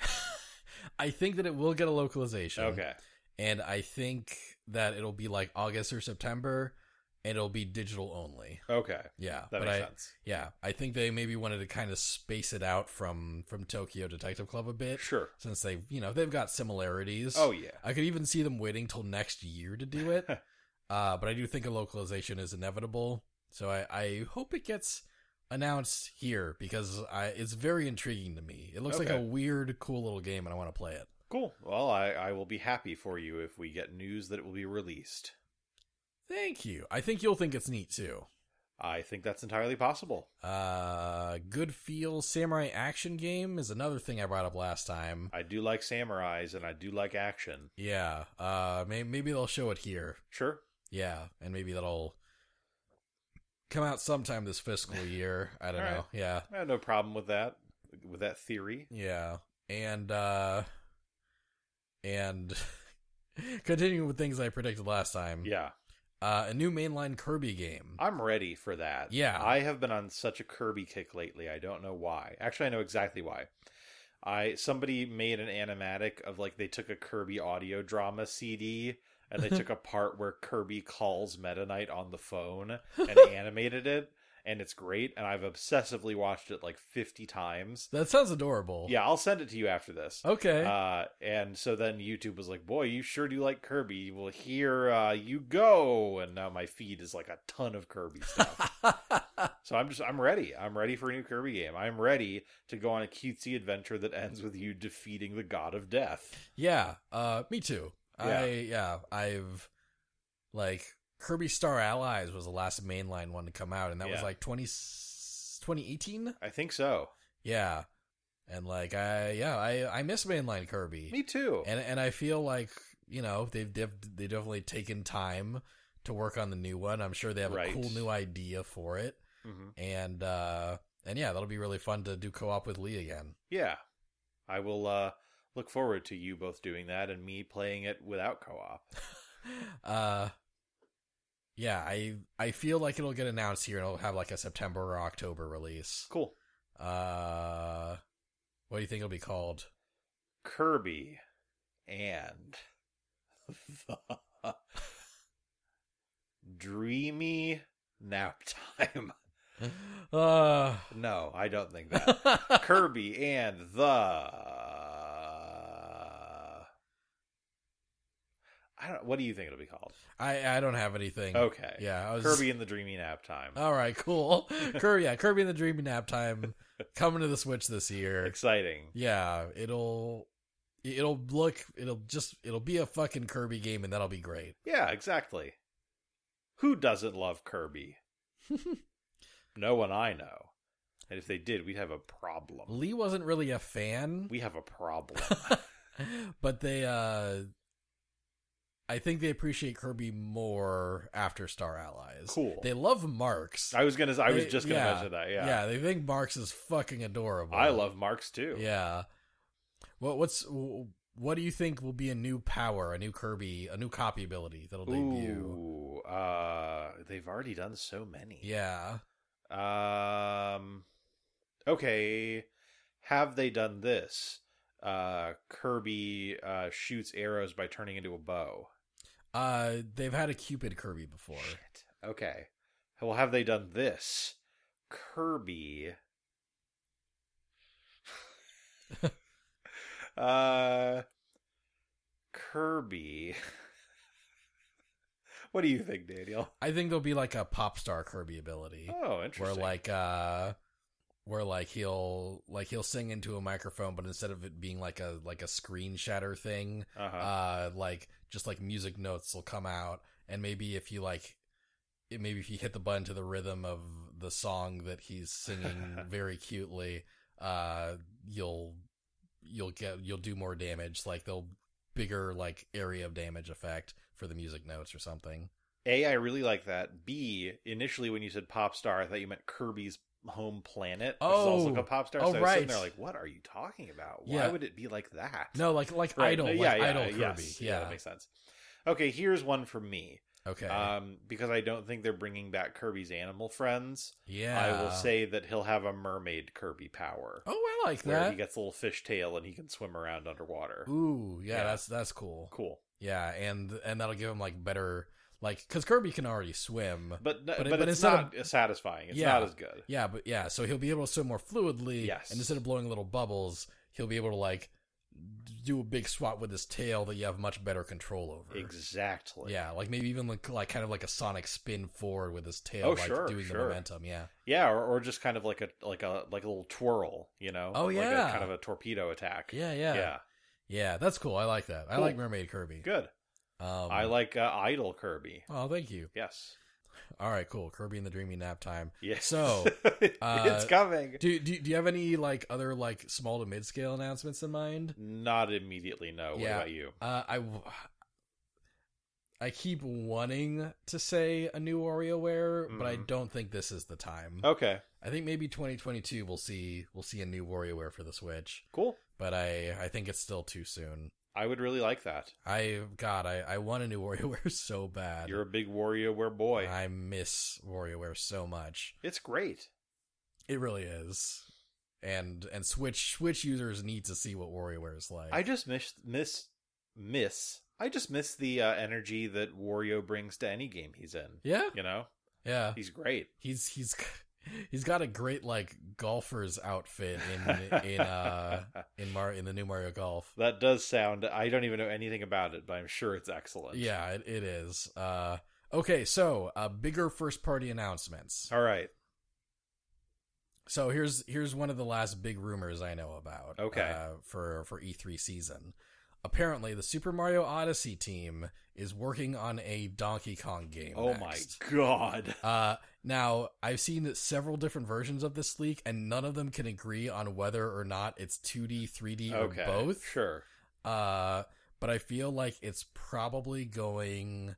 Speaker 2: I think that it will get a localization.
Speaker 3: Okay.
Speaker 2: And I think that it'll be like August or September and it'll be digital only.
Speaker 3: Okay.
Speaker 2: Yeah.
Speaker 3: That
Speaker 2: but
Speaker 3: makes
Speaker 2: I
Speaker 3: sense.
Speaker 2: yeah, I think they maybe wanted to kind of space it out from from Tokyo Detective Club a bit
Speaker 3: Sure.
Speaker 2: since they, you know, they've got similarities.
Speaker 3: Oh yeah.
Speaker 2: I could even see them waiting till next year to do
Speaker 3: [LAUGHS]
Speaker 2: it. uh, but I do think a localization is inevitable. So I, I hope it gets announced here because I, it's very intriguing to me. It looks like
Speaker 3: Okay.
Speaker 2: a weird, cool little game, and I want to play it.
Speaker 3: Cool. Well, I, I will be happy for you if we get news that it will be released.
Speaker 2: Thank you. I think you'll think it's neat too.
Speaker 3: I think that's entirely possible.
Speaker 2: Uh, good feel samurai action game is another thing I brought up last time.
Speaker 3: I do like samurais and I do like action.
Speaker 2: Yeah. Uh, may- maybe they'll show it here.
Speaker 3: Sure.
Speaker 2: Yeah, and maybe that'll come out sometime this
Speaker 3: [LAUGHS]
Speaker 2: fiscal year. I don't
Speaker 3: All
Speaker 2: know.
Speaker 3: right.
Speaker 2: Yeah.
Speaker 3: I have no problem with that with that theory.
Speaker 2: Yeah. And uh and [LAUGHS] continuing with things I predicted last time.
Speaker 3: Yeah.
Speaker 2: Uh a new mainline Kirby game.
Speaker 3: I'm ready for that.
Speaker 2: Yeah.
Speaker 3: I have been on such a Kirby kick lately. I don't know why. Actually, I know exactly why. I somebody made an animatic of like they took a Kirby audio drama CD and they
Speaker 2: [LAUGHS]
Speaker 3: took a part where Kirby calls Meta Knight on
Speaker 2: [LAUGHS]
Speaker 3: the phone and animated it and it's great and I've obsessively watched it like 50 times.
Speaker 2: that sounds adorable.
Speaker 3: Yeah, I'll send it to you after this.
Speaker 2: Okay.
Speaker 3: Uh, and so then YouTube was like, "Boy, you sure do like Kirby. Well, here uh, you go." And now my feed is like a ton of Kirby stuff. Uh, so I'm just I'm ready. I'm ready for a new Kirby game. I'm ready to go on a cutesy adventure that ends with you defeating the god of death.
Speaker 2: [LAUGHS] yeah. Uh me too. I
Speaker 3: Yeah.
Speaker 2: yeah, I've like Kirby Star Allies was the last mainline one to come out and that was
Speaker 3: Yeah.
Speaker 2: like 20 2018?
Speaker 3: I think so.
Speaker 2: Yeah. And like I yeah, I I miss mainline Kirby.
Speaker 3: Me too.
Speaker 2: and and I feel like you know they've def- they definitely taken time to work on the new one. I'm sure they have a
Speaker 3: Right.
Speaker 2: cool new idea for it,
Speaker 3: hmm
Speaker 2: and uh, and yeah, that'll be really fun to do co-op with Lee again.
Speaker 3: Yeah, I will uh, look forward to you both doing that and me playing it without co-op.
Speaker 2: Uh, yeah, I I feel like it'll get announced here and it'll have like a September or October release.
Speaker 3: Cool.
Speaker 2: Uh, what do you think it'll be
Speaker 3: [LAUGHS]
Speaker 2: called?
Speaker 3: Kirby and [LAUGHS] the [LAUGHS] dreamy nap time. [LAUGHS]
Speaker 2: Uh,
Speaker 3: No, I don't think that. Kirby and the I don't what do you think it'll be called?
Speaker 2: [LAUGHS] I I don't have anything.
Speaker 3: Okay.
Speaker 2: Yeah, I was Oh,
Speaker 3: Kirby and the dreamy nap time.
Speaker 2: All right,
Speaker 3: [LAUGHS]
Speaker 2: cool. Kirby, yeah, Kirby and the Dreamy Nap Time coming to the Switch this year.
Speaker 3: Exciting.
Speaker 2: Yeah, it'll it'll look it'll just it'll be a fucking Kirby game and that'll be great.
Speaker 3: Yeah, exactly. Who doesn't
Speaker 2: [LAUGHS]
Speaker 3: love Kirby? no one I know. And if they did, we'd have a problem.
Speaker 2: Lee wasn't really a fan,
Speaker 3: we have a problem.
Speaker 2: [LAUGHS] but they uh I think they appreciate Kirby more after Star Allies.
Speaker 3: Cool.
Speaker 2: They love Marks.
Speaker 3: I was gonna. I was
Speaker 2: They-
Speaker 3: just gonna
Speaker 2: yeah,
Speaker 3: mention that. Yeah.
Speaker 2: they think Marks is fucking adorable.
Speaker 3: I love Marks too.
Speaker 2: Yeah. What what's what do you think will be a new power, a new Kirby, a new copy ability that'll debut?
Speaker 3: Ooh. Uh, they've already done so many.
Speaker 2: Yeah.
Speaker 3: Um. Okay. Have they done this? Uh, Kirby uh, shoots arrows by turning into a bow.
Speaker 2: Uh they've had a Cupid Kirby before.
Speaker 3: Shit. Okay. Well, have they done this?
Speaker 2: [LAUGHS]
Speaker 3: Kirby. uh, Kirby. [LAUGHS] what do you think, Daniel?
Speaker 2: I think there'll be like a pop star Kirby ability.
Speaker 3: Oh,
Speaker 2: where
Speaker 3: interesting.
Speaker 2: like uh where like he'll like he'll sing into a microphone, but instead of it being like a like a screen shatter thing,
Speaker 3: Uh-huh.
Speaker 2: uh, like just like music notes will come out, and maybe if you like, it, maybe if you hit the button to the rhythm of the song that he's
Speaker 3: [LAUGHS]
Speaker 2: singing very cutely, uh, you'll you'll get you'll do more damage. Like they'll bigger like area of damage effect for the music notes or something.
Speaker 3: A, I really like that. B, initially when you said pop star, I thought you meant Kirby's home planet, which is also
Speaker 2: Oh.
Speaker 3: like a pop star.
Speaker 2: Oh,
Speaker 3: so I was sitting
Speaker 2: right.
Speaker 3: there like, what are you talking about? Why
Speaker 2: Yeah.
Speaker 3: would it be like that?
Speaker 2: No, like like
Speaker 3: Right.
Speaker 2: idol,
Speaker 3: No,
Speaker 2: like idol Kirby.
Speaker 3: yes.
Speaker 2: yeah.
Speaker 3: that makes sense. Okay, here's one for me.
Speaker 2: okay.
Speaker 3: Um, because I don't think they're bringing back Kirby's animal friends.
Speaker 2: yeah.
Speaker 3: I will say that he'll have a mermaid Kirby power,
Speaker 2: Oh, I like
Speaker 3: where
Speaker 2: that.
Speaker 3: he gets a little fish tail and he can swim around underwater.
Speaker 2: Ooh, yeah,
Speaker 3: Yeah.
Speaker 2: that's that's cool.
Speaker 3: Cool,
Speaker 2: Yeah, and and that'll give him like better like because Kirby can already swim.
Speaker 3: but no,
Speaker 2: But
Speaker 3: but,
Speaker 2: it- but
Speaker 3: it's
Speaker 2: instead of-
Speaker 3: not satisfying. It's
Speaker 2: Yeah.
Speaker 3: not as good.
Speaker 2: Yeah, but yeah, so he'll be able to swim more fluidly.
Speaker 3: Yes.
Speaker 2: and instead of blowing little bubbles, he'll be able to like d- do a big swat with his tail that you have much better control over.
Speaker 3: Exactly.
Speaker 2: Yeah, like maybe even like, like kind of like a sonic spin forward with his tail,
Speaker 3: Oh,
Speaker 2: like
Speaker 3: sure,
Speaker 2: doing the
Speaker 3: sure.
Speaker 2: momentum. Yeah,
Speaker 3: Yeah, or, or just kind of like a like a like a little twirl, you know?
Speaker 2: Oh,
Speaker 3: like
Speaker 2: yeah.
Speaker 3: a, kind of a torpedo attack.
Speaker 2: yeah, yeah,
Speaker 3: yeah.
Speaker 2: Yeah, That's cool. I like that. I
Speaker 3: Cool.
Speaker 2: like Mermaid Kirby.
Speaker 3: Good.
Speaker 2: Um,
Speaker 3: I like uh, Idol Kirby.
Speaker 2: Oh, thank you.
Speaker 3: Yes.
Speaker 2: All right, cool. Kirby and the Dreamy Nap Time.
Speaker 3: Yes.
Speaker 2: So, uh,
Speaker 3: [LAUGHS] it's coming.
Speaker 2: Do, do do you have any like other like small to mid scale announcements in mind?
Speaker 3: Not immediately. No. What
Speaker 2: Yeah.
Speaker 3: about you?
Speaker 2: Uh, I w- I keep wanting to say a new WarioWare, but I
Speaker 3: Mhm.
Speaker 2: don't think this is the time.
Speaker 3: Okay.
Speaker 2: I think maybe 2022 we'll see we'll see a new WarioWare for the Switch,
Speaker 3: Cool.
Speaker 2: but I I think it's still too soon.
Speaker 3: I would really like that.
Speaker 2: I God, I I want a new [LAUGHS] WarioWare so bad.
Speaker 3: You're a big WarioWare boy.
Speaker 2: I miss WarioWare so much.
Speaker 3: It's great.
Speaker 2: It really is. And and Switch Switch users need to see what WarioWare is like.
Speaker 3: I just miss miss miss. I just miss the uh, energy that Wario brings to any game he's in.
Speaker 2: yeah,
Speaker 3: You know,
Speaker 2: yeah.
Speaker 3: he's great.
Speaker 2: he's he's [LAUGHS] he's got a great like golfer's outfit in in
Speaker 3: [LAUGHS]
Speaker 2: uh in Mar in the new Mario Golf.
Speaker 3: That does sound. I don't even know anything about it, but I'm sure it's excellent.
Speaker 2: Yeah, it, it is. Uh okay, so uh bigger first party announcements.
Speaker 3: All right.
Speaker 2: So here's here's one of the last big rumors I know about.
Speaker 3: Okay.
Speaker 2: Uh, for for E3 season. Apparently, the Super Mario Odyssey team is working on a Donkey Kong game.
Speaker 3: Oh
Speaker 2: next.
Speaker 3: my god.
Speaker 2: Uh, now, I've seen several different versions of this leak, and none of them can agree on whether or not it's 2D, 3D,
Speaker 3: Okay.
Speaker 2: or both.
Speaker 3: Sure.
Speaker 2: Uh, but I feel like it's probably going.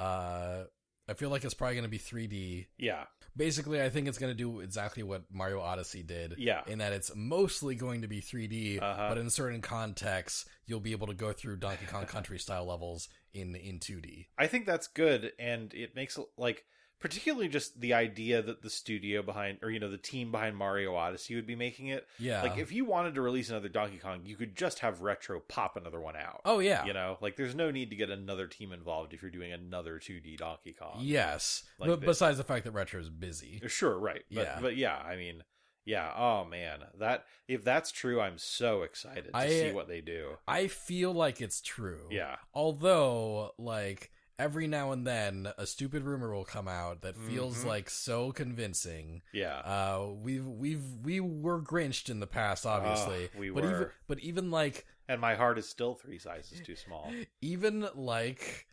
Speaker 2: Uh, I feel like it's probably going to be 3D.
Speaker 3: Yeah.
Speaker 2: Basically, I think it's going to do exactly what Mario Odyssey did.
Speaker 3: Yeah.
Speaker 2: In that it's mostly going to be 3D,
Speaker 3: Uh-huh.
Speaker 2: but in certain contexts, you'll be able to go through Donkey Kong Country style levels in in 2D.
Speaker 3: I think that's good and it makes like particularly just the idea that the studio behind or you know the team behind Mario Odyssey would be making it.
Speaker 2: Yeah.
Speaker 3: Like if you wanted to release another Donkey Kong, you could just have Retro pop another one out.
Speaker 2: oh yeah.
Speaker 3: You know, like there's no need to get another team involved if you're doing another 2D Donkey Kong.
Speaker 2: Yes,
Speaker 3: Like
Speaker 2: but
Speaker 3: the-
Speaker 2: besides the fact that Retro is
Speaker 3: [LAUGHS]
Speaker 2: busy.
Speaker 3: Sure, right. But
Speaker 2: Yeah.
Speaker 3: but yeah, I mean, yeah, oh man. That if that's true, I'm so excited to
Speaker 2: I- oh.
Speaker 3: see what they do.
Speaker 2: I feel like it's true.
Speaker 3: Yeah.
Speaker 2: Although, like every now and then, a stupid rumor will come out that feels
Speaker 3: Mhm.
Speaker 2: like so convincing.
Speaker 3: Yeah.
Speaker 2: Uh, we've we've we were grinched in the past, obviously.
Speaker 3: Ah, we
Speaker 2: but even
Speaker 3: were.
Speaker 2: but even like
Speaker 3: and my heart is still three sizes
Speaker 2: [LAUGHS]
Speaker 3: too small.
Speaker 2: E, even like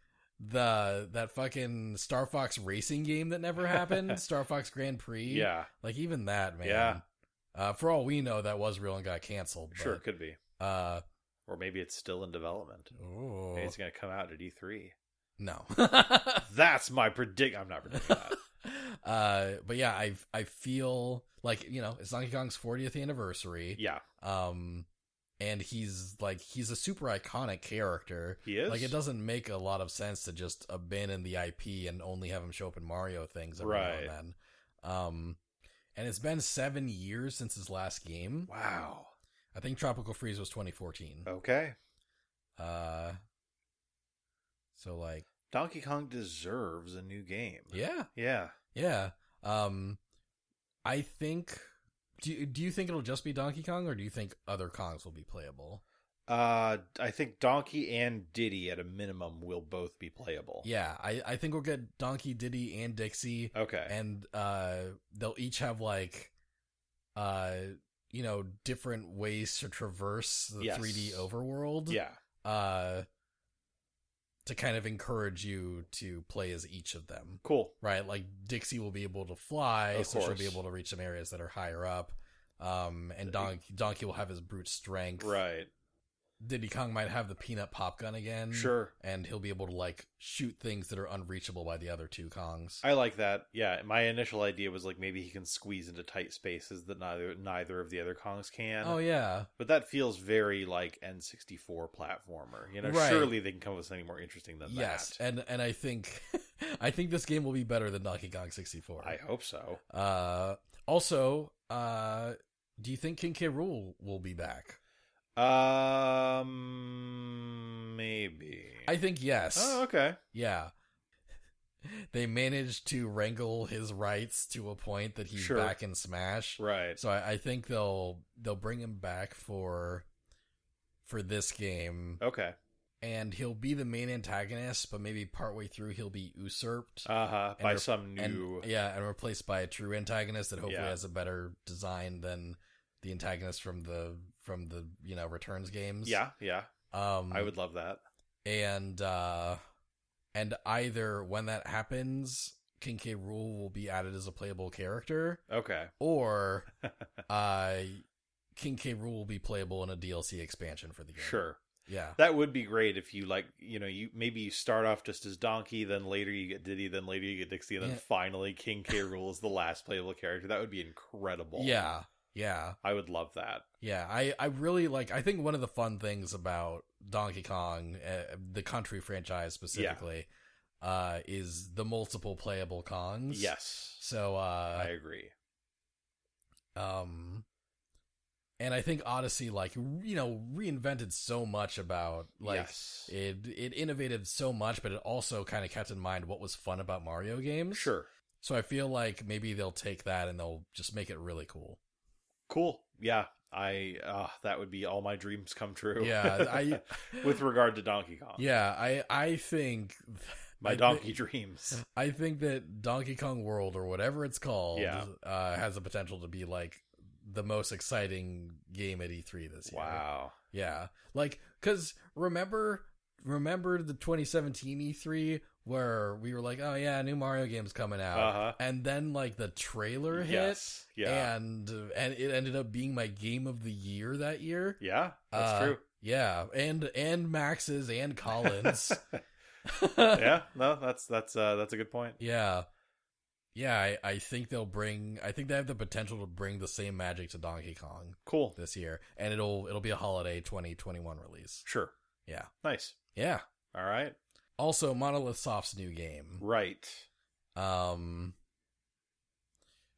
Speaker 2: the that fucking Star Fox racing game that never
Speaker 3: [LAUGHS]
Speaker 2: happened, Star Fox Grand Prix.
Speaker 3: Yeah,
Speaker 2: Like even that, man.
Speaker 3: Yeah.
Speaker 2: Uh, for all we know, that was real and got canceled. But,
Speaker 3: sure, it could be.
Speaker 2: Uh,
Speaker 3: Or maybe it's still in development.
Speaker 2: ooh.
Speaker 3: Maybe it's going to come out at E3. [LAUGHS]
Speaker 2: No.
Speaker 3: That's my predict. I'm not predicting
Speaker 2: [LAUGHS]
Speaker 3: that.
Speaker 2: uh, but yeah, I I feel like you know it's Donkey Kong's 40th anniversary.
Speaker 3: yeah,
Speaker 2: Um, and he's like he's a super iconic character.
Speaker 3: he is.
Speaker 2: Like it doesn't make a lot of sense to just abandon the IP and only have him show up in Mario things every
Speaker 3: Right.
Speaker 2: now and then. Um, and it's been seven years since his last game.
Speaker 3: Wow.
Speaker 2: I think Tropical Freeze was 2014.
Speaker 3: Okay. Oh.
Speaker 2: Uh, so like
Speaker 3: Donkey Kong deserves a new game.
Speaker 2: yeah.
Speaker 3: Yeah.
Speaker 2: Yeah. Um I think do you, do you think it'll just be Donkey Kong or do you think other Kongs will be playable?
Speaker 3: Uh, I think Donkey and Diddy at a minimum will both be playable.
Speaker 2: Yeah, I I think we'll get Donkey Diddy and Dixie
Speaker 3: Okay.
Speaker 2: and uh they'll each have like uh, you know, different ways to traverse the
Speaker 3: Yes.
Speaker 2: 3D overworld.
Speaker 3: Yeah.
Speaker 2: Uh, to kind of encourage you to play as each of them,
Speaker 3: Cool.
Speaker 2: right? Like Dixie will be able to fly,
Speaker 3: Of
Speaker 2: so she'll be
Speaker 3: course. Uh,
Speaker 2: able to reach some areas that are higher up. Um, and Don- Donkey will have his brute strength.
Speaker 3: Right.
Speaker 2: Diddy Kong might have the peanut pop gun again.
Speaker 3: Sure.
Speaker 2: And he'll be able to like shoot things that are unreachable by the other two Kongs.
Speaker 3: I like that. Yeah. My initial idea was like maybe he can squeeze into tight spaces that neither neither of the other Kongs can.
Speaker 2: oh yeah.
Speaker 3: But that feels very like N64 platformer. You know,
Speaker 2: Right.
Speaker 3: surely they can come up with something more interesting than
Speaker 2: Yes.
Speaker 3: that.
Speaker 2: And and I think [LAUGHS] I think this game will be better than Donkey Kong 64.
Speaker 3: I hope so.
Speaker 2: Uh also, uh do you think King K. Rule will be back?
Speaker 3: Um, maybe.
Speaker 2: I think yes.
Speaker 3: Oh, okay.
Speaker 2: Yeah. [LAUGHS] They managed to wrangle his rights to a point that he's
Speaker 3: Sure.
Speaker 2: back in Smash.
Speaker 3: Right.
Speaker 2: So I, I think they'll they'll bring him back for for this game,
Speaker 3: Okay.
Speaker 2: and he'll be the main antagonist, but maybe partway through he'll be usurped.
Speaker 3: Uh huh.
Speaker 2: And
Speaker 3: By
Speaker 2: they're-
Speaker 3: some
Speaker 2: and,
Speaker 3: new.
Speaker 2: yeah, and replaced by a true antagonist that hopefully
Speaker 3: Yeah.
Speaker 2: has a better design than the antagonist from the from the you know returns games.
Speaker 3: yeah. Yeah.
Speaker 2: um,
Speaker 3: I would love that.
Speaker 2: and uh, and either when that happens, King K. Rule will be added as a playable character,
Speaker 3: Okay. [LAUGHS]
Speaker 2: or uh, King K. Rule will be playable in a DLC expansion for the game.
Speaker 3: Sure.
Speaker 2: Yeah.
Speaker 3: That would be great if you like, you know, you maybe you start off just as Donkey, then later you get Diddy, then later you get Dixie, and then
Speaker 2: Yeah.
Speaker 3: finally King
Speaker 2: [LAUGHS]
Speaker 3: K. Rule is the last playable character. That would be incredible.
Speaker 2: Yeah. Yeah.
Speaker 3: I would love that.
Speaker 2: Yeah. I, I really like, I think one of the fun things about Donkey Kong, uh, the country franchise specifically, uh, is the multiple playable Kongs.
Speaker 3: Yes.
Speaker 2: So,
Speaker 3: I
Speaker 2: uh,
Speaker 3: agree.
Speaker 2: um, and I think Odyssey, like, you know, reinvented so much about, like,
Speaker 3: yes.
Speaker 2: it, it innovated so much, but it also kind of kept in mind what was fun about Mario games.
Speaker 3: Sure.
Speaker 2: So I feel like maybe they'll take that and they'll just make it really cool.
Speaker 3: Cool. Yeah. I uh that would be all my dreams come true.
Speaker 2: Yeah, I
Speaker 3: [LAUGHS] with regard to Donkey Kong.
Speaker 2: yeah, I I think
Speaker 3: [LAUGHS] My
Speaker 2: I
Speaker 3: donkey
Speaker 2: think- [LAUGHS]
Speaker 3: dreams.
Speaker 2: I think that Donkey Kong World or whatever it's called
Speaker 3: Yeah.
Speaker 2: uh, has the potential to be like the most exciting game at E3 this year.
Speaker 3: Wow.
Speaker 2: Yeah. Like cuz remember remember the 2017 E3 where we were like, "Oh yeah, new Mario game's coming out."
Speaker 3: Uh-huh.
Speaker 2: And then like the trailer hit
Speaker 3: Yes. Yeah.
Speaker 2: and and it ended up being my game of the year that year.
Speaker 3: yeah. That's
Speaker 2: Uh,
Speaker 3: true.
Speaker 2: Yeah, and and Max's and [LAUGHS] Collins.
Speaker 3: [LAUGHS] yeah, no, that's that's uh that's a good point.
Speaker 2: yeah. Yeah, I, I think they'll bring I think they have the potential to bring the same magic to Donkey Kong
Speaker 3: Cool.
Speaker 2: this year. And it'll it'll be a holiday twenty twenty one release.
Speaker 3: Sure.
Speaker 2: Yeah.
Speaker 3: Nice.
Speaker 2: Yeah.
Speaker 3: All right.
Speaker 2: Also Monolith Soft's new game.
Speaker 3: Right.
Speaker 2: Um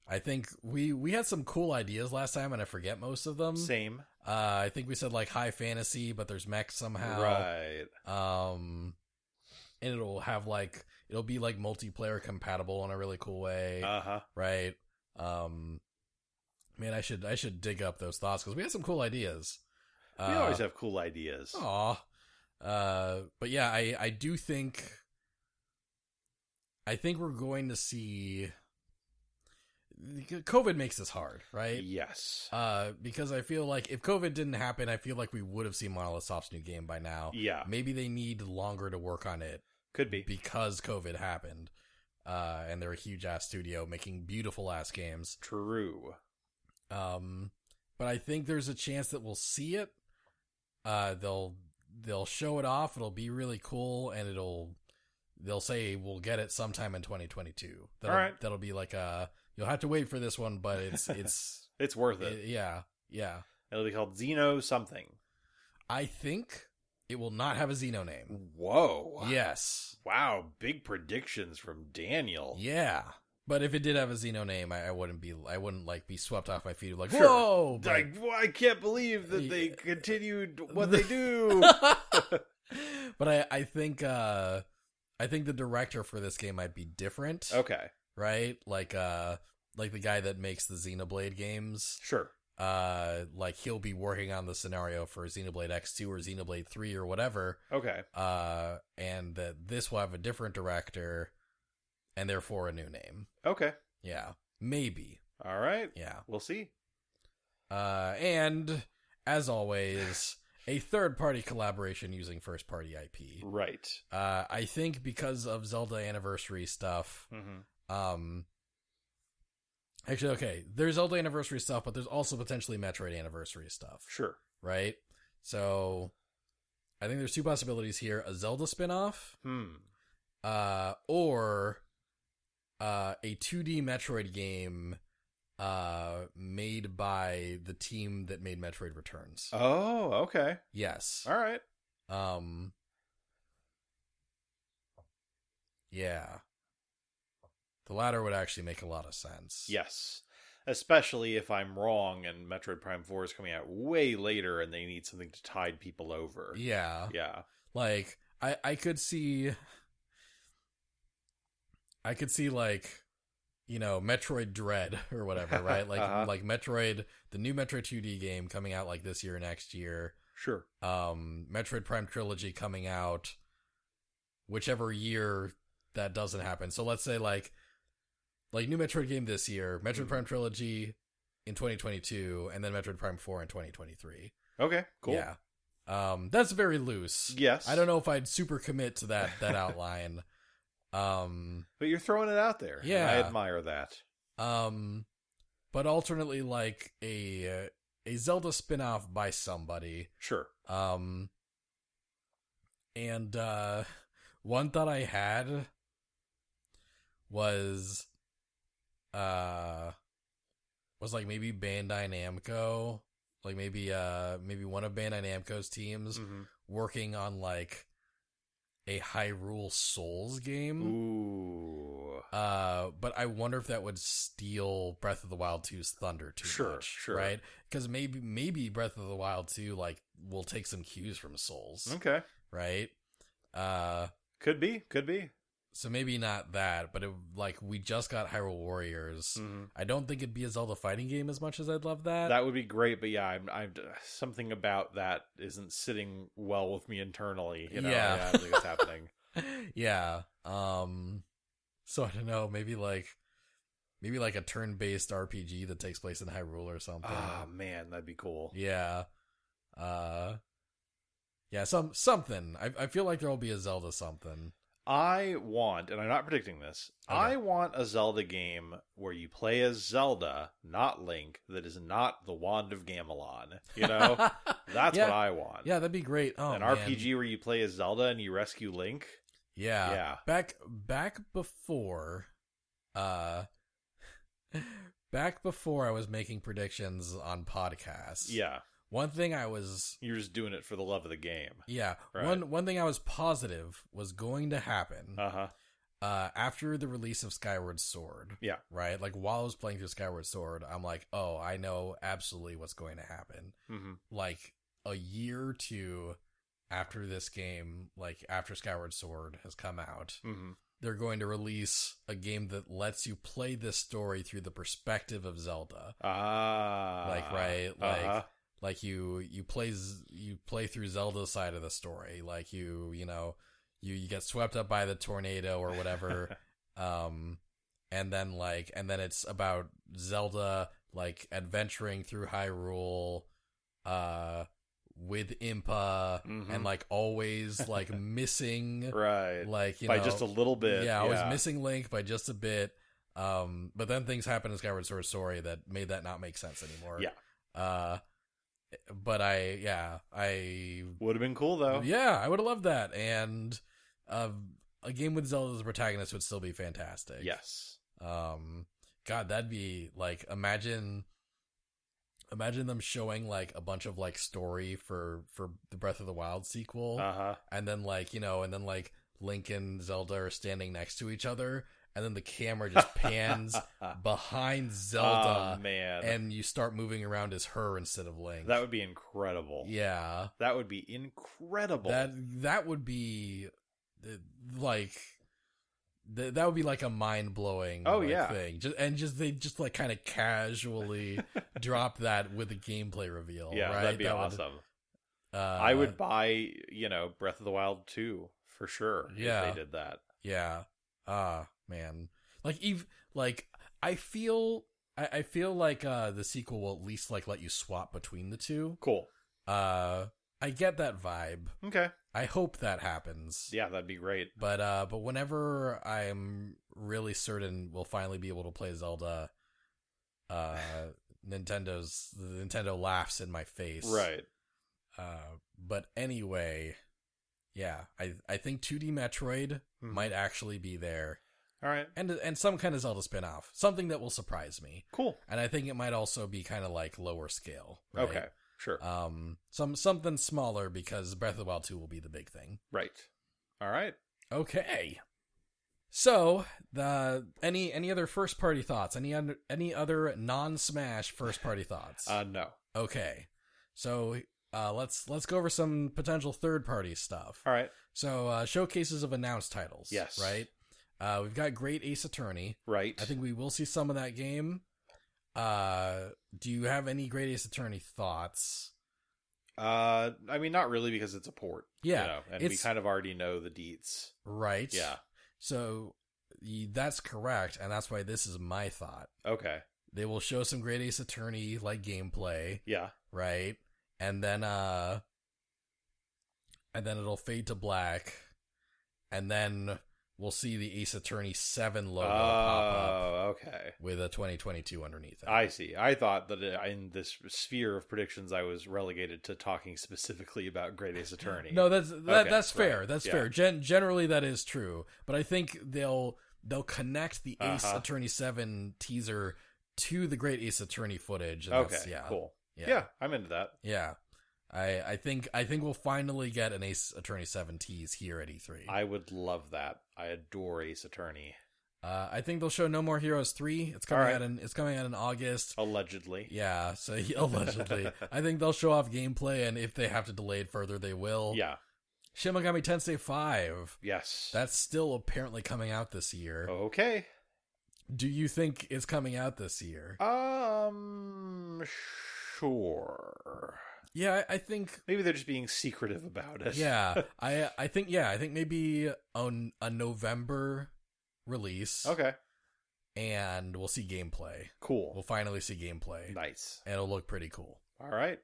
Speaker 2: I think we we had some cool ideas last time and I forget most of them.
Speaker 3: Same.
Speaker 2: Uh I think we said like high fantasy, but there's mech somehow.
Speaker 3: Right.
Speaker 2: um and it'll have like it'll be like multiplayer compatible in a really cool way
Speaker 3: Uh huh.
Speaker 2: right um man i should i should dig up those thoughts because we had some cool ideas
Speaker 3: We
Speaker 2: uh,
Speaker 3: always have cool ideas.
Speaker 2: aw. uh but yeah i i do think i think we're going to see covid makes this hard right
Speaker 3: Yes.
Speaker 2: uh because i feel like if covid didn't happen i feel like we would have seen monolith soft's new game by now
Speaker 3: yeah.
Speaker 2: maybe they need longer to work on it
Speaker 3: Could be.
Speaker 2: because COVID happened, uh, and they're a huge ass studio making beautiful ass games.
Speaker 3: True.
Speaker 2: Um, but I think there's a chance that we'll see it. Uh, they'll they'll show it off. It'll be really cool, and it'll they'll say we'll get it sometime in 2022. That'll,
Speaker 3: Alright.
Speaker 2: that'll be like uh you'll have to wait for this one, but
Speaker 3: [LAUGHS]
Speaker 2: it's it's
Speaker 3: It's worth it.
Speaker 2: it- yeah yeah.
Speaker 3: It'll be called Xeno something.
Speaker 2: I think it will not have a Xeno name.
Speaker 3: Whoa.
Speaker 2: Yes.
Speaker 3: Wow. Big predictions from Daniel.
Speaker 2: Yeah. But if it did have a Xeno name, I, I wouldn't be I wouldn't like be swept off my feet like
Speaker 3: Sure.
Speaker 2: whoa. but-
Speaker 3: Like, well, I can't believe that they
Speaker 2: Yeah. [LAUGHS]
Speaker 3: continued what they do.
Speaker 2: but I, I think uh I think the director for this game might be different.
Speaker 3: okay.
Speaker 2: Right? Like uh like the guy that makes the Xenoblade games.
Speaker 3: Sure.
Speaker 2: Uh like he'll be working on the scenario for Xenoblade X two or Xenoblade three or whatever.
Speaker 3: Okay.
Speaker 2: Uh and that this will have a different director and therefore a new name.
Speaker 3: Okay.
Speaker 2: Yeah. Maybe.
Speaker 3: All right.
Speaker 2: Yeah.
Speaker 3: We'll see.
Speaker 2: Uh, and as always, a third party collaboration using first party IP.
Speaker 3: Right.
Speaker 2: Uh, I think because of Zelda anniversary stuff,
Speaker 3: Mm-hmm.
Speaker 2: um, actually, okay, there's Zelda anniversary stuff, but there's also potentially Metroid anniversary stuff,
Speaker 3: Sure.
Speaker 2: right? So I think there's two possibilities here a Zelda spin off
Speaker 3: Hmm.
Speaker 2: uh, or uh, a 2D Metroid game uh, made by the team that made Metroid Returns.
Speaker 3: Oh, okay.
Speaker 2: yes.
Speaker 3: All right.
Speaker 2: Um. Yeah. The latter would actually make a lot of sense.
Speaker 3: Yes. Especially if I'm wrong and Metroid Prime 4 is coming out way later and they need something to tide people over.
Speaker 2: Yeah.
Speaker 3: Yeah.
Speaker 2: Like I I could see I could see like you know Metroid Dread [LAUGHS] or whatever, right? Like
Speaker 3: Uh-huh.
Speaker 2: like Metroid the new Metroid 2D game coming out like this year or next year.
Speaker 3: Sure.
Speaker 2: Um Metroid Prime trilogy coming out whichever year that doesn't happen. So let's say like like new Metroid game this year, Metroid
Speaker 3: Mhm.
Speaker 2: Prime trilogy in 2022 and then Metroid Prime 4 in 2023.
Speaker 3: Okay. Cool.
Speaker 2: Yeah. Um that's very loose.
Speaker 3: Yes.
Speaker 2: I don't know if I'd super commit to that that
Speaker 3: [LAUGHS]
Speaker 2: outline. um
Speaker 3: But you're throwing it out there. and
Speaker 2: Yeah.
Speaker 3: I admire that.
Speaker 2: um but alternately like a a Zelda spin-off by somebody.
Speaker 3: Sure.
Speaker 2: Um and uh one thought I had was uh was like maybe Bandai Namco, like maybe uh maybe one of Bandai Namco's teams
Speaker 3: Mm-hmm.
Speaker 2: working on like a Hyrule Souls game.
Speaker 3: Ooh.
Speaker 2: Uh, but I wonder if that would steal Breath of the Wild 2's thunder too
Speaker 3: Sure,
Speaker 2: much,
Speaker 3: sure.
Speaker 2: right? Because maybe maybe Breath of the Wild 2 like will take some cues from Souls,
Speaker 3: Okay.
Speaker 2: right? Uh,
Speaker 3: Could be. Could be.
Speaker 2: so maybe not that, but it, like we just got Hyrule Warriors.
Speaker 3: Mm-hmm.
Speaker 2: I don't think it'd be a Zelda fighting game as much as I'd love that.
Speaker 3: That would be great, but yeah, I'm, I'm something about that isn't sitting well with me internally. You know,
Speaker 2: Yeah.
Speaker 3: I don't think it's
Speaker 2: [LAUGHS]
Speaker 3: happening.
Speaker 2: yeah. Um so I don't know, maybe like maybe like a turn-based RPG that takes place in Hyrule or something.
Speaker 3: Ah, man, that'd be cool.
Speaker 2: yeah. Uh Yeah, some something. I I feel like there'll be a Zelda something.
Speaker 3: I want, and I'm not predicting this,
Speaker 2: Okay.
Speaker 3: I want a Zelda game where you play as Zelda, not Link, that is not the Wand of Gamelon.
Speaker 2: [LAUGHS]
Speaker 3: You know? Oh, That's
Speaker 2: yeah,
Speaker 3: what I want.
Speaker 2: Yeah, that'd be great. Oh,
Speaker 3: An
Speaker 2: man.
Speaker 3: RPG where you play as Zelda and you rescue Link.
Speaker 2: Yeah.
Speaker 3: Yeah.
Speaker 2: Back back before uh [LAUGHS] back before I was making predictions on podcasts.
Speaker 3: Yeah.
Speaker 2: One thing I was
Speaker 3: You're just doing it for the love of the game.
Speaker 2: Yeah.
Speaker 3: Right.
Speaker 2: One one thing I was positive was going to happen
Speaker 3: Uh huh.
Speaker 2: uh, after the release of Skyward Sword.
Speaker 3: Yeah.
Speaker 2: Right? Like while I was playing through Skyward Sword, I'm like, oh, I know absolutely what's going to happen.
Speaker 3: hmm
Speaker 2: Like a year or two after this game, like after Skyward Sword has come out,
Speaker 3: hmm
Speaker 2: they're going to release a game that lets you play this story through the perspective of Zelda.
Speaker 3: Ah.
Speaker 2: Like, right, like-
Speaker 3: Uh-huh.
Speaker 2: like you you play Z- you play through Zelda's side of the story like you you know you you get swept up by the tornado or
Speaker 3: [LAUGHS]
Speaker 2: whatever um and then like and then it's about Zelda like adventuring through Hyrule uh with Impa
Speaker 3: Mhm.
Speaker 2: and like always like
Speaker 3: [LAUGHS]
Speaker 2: missing
Speaker 3: right.
Speaker 2: like you
Speaker 3: By
Speaker 2: know
Speaker 3: just a little bit.
Speaker 2: yeah, I was missing Link by just a bit. Um, but then things happened in Skyward Sword Story that made that not make sense anymore. Yeah. Uh, but I, yeah, I,
Speaker 3: Would have been cool though.
Speaker 2: yeah, I would have loved that. And uh, a game with Zelda as a protagonist would still be fantastic.
Speaker 3: Yes.
Speaker 2: Um, God, that'd be like imagine, imagine them showing like a bunch of like story for for the Breath of the Wild sequel
Speaker 3: Uh huh.
Speaker 2: and then like you know and then like link and zelda are standing next to each other and then the camera just
Speaker 3: [LAUGHS]
Speaker 2: pans behind zelda
Speaker 3: Ah, Oh, man.
Speaker 2: and you start moving around as her instead of link
Speaker 3: That would be incredible.
Speaker 2: yeah
Speaker 3: That would be incredible.
Speaker 2: that
Speaker 3: [LAUGHS]
Speaker 2: that would be uh, like th- that would be like a mind-blowing
Speaker 3: Oh,
Speaker 2: like,
Speaker 3: yeah.
Speaker 2: thing just, and just they just like kind of
Speaker 3: [LAUGHS]
Speaker 2: casually drop that with a gameplay reveal
Speaker 3: yeah,
Speaker 2: right
Speaker 3: that'd be
Speaker 2: That would,
Speaker 3: awesome.
Speaker 2: uh,
Speaker 3: I would buy, you know, Breath of the Wild 2 for sure
Speaker 2: Yeah.
Speaker 3: if they did that.
Speaker 2: Yeah. Ah, man. Like eve like I feel I, I feel like uh, the sequel will at least like let you swap between the two.
Speaker 3: Cool.
Speaker 2: Uh, I get that vibe.
Speaker 3: Okay.
Speaker 2: I hope that happens.
Speaker 3: Yeah, that'd be great.
Speaker 2: But uh, but whenever I'm really certain we'll finally be able to play Zelda, uh, Nintendo's the Nintendo laughs in my face.
Speaker 3: Right.
Speaker 2: Uh, but anyway, yeah, I I think 2D Metroid
Speaker 3: Hmm.
Speaker 2: might actually be there,
Speaker 3: All right.
Speaker 2: and and some kind of Zelda spinoff, something that will surprise me,
Speaker 3: Cool.
Speaker 2: and I think it might also be kind of like lower scale. right?
Speaker 3: Okay. Sure.
Speaker 2: Um, some something smaller because Breath of the Wild 2 will be the big thing.
Speaker 3: right. All right.
Speaker 2: Okay. So, the any any other first party thoughts? Any un, any other non Smash first party thoughts?
Speaker 3: Uh, no.
Speaker 2: okay. So, uh, let's let's go over some potential third party stuff.
Speaker 3: All right.
Speaker 2: So, uh, showcases of announced titles.
Speaker 3: Yes.
Speaker 2: Right. Uh, we've got Great Ace Attorney.
Speaker 3: Right.
Speaker 2: I think we will see some of that game. Uh, do you have any Great Ace Attorney thoughts?
Speaker 3: Uh, I mean, not really because it's a port.
Speaker 2: Yeah,
Speaker 3: You know, and we
Speaker 2: it's-
Speaker 3: kind of already know the deets.
Speaker 2: Right.
Speaker 3: Yeah.
Speaker 2: So y- that's correct, and that's why this is my thought.
Speaker 3: Okay.
Speaker 2: They will show some Great Ace Attorney like gameplay,
Speaker 3: Yeah.
Speaker 2: right? And then uh and then it'll fade to black, and then we'll see the Ace Attorney 7
Speaker 3: Oh,
Speaker 2: logo pop up
Speaker 3: okay.
Speaker 2: with a 2022 underneath it.
Speaker 3: I see. I thought that uh, in this sphere of predictions, I was relegated to talking specifically about Great Ace Attorney.
Speaker 2: No, that's that,
Speaker 3: Okay,
Speaker 2: that's fair.
Speaker 3: right,
Speaker 2: That's
Speaker 3: yeah.
Speaker 2: fair. Gen- generally that is true, but I think they'll they'll connect the Ace
Speaker 3: Uh-huh.
Speaker 2: Attorney 7 teaser to the Great Ace Attorney footage. and
Speaker 3: okay.
Speaker 2: that's- yeah.
Speaker 3: Cool. Yeah.
Speaker 2: Yeah. Yeah.
Speaker 3: I'm into that.
Speaker 2: I, I think I think we'll finally get an Ace Attorney 7 tease here at E E3.
Speaker 3: I would love that. I adore Ace Attorney.
Speaker 2: uh, I think they'll show No More Heroes 3. It's coming
Speaker 3: All right.
Speaker 2: out in it's coming out in
Speaker 3: Oh.
Speaker 2: August.
Speaker 3: Allegedly.
Speaker 2: Yeah, so [LAUGHS]
Speaker 3: [LAUGHS]
Speaker 2: allegedly. I think they'll show off gameplay and if they have to delay it further they will.
Speaker 3: Yeah.
Speaker 2: Shin Megami Tensei 5.
Speaker 3: Yes.
Speaker 2: That's still apparently coming out this year.
Speaker 3: Oh. okay.
Speaker 2: Do you think it's coming out this year?
Speaker 3: Uh, Um. Sure.
Speaker 2: yeah, I, I think.
Speaker 3: Maybe they're just being secretive about it. [LAUGHS]
Speaker 2: Yeah, I I think yeah, I think maybe on a November release.
Speaker 3: Okay.
Speaker 2: and we'll see gameplay. We'll
Speaker 3: Cool.
Speaker 2: finally see gameplay,
Speaker 3: Nice.
Speaker 2: and it'll look pretty cool.
Speaker 3: All right.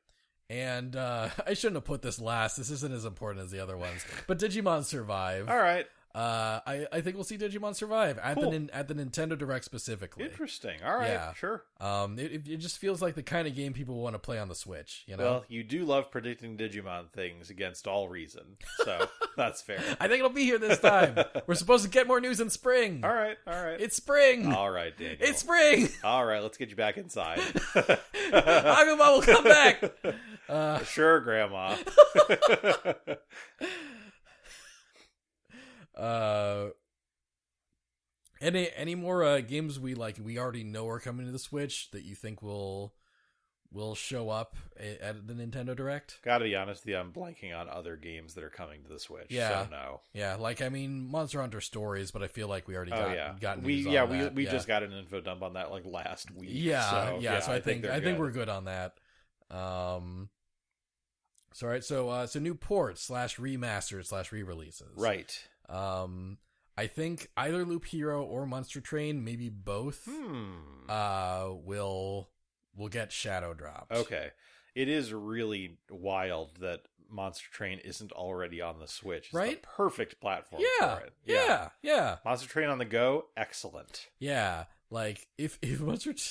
Speaker 2: And uh, [LAUGHS] I shouldn't have put this last. This isn't as important as the other ones. But Digimon Survive.
Speaker 3: All right.
Speaker 2: Uh, I I think we'll see Digimon Survive at
Speaker 3: Cool.
Speaker 2: the nin- at the Nintendo Direct specifically.
Speaker 3: Interesting. All right.
Speaker 2: Yeah.
Speaker 3: Sure.
Speaker 2: Um, it it- it just feels like the kind of game people want to play on the Switch. You know.
Speaker 3: Well, you do love predicting Digimon things against all reason,
Speaker 2: [LAUGHS]
Speaker 3: so that's fair.
Speaker 2: I think it'll be here this
Speaker 3: [LAUGHS]
Speaker 2: time. We're supposed to get more news in spring.
Speaker 3: All right, all right,
Speaker 2: It's spring.
Speaker 3: all right, Daniel.
Speaker 2: It's
Speaker 3: [LAUGHS]
Speaker 2: spring.
Speaker 3: all right. Let's get you back inside.
Speaker 2: Agumon will [LAUGHS] come back. Uh,
Speaker 3: [LAUGHS]
Speaker 2: [LAUGHS]
Speaker 3: sure, Grandma.
Speaker 2: uh, any any more uh, games we like we already know are coming to the Switch that you think will will show up a- at the Nintendo Direct?
Speaker 3: Gotta be honest, with you, I'm blanking on other games that are coming to the Switch.
Speaker 2: Yeah.
Speaker 3: So no.
Speaker 2: Yeah, like I mean Monster Hunter Stories, but I feel like we already
Speaker 3: Oh
Speaker 2: got
Speaker 3: yeah.
Speaker 2: got
Speaker 3: we
Speaker 2: news on
Speaker 3: yeah we
Speaker 2: that.
Speaker 3: we
Speaker 2: yeah.
Speaker 3: just got an info dump on that like last week.
Speaker 2: Yeah,
Speaker 3: So,
Speaker 2: yeah, So I, think,
Speaker 3: they're
Speaker 2: I think
Speaker 3: good.
Speaker 2: we're good on that. Um. So all right, so uh, so new ports slash remasters slash re releases.
Speaker 3: right.
Speaker 2: Um. I think either Loop Hero or Monster Train, maybe both,
Speaker 3: Hmm.
Speaker 2: uh, will will get shadow dropped.
Speaker 3: Okay. It is really wild that Monster Train isn't already on the Switch. It's
Speaker 2: Right?
Speaker 3: the perfect platform
Speaker 2: Yeah,
Speaker 3: for it.
Speaker 2: yeah. Yeah. Yeah.
Speaker 3: Monster Train on the go, excellent.
Speaker 2: Like if if Monster. T-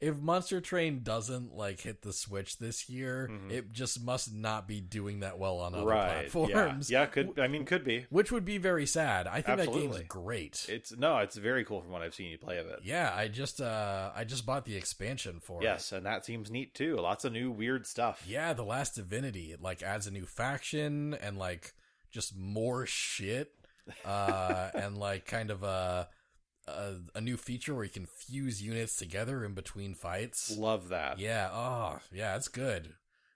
Speaker 2: if Monster Train doesn't like hit the Switch this year,
Speaker 3: Mhm.
Speaker 2: it just must not be doing that well on other
Speaker 3: right.
Speaker 2: platforms.
Speaker 3: Yeah. yeah, could I mean could be.
Speaker 2: which would be very sad. I think that
Speaker 3: Absolutely.
Speaker 2: game's great.
Speaker 3: It's no, it's very cool from what I've seen you play of it.
Speaker 2: yeah, I just uh I just bought the expansion for
Speaker 3: Yes, and that seems neat too. Lots of new weird stuff.
Speaker 2: it. Yeah, the last divinity it like adds a new faction and like just more shit uh and like kind of a, a a new feature where you can fuse units together in between fights.
Speaker 3: Love that.
Speaker 2: Yeah, oh, yeah, it's good.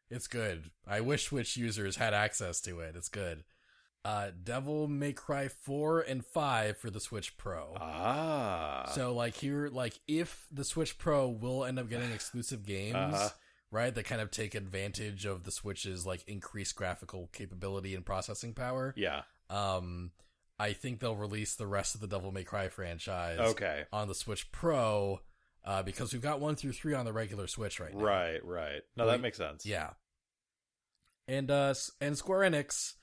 Speaker 2: It's good. I wish Switch users had access to it. It's good. Uh Devil May Cry 4 and 5 for the Switch Pro.
Speaker 3: Ah.
Speaker 2: So like here, like if the Switch Pro will end up getting exclusive games,
Speaker 3: Uh-huh.
Speaker 2: right? That kind of take advantage of the Switch's like increased graphical capability and processing power.
Speaker 3: yeah.
Speaker 2: Um, I think they'll release the rest of the Devil May Cry franchise
Speaker 3: Okay.
Speaker 2: on the Switch Pro. uh, because we've got one through three on the regular Switch right now.
Speaker 3: Right, right. No, that
Speaker 2: We-
Speaker 3: makes sense.
Speaker 2: Yeah. And uh s- and Square Enix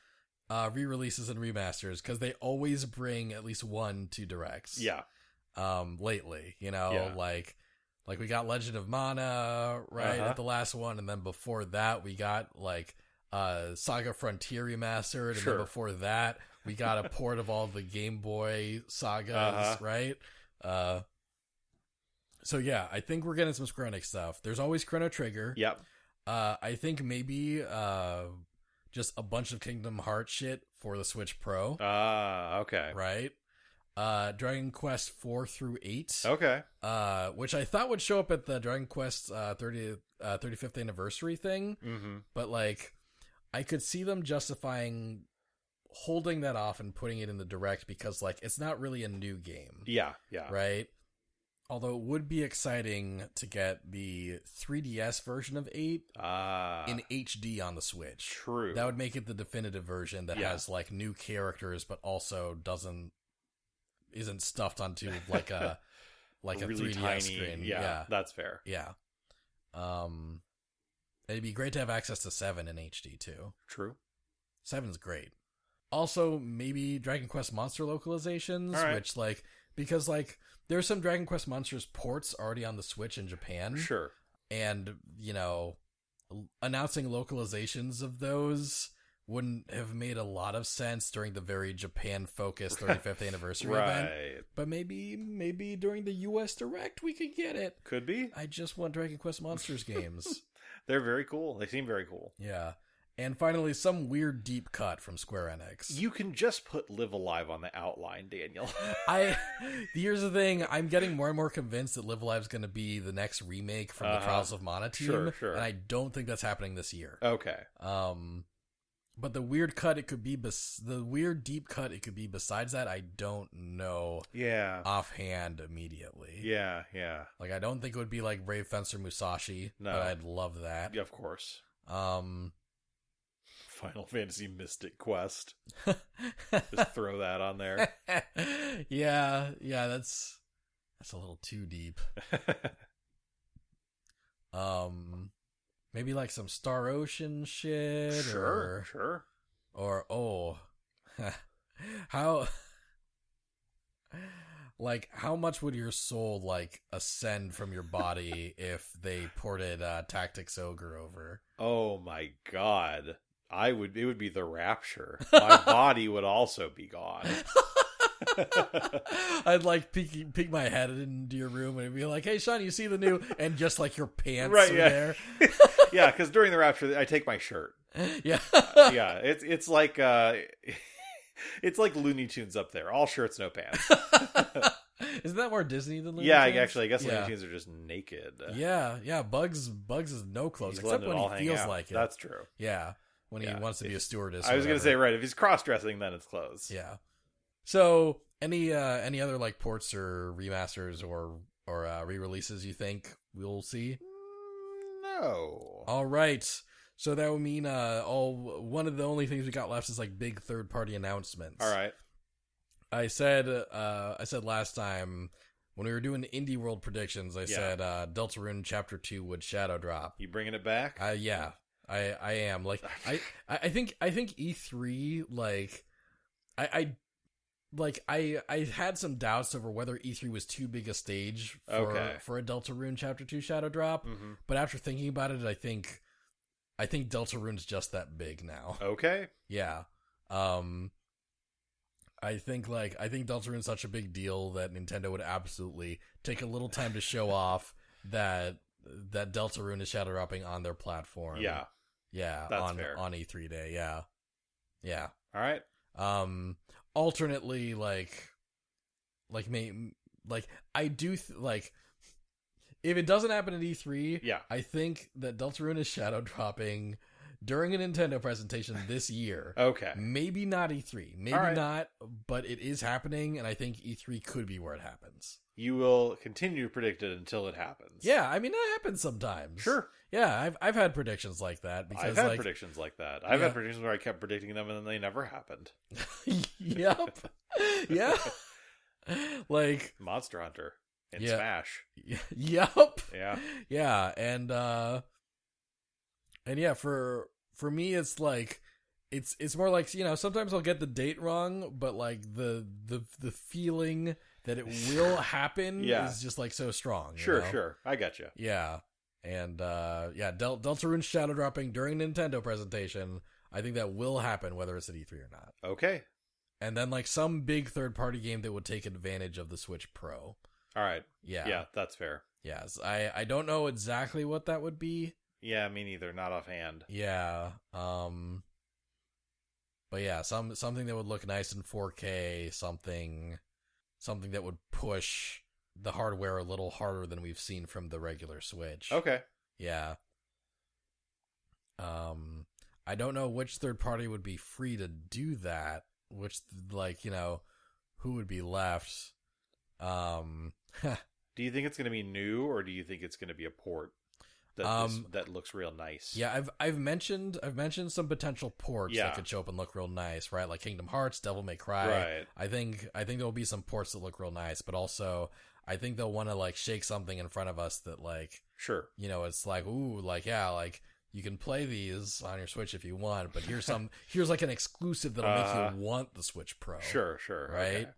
Speaker 2: uh re-releases and remasters because they always bring at least one to E directs.
Speaker 3: Yeah.
Speaker 2: Um lately, you know,
Speaker 3: Yeah.
Speaker 2: like like we got Legend of Mana right
Speaker 3: Uh-huh.
Speaker 2: at the last one and then before that we got like uh Saga Frontier remastered and
Speaker 3: Sure.
Speaker 2: then before that we got a port of all the Game Boy sagas,
Speaker 3: Uh-huh.
Speaker 2: right? Uh so yeah, I think we're getting some Square Enix stuff. There's always Chrono Trigger.
Speaker 3: Yep.
Speaker 2: Uh, I think maybe uh, just a bunch of Kingdom Hearts shit for the Switch Pro,
Speaker 3: Ah, okay.
Speaker 2: right? Uh, Dragon Quest four through eight,
Speaker 3: Okay.
Speaker 2: uh, which I thought would show up at the Dragon Quest uh, 30, uh, 35th anniversary thing,
Speaker 3: Mm-hmm.
Speaker 2: but like I could see them justifying holding that off and putting it in the direct because like it's not really a new game,
Speaker 3: Yeah, yeah.
Speaker 2: right? Although it would be exciting to get the 3DS version of eight
Speaker 3: Ah,
Speaker 2: in HD on the Switch.
Speaker 3: true.
Speaker 2: That would make it the definitive version that
Speaker 3: Yeah.
Speaker 2: has like new characters, but also doesn't isn't stuffed onto like
Speaker 3: [LAUGHS]
Speaker 2: a like a
Speaker 3: really
Speaker 2: 3DS
Speaker 3: tiny.
Speaker 2: screen.
Speaker 3: Yeah,
Speaker 2: Yeah,
Speaker 3: that's fair.
Speaker 2: yeah. Um, it'd be great to have access to seven in HD too.
Speaker 3: True.
Speaker 2: Seven's great. Also, maybe Dragon Quest Monster localizations,
Speaker 3: All right.
Speaker 2: which like because like there's some Dragon Quest Monsters ports already on the Switch in Japan
Speaker 3: Sure.
Speaker 2: and you know l- announcing localizations of those wouldn't have made a lot of sense during the very Japan
Speaker 3: [LAUGHS]
Speaker 2: focused 35th anniversary
Speaker 3: Right.
Speaker 2: event. But maybe maybe during the US Direct we could get it.
Speaker 3: Could be.
Speaker 2: I just want Dragon Quest Monsters
Speaker 3: [LAUGHS]
Speaker 2: games.
Speaker 3: They're very cool. They seem very cool.
Speaker 2: Yeah. And finally some weird deep cut from Square Enix.
Speaker 3: You can just put "Live Alive" on the outline, Daniel. [LAUGHS]
Speaker 2: I [LAUGHS] here's the thing, I'm getting more and more convinced that Live Alive's going to be the next remake from the
Speaker 3: Uh-huh.
Speaker 2: Trials of Mana team,
Speaker 3: Sure, sure. Uh-huh.
Speaker 2: and I don't think that's happening this year.
Speaker 3: okay.
Speaker 2: Um, but the weird cut it could be, bes- the weird deep cut it could be. Besides that, I don't know Uh,
Speaker 3: Yeah.
Speaker 2: offhand immediately.
Speaker 3: Yeah. Yeah.
Speaker 2: Like I don't think it would be like Brave Fencer Musashi,
Speaker 3: No.
Speaker 2: but I'd love that.
Speaker 3: Yeah, Of course.
Speaker 2: Um,
Speaker 3: Final Fantasy Mystic Quest.
Speaker 2: [LAUGHS]
Speaker 3: Just throw that on there.
Speaker 2: yeah, yeah, that's that's a little too deep. Um, maybe like some Star Ocean shit,
Speaker 3: sure.
Speaker 2: or
Speaker 3: Sure.
Speaker 2: or oh [LAUGHS] how [LAUGHS] like how much would your soul like ascend from your body if they ported uh tactics ogre over
Speaker 3: Oh my god. I would it would be the
Speaker 2: [LAUGHS]
Speaker 3: rapture. My body would also be gone.
Speaker 2: [LAUGHS] I'd like peek, peek my head into your room and be like, "Hey, Sean, you see the new?" And just like your pants
Speaker 3: Right,
Speaker 2: are
Speaker 3: yeah.
Speaker 2: there, [LAUGHS]
Speaker 3: yeah, because during the rapture I take my shirt. [LAUGHS]
Speaker 2: yeah,
Speaker 3: Yeah. It's it's like uh [LAUGHS] it's like Looney Tunes up there. All shirts, no pants.
Speaker 2: Isn't that more Disney than [LAUGHS] Looney
Speaker 3: yeah, I-
Speaker 2: Tunes?
Speaker 3: actually I guess
Speaker 2: yeah.
Speaker 3: Looney Tunes are just naked.
Speaker 2: yeah, yeah. Bugs, Bugs is no clothes
Speaker 3: He's
Speaker 2: except
Speaker 3: letting it
Speaker 2: when
Speaker 3: all
Speaker 2: he
Speaker 3: hang
Speaker 2: feels
Speaker 3: out.
Speaker 2: like it.
Speaker 3: That's true.
Speaker 2: yeah, when he
Speaker 3: Yeah.
Speaker 2: wants to be a stewardess.
Speaker 3: I
Speaker 2: or
Speaker 3: was gonna
Speaker 2: whatever.
Speaker 3: say, right, if he's cross dressing then it's clothes.
Speaker 2: Yeah. So any uh any other like ports or remasters or or uh, re-releases you think we'll see?
Speaker 3: Mm, No.
Speaker 2: All right. So that would mean uh all one of the only things we got left is like big third party announcements.
Speaker 3: All right.
Speaker 2: I said uh I said last time when we were doing indie world predictions, I
Speaker 3: Yeah.
Speaker 2: said uh Deltarune chapter 2 would shadow drop.
Speaker 3: You bringing it back?
Speaker 2: Uh, yeah, I I am
Speaker 3: [LAUGHS]
Speaker 2: like I I I think I think E three like I I like I I had some doubts over whether E three was too big a stage for
Speaker 3: Okay.
Speaker 2: for a Deltarune Chapter two Shadow Drop,
Speaker 3: hmm
Speaker 2: but after thinking about it, I think I think Deltarune's just that big now. [LAUGHS]
Speaker 3: Okay.
Speaker 2: Yeah, um, I think like I think Deltarune's such a big deal that Nintendo would absolutely take a little time to
Speaker 3: [LAUGHS]
Speaker 2: show off that that Deltarune is shadow dropping on their platform.
Speaker 3: Yeah.
Speaker 2: Yeah,
Speaker 3: That's
Speaker 2: on
Speaker 3: fair.
Speaker 2: on E3 day. Yeah, yeah.
Speaker 3: All right.
Speaker 2: Um, alternately, like, like may like I do th- like if it doesn't happen at E E3,
Speaker 3: Yeah.
Speaker 2: I think that Deltarune is shadow dropping during a Nintendo presentation this year.
Speaker 3: Okay.
Speaker 2: Maybe not E3, maybe
Speaker 3: Alright.
Speaker 2: not, but it is happening, and I think E3 could be where it happens.
Speaker 3: You will continue to predict it until it happens.
Speaker 2: Yeah, I mean that happens sometimes.
Speaker 3: Sure.
Speaker 2: Yeah, I've I've had predictions like that because
Speaker 3: I've had
Speaker 2: like
Speaker 3: predictions like that. I've had
Speaker 2: Yeah.
Speaker 3: predictions where I kept predicting them and then they never happened.
Speaker 2: [LAUGHS]
Speaker 3: [LAUGHS]
Speaker 2: yep. yeah. like [LAUGHS]
Speaker 3: Monster Hunter. in
Speaker 2: Yeah.
Speaker 3: Smash.
Speaker 2: yep.
Speaker 3: Yeah.
Speaker 2: [LAUGHS] yeah and uh and yeah for for me it's like it's it's more like you know sometimes i'll get the date wrong but like the the the feeling that it
Speaker 3: [LAUGHS]
Speaker 2: will happen
Speaker 3: Yeah.
Speaker 2: is just like so strong you
Speaker 3: Sure,
Speaker 2: know?
Speaker 3: sure. I got you.
Speaker 2: yeah and uh yeah Del- deltarune shadow dropping during nintendo presentation i think that will happen whether it's at e3 or not
Speaker 3: Okay.
Speaker 2: and then like some big third party game that would take advantage of the switch pro
Speaker 3: All right.
Speaker 2: yeah
Speaker 3: Yeah. that's fair.
Speaker 2: yes i i don't know exactly what that would be
Speaker 3: Yeah, me neither. Not offhand.
Speaker 2: Yeah. Um but yeah, some something that would look nice in 4K, something something that would push the hardware a little harder than we've seen from the regular Switch.
Speaker 3: Okay.
Speaker 2: Yeah. Um I don't know which third party would be free to do that, which like, you know, who would be left. Um
Speaker 3: Do you think it's going to be new, or do you think it's going to be a port that this-
Speaker 2: Um,
Speaker 3: that looks real nice?
Speaker 2: Yeah, I've I've mentioned I've mentioned some potential ports
Speaker 3: Yeah.
Speaker 2: that could show up and look real nice, right? Like Kingdom Hearts, Devil May Cry.
Speaker 3: Right.
Speaker 2: I think I think there will be some ports that look real nice, but also I think they'll want to like shake something in front of us that like
Speaker 3: Sure.
Speaker 2: you know it's like ooh like yeah like you can play these on your Switch if you want, but here's
Speaker 3: [LAUGHS]
Speaker 2: some here's like an exclusive that'll
Speaker 3: Uh,
Speaker 2: make you want the Switch Pro.
Speaker 3: Sure. Sure.
Speaker 2: Right.
Speaker 3: Okay.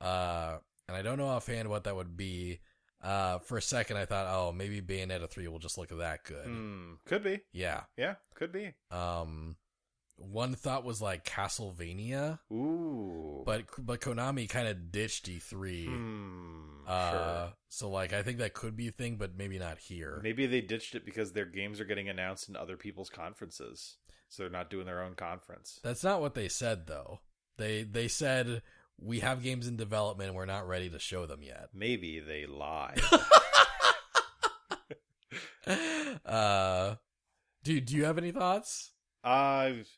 Speaker 2: Uh, and I don't know offhand what that would be. Uh, for a second I thought, oh, maybe Bayonetta three will just look that good.
Speaker 3: Hmm. Could be.
Speaker 2: Yeah.
Speaker 3: Yeah. Could be.
Speaker 2: Um, one thought was like Castlevania,
Speaker 3: Ooh.
Speaker 2: but but Konami kind of ditched E E3.
Speaker 3: Hmm.
Speaker 2: Uh,
Speaker 3: sure.
Speaker 2: so like I think that could be a thing, but maybe not here.
Speaker 3: Maybe they ditched it because their games are getting announced in other people's conferences, so they're not doing their own conference.
Speaker 2: That's not what they said though. They they said we have games in development. We're not ready to show them
Speaker 3: [LAUGHS]
Speaker 2: yet.
Speaker 3: Maybe they lied.
Speaker 2: uh, dude, do you have any thoughts?
Speaker 3: I've.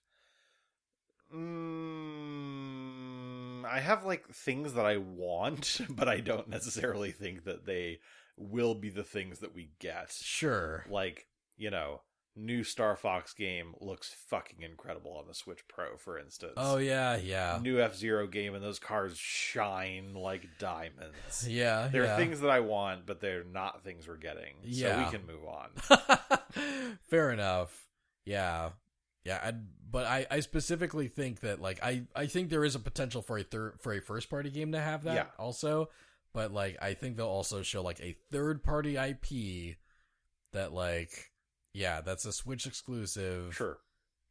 Speaker 3: Mm, I have like things that I want, [LAUGHS] but I don't necessarily think that they will be the things that we get.
Speaker 2: Sure.
Speaker 3: Like, you know, new Star Fox game looks fucking incredible on the Switch Pro, for instance.
Speaker 2: Oh yeah, yeah,
Speaker 3: New F Zero game, and those cars shine like diamonds.
Speaker 2: [LAUGHS] yeah.
Speaker 3: There
Speaker 2: yeah.
Speaker 3: are things that I want, but they're not things we're getting. So
Speaker 2: Yeah.
Speaker 3: we can
Speaker 2: [LAUGHS]
Speaker 3: move on.
Speaker 2: Fair enough. Yeah. Yeah, I'd, but I, I specifically think that like I, I think there is a potential for a third for a first party game to have that
Speaker 3: Yeah.
Speaker 2: also, but like I think they'll also show like a third party IP that like yeah that's a Switch exclusive
Speaker 3: Sure.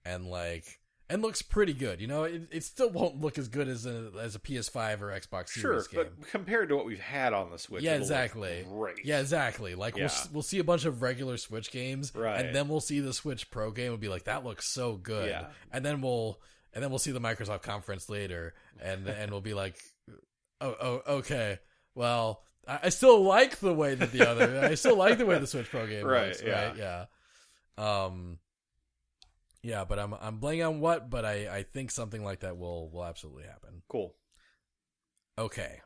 Speaker 2: and like and looks pretty good you know it, it still won't look as good as a as a PS5 or Xbox
Speaker 3: Sure.
Speaker 2: Series game
Speaker 3: But compared to what we've had on the Switch,
Speaker 2: Yeah,
Speaker 3: it'll look
Speaker 2: exactly.
Speaker 3: Great.
Speaker 2: yeah, exactly. Like we'll
Speaker 3: Yeah.
Speaker 2: s- we'll see a bunch of regular Switch games,
Speaker 3: Right.
Speaker 2: And then we'll see the Switch Pro game and be like, "That looks so good."
Speaker 3: Yeah.
Speaker 2: And then we'll and then we'll see the Microsoft conference later, and and we'll be like, "Oh, oh okay. Well, I, I still like the way that the other. I still like the way the Switch Pro game
Speaker 3: [LAUGHS] Right,
Speaker 2: looks.
Speaker 3: yeah.
Speaker 2: Right? Yeah. Um. Yeah, but I'm I'm blanking on what, but I I think something like that will will absolutely happen.
Speaker 3: Cool.
Speaker 2: Okay,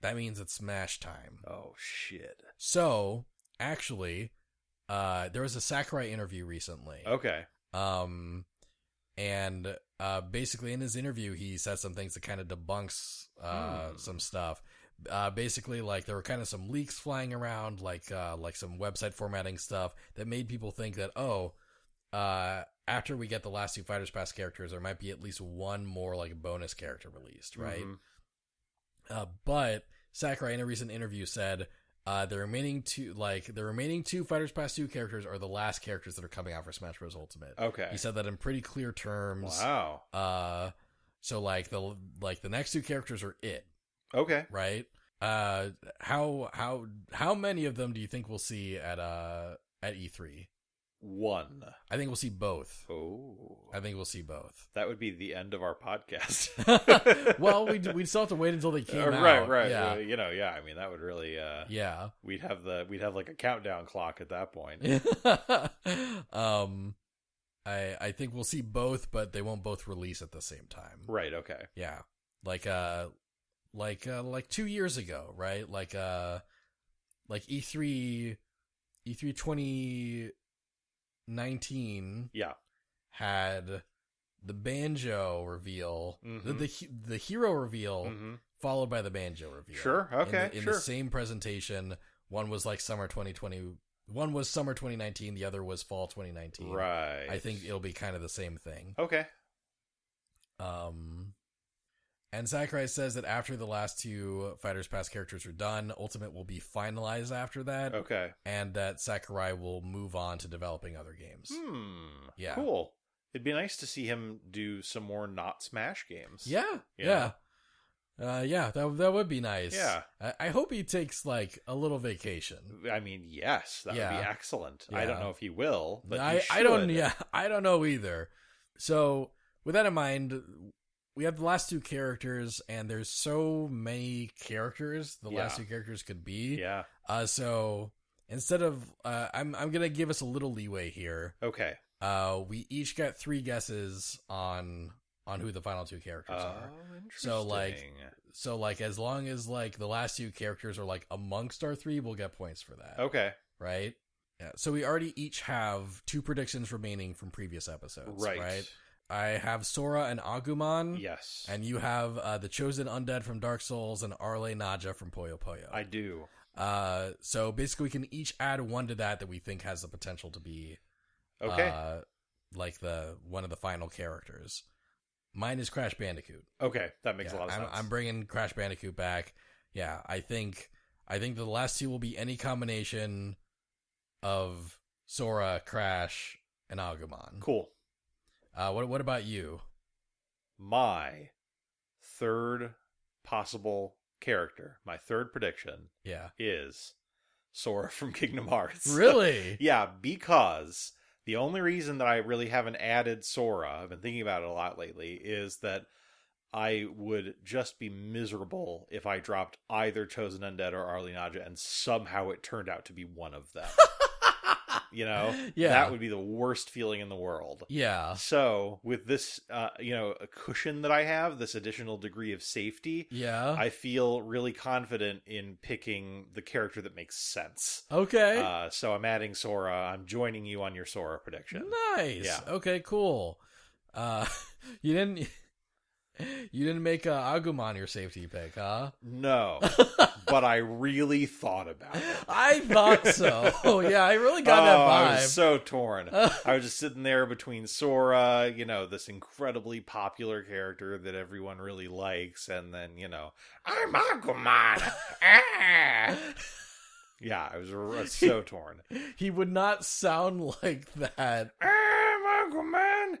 Speaker 2: that means it's Smash time.
Speaker 3: Oh shit.
Speaker 2: So actually, uh, there was a Sakurai interview recently.
Speaker 3: Okay.
Speaker 2: Um, and uh, basically in his interview, he said some things that kind of debunks uh,
Speaker 3: Hmm.
Speaker 2: some stuff. Uh, basically, like there were kind of some leaks flying around, like uh, like some website formatting stuff that made people think that oh, uh, after we get the last two Fighters Pass characters, there might be at least one more like bonus character released, right?
Speaker 3: Mhm.
Speaker 2: Uh, but Sakurai in a recent interview said uh, the remaining two, like the remaining two Fighters Pass two characters, are the last characters that are coming out for Smash Bros. Ultimate.
Speaker 3: Okay.
Speaker 2: He said that in pretty clear terms.
Speaker 3: wow.
Speaker 2: Uh, so like the like the next two characters are it,
Speaker 3: Okay.
Speaker 2: right? Uh, how how how many of them do you think we'll see at uh at E3?
Speaker 3: One.
Speaker 2: I think we'll see both.
Speaker 3: Oh.
Speaker 2: I think we'll see both. [LAUGHS]
Speaker 3: That would be the end of our podcast.
Speaker 2: well, we we still have to wait until they came out.
Speaker 3: Uh, [LAUGHS] right, right.
Speaker 2: yeah,
Speaker 3: Uh, you know, yeah. I mean, that would really. Uh,
Speaker 2: yeah.
Speaker 3: We'd have the we'd have like a countdown clock at that point.
Speaker 2: [LAUGHS] um I I think we'll see both, but they won't both release at the same time.
Speaker 3: Right. Okay.
Speaker 2: Yeah. Like uh like uh like 2 years ago, right? Like uh like E E3 E3 2019
Speaker 3: Yeah.
Speaker 2: had the banjo reveal, the,
Speaker 3: Mhm.
Speaker 2: the he- the hero reveal,
Speaker 3: hmm
Speaker 2: followed by the banjo reveal.
Speaker 3: Sure,
Speaker 2: In the-
Speaker 3: okay,
Speaker 2: In the,
Speaker 3: sure.
Speaker 2: same presentation, one was like summer 2020, one was summer 2019, the other was fall 2019.
Speaker 3: Right.
Speaker 2: I think it'll be kind of the same thing.
Speaker 3: Okay.
Speaker 2: Um, and Sakurai says that after the last two Fighters Pass characters are done, Ultimate will be finalized after that,
Speaker 3: Okay.
Speaker 2: and that Sakurai will move on to developing other games.
Speaker 3: Hmm.
Speaker 2: Yeah.
Speaker 3: Cool. It'd be nice to see him do some more not Smash games.
Speaker 2: Yeah, yeah,
Speaker 3: Yeah.
Speaker 2: uh, yeah. That that would be nice.
Speaker 3: Yeah.
Speaker 2: I, I hope he takes like a little vacation.
Speaker 3: I mean, yes, that would
Speaker 2: Yeah.
Speaker 3: be excellent. I don't
Speaker 2: Yeah.
Speaker 3: know if he will, but
Speaker 2: I
Speaker 3: he
Speaker 2: I don't.
Speaker 3: should.
Speaker 2: Yeah, [LAUGHS] I don't know either. So with that in mind. We have the last two characters, and there's so many characters the last
Speaker 3: Yeah.
Speaker 2: two characters could be.
Speaker 3: Yeah.
Speaker 2: Uh, so instead of, uh, I'm I'm gonna give us a little leeway here.
Speaker 3: Okay.
Speaker 2: Uh, we each got three guesses on on who the final two characters
Speaker 3: Oh,
Speaker 2: are.
Speaker 3: interesting.
Speaker 2: So, like, So like, as long as like the last two characters are like amongst our three, we'll get points for that.
Speaker 3: okay,
Speaker 2: Right. Yeah. So we already each have two predictions remaining from previous episodes.
Speaker 3: right.
Speaker 2: I have Sora and Agumon.
Speaker 3: Yes.
Speaker 2: And you have uh, the chosen undead from Dark Souls and Arle Naja from Puyo Puyo.
Speaker 3: I do.
Speaker 2: Uh, so basically, we can each add one to that that we think has the potential to be
Speaker 3: Okay.
Speaker 2: uh, like the one of the final characters. Mine is Crash Bandicoot.
Speaker 3: okay. That makes
Speaker 2: Yeah,
Speaker 3: a lot of
Speaker 2: I'm,
Speaker 3: sense.
Speaker 2: I'm bringing Crash Bandicoot back. Yeah, I think I think the last two will be any combination of Sora, Crash, and Agumon.
Speaker 3: cool.
Speaker 2: Uh, what what about you?
Speaker 3: My third possible character, my third prediction [LAUGHS]
Speaker 2: Yeah,
Speaker 3: is Sora [LAUGHS] from Kingdom Hearts.
Speaker 2: really? [LAUGHS]
Speaker 3: Yeah, because the only reason that I really haven't added Sora, I've been thinking about it a lot lately, is that I would just be miserable if I dropped either Chosen Undead or Arlie Naja and somehow it turned out to be one
Speaker 2: [LAUGHS]
Speaker 3: of them. you know?
Speaker 2: Yeah.
Speaker 3: That would be the worst feeling in the world.
Speaker 2: yeah,
Speaker 3: So, with this, uh, you know, cushion that I have, this additional degree of safety,
Speaker 2: yeah.
Speaker 3: I feel really confident in picking the character that makes sense.
Speaker 2: okay.
Speaker 3: Uh, so I'm adding Sora. I'm joining you on your Sora prediction.
Speaker 2: Nice.
Speaker 3: Yeah.
Speaker 2: Okay. Cool. Uh, [LAUGHS] you didn't. [LAUGHS] You didn't make uh, Agumon your safety pick,
Speaker 3: [LAUGHS]
Speaker 2: huh?
Speaker 3: No,
Speaker 2: [LAUGHS]
Speaker 3: but I really thought about it.
Speaker 2: I thought
Speaker 3: [LAUGHS]
Speaker 2: so. [LAUGHS] yeah, I really [LAUGHS] got
Speaker 3: oh, I
Speaker 2: that
Speaker 3: was
Speaker 2: vibe.
Speaker 3: so
Speaker 2: [LAUGHS]
Speaker 3: torn.
Speaker 2: Uh,
Speaker 3: I was just sitting there between Sora, you know, this incredibly popular character that everyone really likes, and then you know, I'm
Speaker 2: [LAUGHS]
Speaker 3: Agumon. Ah! yeah, I was r-
Speaker 2: [LAUGHS]
Speaker 3: so torn.
Speaker 2: he would not sound [LAUGHS] like that.
Speaker 3: I'm Aquaman.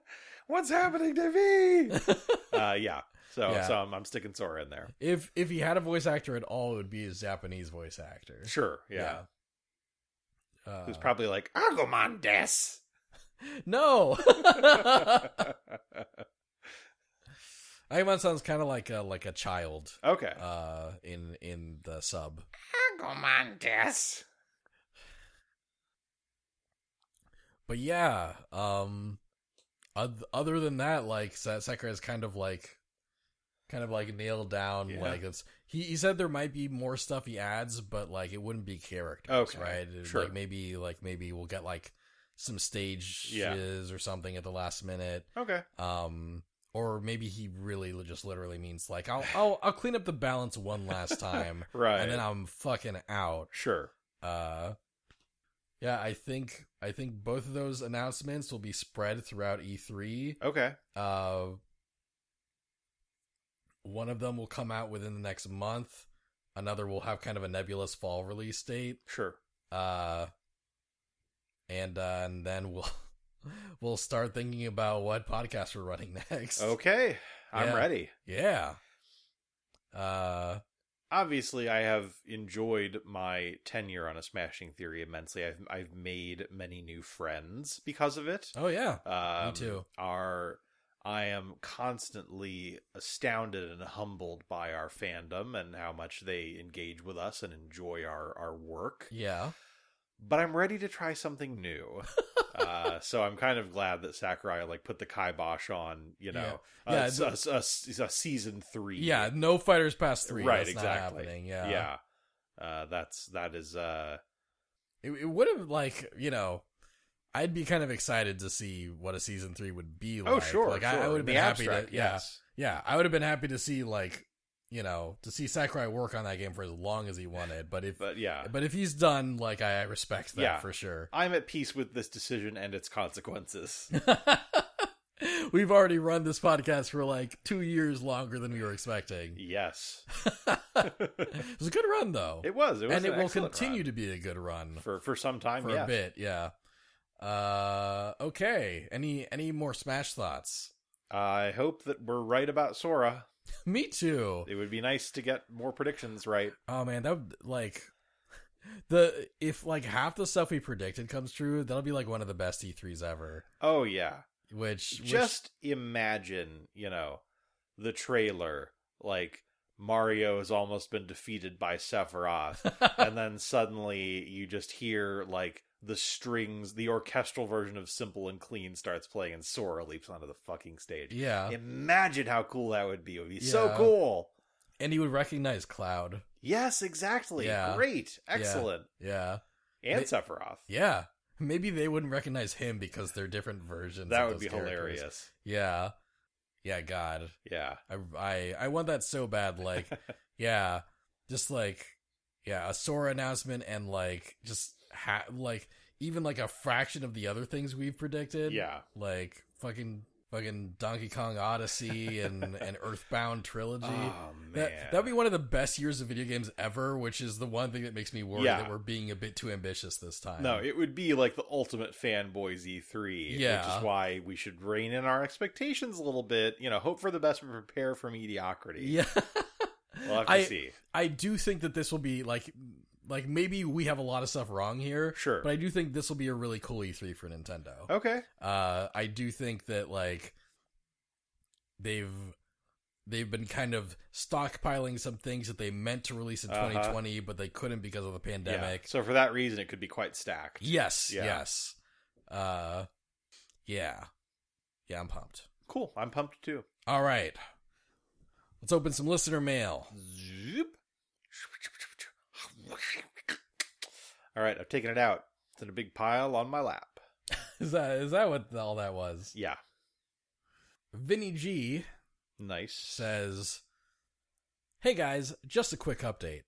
Speaker 2: [LAUGHS]
Speaker 3: [LAUGHS] What's happening to me?
Speaker 2: [LAUGHS]
Speaker 3: uh, yeah. So
Speaker 2: Yeah.
Speaker 3: so I'm, I'm sticking Sora in there.
Speaker 2: If if he had a voice actor at all, it would be his Japanese voice actor.
Speaker 3: Sure. Yeah.
Speaker 2: Yeah. Uh,
Speaker 3: Who's probably like Agumon des. [LAUGHS]
Speaker 2: no. Agumon sounds kind of like a like a child
Speaker 3: okay.
Speaker 2: uh, in in the sub.
Speaker 3: Agumon des.
Speaker 2: but yeah um oth- other than that like Sa- Sakurai is kind of like kind of like nailed down
Speaker 3: Yeah.
Speaker 2: like it's he, he said there might be more stuff he adds but like it wouldn't be characters
Speaker 3: Okay,
Speaker 2: right It-
Speaker 3: sure.
Speaker 2: like maybe like maybe we'll get like some stages
Speaker 3: Yeah.
Speaker 2: or something at the last minute
Speaker 3: Okay.
Speaker 2: um or maybe he really li- just literally means like I'll I'll, I'll clean up the balance one
Speaker 3: [LAUGHS]
Speaker 2: last time
Speaker 3: Right.
Speaker 2: and then I'm fucking out
Speaker 3: sure.
Speaker 2: uh yeah i think i think both of those announcements will be spread throughout e3
Speaker 3: Okay.
Speaker 2: uh one of them will come out within the next month another will have kind of a nebulous fall release date
Speaker 3: Sure.
Speaker 2: uh and uh and then we'll [LAUGHS] we'll start thinking about what podcast we're running [LAUGHS] next
Speaker 3: Okay. I'm
Speaker 2: Yeah.
Speaker 3: ready.
Speaker 2: yeah uh
Speaker 3: Obviously, I have enjoyed my tenure on a Smashing Theory immensely. I've I've made many new friends because of it.
Speaker 2: oh yeah
Speaker 3: Um,
Speaker 2: too.
Speaker 3: Are I am constantly astounded and humbled by our fandom and how much they engage with us and enjoy our our work.
Speaker 2: yeah
Speaker 3: But I'm ready to try something
Speaker 2: [LAUGHS]
Speaker 3: new. uh, so I'm kind of glad that Sakurai like put the kibosh on, you know,
Speaker 2: Yeah. Yeah,
Speaker 3: a, a- a- a season three.
Speaker 2: yeah no fighters past three
Speaker 3: Right,
Speaker 2: That's not
Speaker 3: exactly.
Speaker 2: happening.
Speaker 3: yeah. Uh, that's that is uh,
Speaker 2: It, it would have like you know, I'd be kind of excited to see what a season three would be like.
Speaker 3: Oh, sure.
Speaker 2: Like
Speaker 3: sure.
Speaker 2: I, I would have
Speaker 3: In the
Speaker 2: been happy
Speaker 3: abstract,
Speaker 2: to yeah.
Speaker 3: yes.
Speaker 2: Yeah. I would have been happy to see like you know, to see Sakurai work on that game for as long as he wanted. But
Speaker 3: [LAUGHS]
Speaker 2: if
Speaker 3: But yeah,
Speaker 2: but if he's done, like I respect that
Speaker 3: Yeah.
Speaker 2: for sure. [LAUGHS]
Speaker 3: I'm at peace with this decision and its consequences.
Speaker 2: We've already run this podcast for like two years longer than we were expecting. [LAUGHS]
Speaker 3: yes,
Speaker 2: It was a good run though.
Speaker 3: it was. It was
Speaker 2: and it
Speaker 3: an
Speaker 2: will
Speaker 3: excellent
Speaker 2: continue
Speaker 3: run.
Speaker 2: to be a good run
Speaker 3: for for some time.
Speaker 2: for
Speaker 3: yes.
Speaker 2: a bit, yeah. Uh okay. Any any more smash thoughts? [LAUGHS]
Speaker 3: I hope that we're right about Sora.
Speaker 2: Me too.
Speaker 3: It would be nice to get more predictions right.
Speaker 2: Oh man, that would like [LAUGHS] the if like half the stuff we predicted comes true, that'll be like one of the best E3s ever.
Speaker 3: Oh yeah.
Speaker 2: Which which-
Speaker 3: Just imagine, you know, the trailer like Mario has almost been defeated
Speaker 2: [LAUGHS]
Speaker 3: by Sephiroth and then suddenly you just hear like the strings, the orchestral version of Simple and Clean starts playing and Sora leaps onto the fucking stage.
Speaker 2: yeah,
Speaker 3: Imagine how cool that would be. It would be so
Speaker 2: Yeah.
Speaker 3: cool.
Speaker 2: and he would recognize Cloud.
Speaker 3: Yes, exactly.
Speaker 2: Yeah.
Speaker 3: Great. Excellent.
Speaker 2: Yeah,
Speaker 3: And
Speaker 2: They-
Speaker 3: Sephiroth.
Speaker 2: yeah. Maybe they wouldn't recognize him because they're different versions.
Speaker 3: That
Speaker 2: of
Speaker 3: would
Speaker 2: those
Speaker 3: be
Speaker 2: characters.
Speaker 3: hilarious.
Speaker 2: Yeah, yeah. God,
Speaker 3: Yeah.
Speaker 2: I I I want that so bad.
Speaker 3: [LAUGHS]
Speaker 2: Like, yeah, just like yeah, a Sora announcement and like just ha- like even like a fraction of the other things we've predicted.
Speaker 3: yeah.
Speaker 2: like fucking fucking Donkey Kong Odyssey
Speaker 3: [LAUGHS]
Speaker 2: and and Earthbound trilogy.
Speaker 3: Oh man.
Speaker 2: that that'd be one of the best years of video games ever, which is the one thing that makes me worry
Speaker 3: Yeah.
Speaker 2: that we're being a bit too ambitious this time. [LAUGHS]
Speaker 3: no, it would be like the ultimate fanboy Z3, which
Speaker 2: Yeah.
Speaker 3: is why we should rein in our expectations a little bit. You know, hope for the best, but prepare for mediocrity.
Speaker 2: yeah,
Speaker 3: We'll have to
Speaker 2: I
Speaker 3: see.
Speaker 2: I do think that this will be like like maybe we have a lot of stuff wrong here.
Speaker 3: Sure.
Speaker 2: But I do think this will be a really cool E3 for Nintendo.
Speaker 3: Okay.
Speaker 2: uh, I do think that like they've they've been kind of stockpiling some things that they meant to release in
Speaker 3: Uh-huh.
Speaker 2: 2020, but they couldn't because of the
Speaker 3: Yeah.
Speaker 2: pandemic.
Speaker 3: So for that reason, it could be quite stacked.
Speaker 2: Yes,
Speaker 3: Yeah.
Speaker 2: yes, uh, yeah, yeah. I'm pumped.
Speaker 3: Cool. I'm pumped too.
Speaker 2: All right, let's open some listener mail. [LAUGHS]
Speaker 3: Zoop. All right, I've taken it out. It's in a big pile on my lap.
Speaker 2: Is that is that what all that was?
Speaker 3: Yeah.
Speaker 2: Vinny G
Speaker 3: Nice.
Speaker 2: says, Hey guys, just a quick update.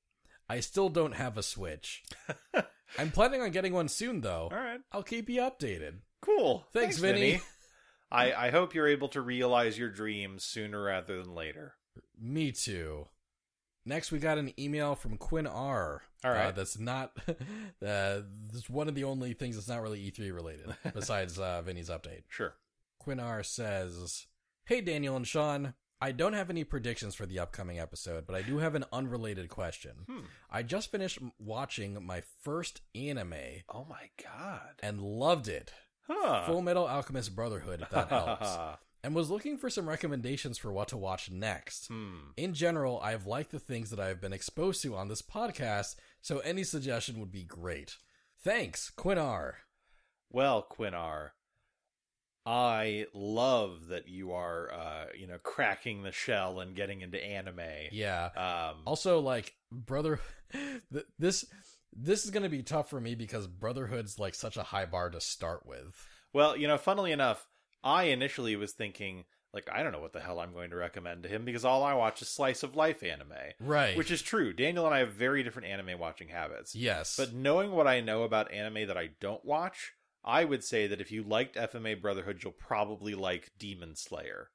Speaker 2: I still don't have a
Speaker 3: [LAUGHS]
Speaker 2: Switch. I'm planning on getting one soon, though.
Speaker 3: All right.
Speaker 2: I'll keep you updated.
Speaker 3: Cool.
Speaker 2: Thanks, Vinny.
Speaker 3: I, I hope you're able to realize your dreams sooner rather than later.
Speaker 2: Me too. Next, we got an email from Quinn R.
Speaker 3: All right.
Speaker 2: Uh, that's not. [LAUGHS] Uh, that's one of the only things that's not really E3
Speaker 3: [LAUGHS]
Speaker 2: related, besides uh, Vinny's update.
Speaker 3: Sure.
Speaker 2: Quinn R says, Hey, Daniel and Sean. I don't have any predictions for the upcoming episode, but I do have an unrelated question.
Speaker 3: Hmm.
Speaker 2: I just finished m- watching my first anime
Speaker 3: Oh my god.
Speaker 2: and loved it.
Speaker 3: Huh. [LAUGHS]
Speaker 2: Full Metal Alchemist Brotherhood, if that helps. and was looking for some recommendations for what to watch next.
Speaker 3: hmm.
Speaker 2: In general, I've liked the things that I've been exposed to on this podcast, so any suggestion would be great. Thanks, Quinar.
Speaker 3: Well, Quinar, I love that you are uh, you know, cracking the shell and getting into anime.
Speaker 2: Yeah.
Speaker 3: Um
Speaker 2: Also, like brother, [LAUGHS] th- this this is going to be tough for me because Brotherhood's like such a high bar to start with.
Speaker 3: Well, you know, funnily enough, I initially was thinking, like, I don't know what the hell I'm going to recommend to him because all I watch is slice of life anime,
Speaker 2: Right.
Speaker 3: which is true. Daniel and I have very different anime watching habits.
Speaker 2: yes.
Speaker 3: But knowing what I know about anime that I don't watch, I would say that if you liked FMA Brotherhood, you'll probably like Demon Slayer.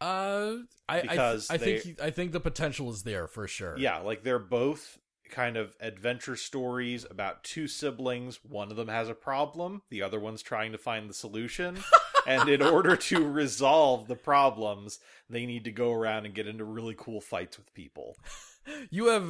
Speaker 2: uh, I I, th-
Speaker 3: Because
Speaker 2: I think
Speaker 3: they-
Speaker 2: he- I think the potential is there for sure.
Speaker 3: Yeah, like they're both kind of adventure stories about two siblings. One of them has a problem, the other one's trying to find the solution. and in order to resolve the problems, they need to go around and get into really cool fights with people.
Speaker 2: You have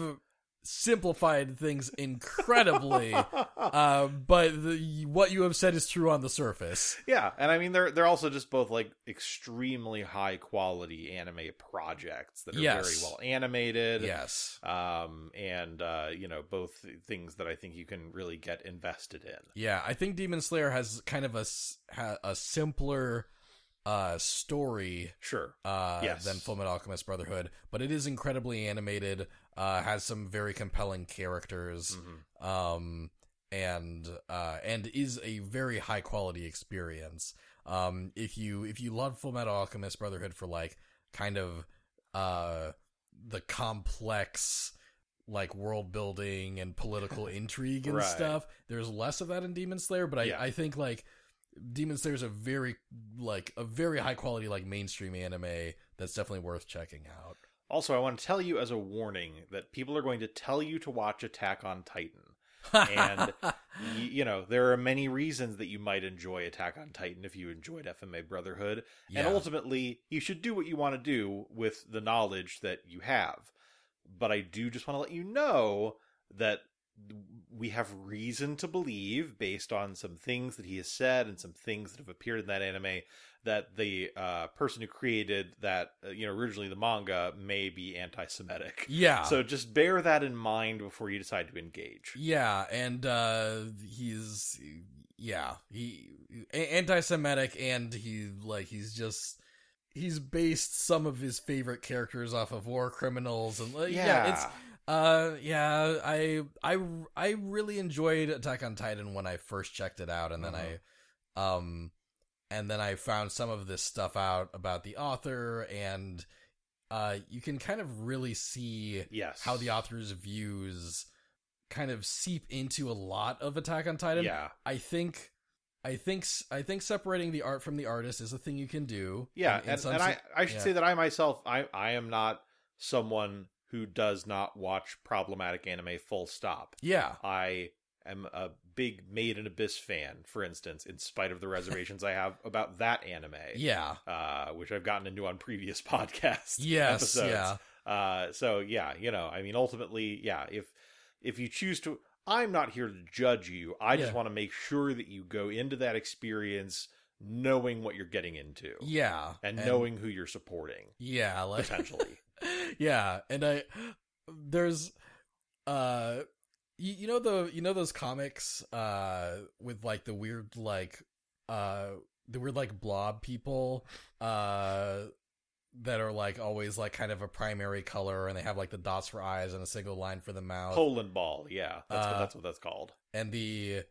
Speaker 2: simplified things
Speaker 3: [LAUGHS]
Speaker 2: incredibly. Uh, but the, what you have said is true on the surface.
Speaker 3: yeah, and I mean they're they're also just both like extremely high quality anime projects that are
Speaker 2: Yes.
Speaker 3: very well animated.
Speaker 2: Yes.
Speaker 3: Um and uh you know both things that I think you can really get invested in.
Speaker 2: Yeah, I think Demon Slayer has kind of a s- ha- a simpler uh story
Speaker 3: Sure.
Speaker 2: uh
Speaker 3: Yes.
Speaker 2: than Fullmetal Alchemist Brotherhood, but it is
Speaker 3: Mm-hmm.
Speaker 2: incredibly animated, uh has some very compelling characters.
Speaker 3: Mhm.
Speaker 2: Um and uh, and is a very high quality experience. Um, if you if you love Full Metal Alchemist Brotherhood for like kind of uh, the complex like world building and
Speaker 3: [LAUGHS]
Speaker 2: political intrigue and
Speaker 3: Right.
Speaker 2: stuff, there's less of that in Demon Slayer. But I,
Speaker 3: Yeah.
Speaker 2: I think like Demon Slayer is a very like a very high quality like mainstream anime that's definitely worth checking out.
Speaker 3: Also, I want to tell you as a warning that people are going to tell you to watch Attack on Titan. [GASPS]
Speaker 2: [LAUGHS]
Speaker 3: And Y- you know, there are many reasons that you might enjoy Attack on Titan if you enjoyed FMA Brotherhood.
Speaker 2: yeah.
Speaker 3: And ultimately, you should do what you want to do with the knowledge that you have. But I do just want to let you know that we have reason to believe, based on some things that he has said and some things that have appeared in that anime, that the uh, person who created that, uh, you know, originally the manga may be anti Semitic.
Speaker 2: yeah.
Speaker 3: So just bear that in mind before you decide to engage.
Speaker 2: Yeah, and uh he's yeah, he a- anti-Semitic and he like he's just he's based some of his favorite characters off of war criminals and like, yeah. it's uh yeah, I I I really enjoyed Attack on Titan when I first checked it out and then
Speaker 3: Uh-huh.
Speaker 2: I um and then I found some of this stuff out about the author and uh you can kind of really see
Speaker 3: yes
Speaker 2: how the author's views kind of seep into a lot of Attack on Titan.
Speaker 3: yeah
Speaker 2: I think I think s- I think separating the art from the artist is a thing you can do.
Speaker 3: yeah
Speaker 2: in- in
Speaker 3: and,
Speaker 2: some
Speaker 3: and
Speaker 2: se-
Speaker 3: I, I should
Speaker 2: yeah.
Speaker 3: say that i myself i i am not someone who does not watch problematic anime full stop
Speaker 2: yeah.
Speaker 3: i am a big made in abyss fan for instance in spite
Speaker 2: [LAUGHS]
Speaker 3: of the reservations i have about that anime
Speaker 2: Yeah.
Speaker 3: uh which i've gotten into on previous [LAUGHS] podcast
Speaker 2: Yes.
Speaker 3: episodes
Speaker 2: Yeah.
Speaker 3: uh so yeah you know i mean ultimately yeah if if you choose to i'm not here to judge you i just
Speaker 2: Yeah.
Speaker 3: want to make sure that you go into that experience knowing what you're getting into
Speaker 2: Yeah.
Speaker 3: and, knowing who
Speaker 2: [LAUGHS]
Speaker 3: you're supporting
Speaker 2: Yeah, like
Speaker 3: potentially
Speaker 2: [LAUGHS] yeah, and I there's uh you, you know the you know those comics uh with like the weird like uh the weird like blob people uh that are like always like kind of a primary color and they have like the dots for eyes and a single line for the mouth
Speaker 3: poland ball yeah that's, what,
Speaker 2: Uh,
Speaker 3: that's what that's called
Speaker 2: and the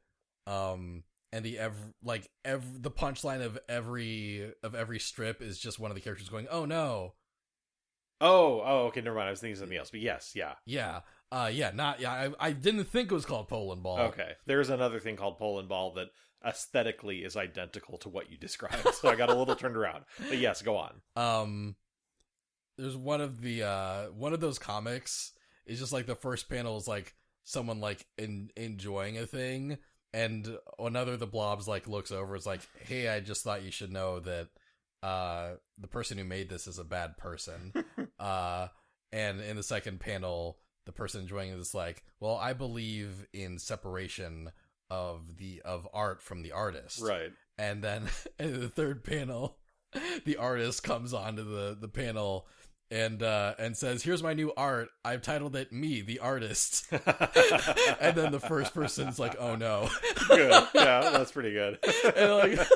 Speaker 2: um and the ev like ev the punchline of every of every strip is just one of the characters going oh no
Speaker 3: oh oh okay never mind i was thinking something else but yes yeah
Speaker 2: Yeah. Uh yeah, not yeah, I, I didn't think it was called Poland ball.
Speaker 3: okay there's another thing called poland ball that aesthetically is identical to what you described so i got a little turned around but yes go on
Speaker 2: Um there's one of the uh one of those comics is just like the first panel is like someone like in, enjoying a thing and another of the blobs like looks over is like, "Hey, I just thought you should know that uh the person who made this is a bad
Speaker 3: [LAUGHS]
Speaker 2: person." uh and in the second panel, the person enjoying it is like, "Well, I believe in separation of the of art from the artist."
Speaker 3: right
Speaker 2: and then in the third panel the artist comes onto the the panel and uh and says here's my new art i've titled it me the artist [LAUGHS] [LAUGHS] and then the first person's like oh no
Speaker 3: [LAUGHS]
Speaker 2: [LAUGHS]
Speaker 3: good yeah that's pretty good
Speaker 2: And, like,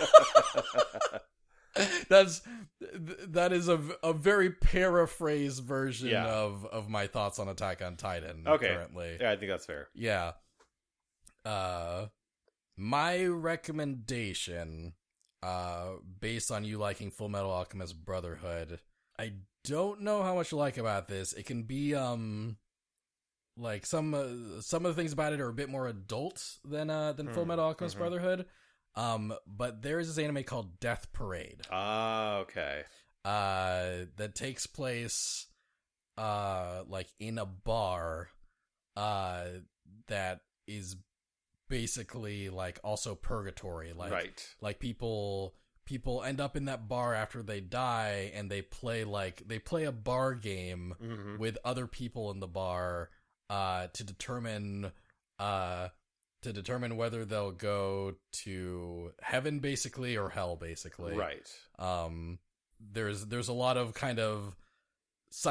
Speaker 2: that's th- that is a, v- a very paraphrase version
Speaker 3: Yeah.
Speaker 2: of of my thoughts on attack on titan
Speaker 3: Okay.
Speaker 2: currently
Speaker 3: [LAUGHS] yeah i think that's fair
Speaker 2: yeah. Uh my recommendation uh based on you liking Full Metal Alchemist Brotherhood. I don't know how much you like about this. It can be um like some uh, some of the things about it are a bit more adult than uh than Full
Speaker 3: Hmm,
Speaker 2: Metal Alchemist
Speaker 3: mhm.
Speaker 2: Brotherhood. Um but there is this anime called Death Parade
Speaker 3: ah okay
Speaker 2: uh that takes place uh like in a bar uh that is basically like also purgatory like
Speaker 3: right
Speaker 2: like people people end up in that bar after they die and they play like they play a bar game
Speaker 3: hmm
Speaker 2: with other people in the bar uh to determine uh to determine whether they'll go to heaven basically or hell basically
Speaker 3: right
Speaker 2: um there's there's a lot of kind of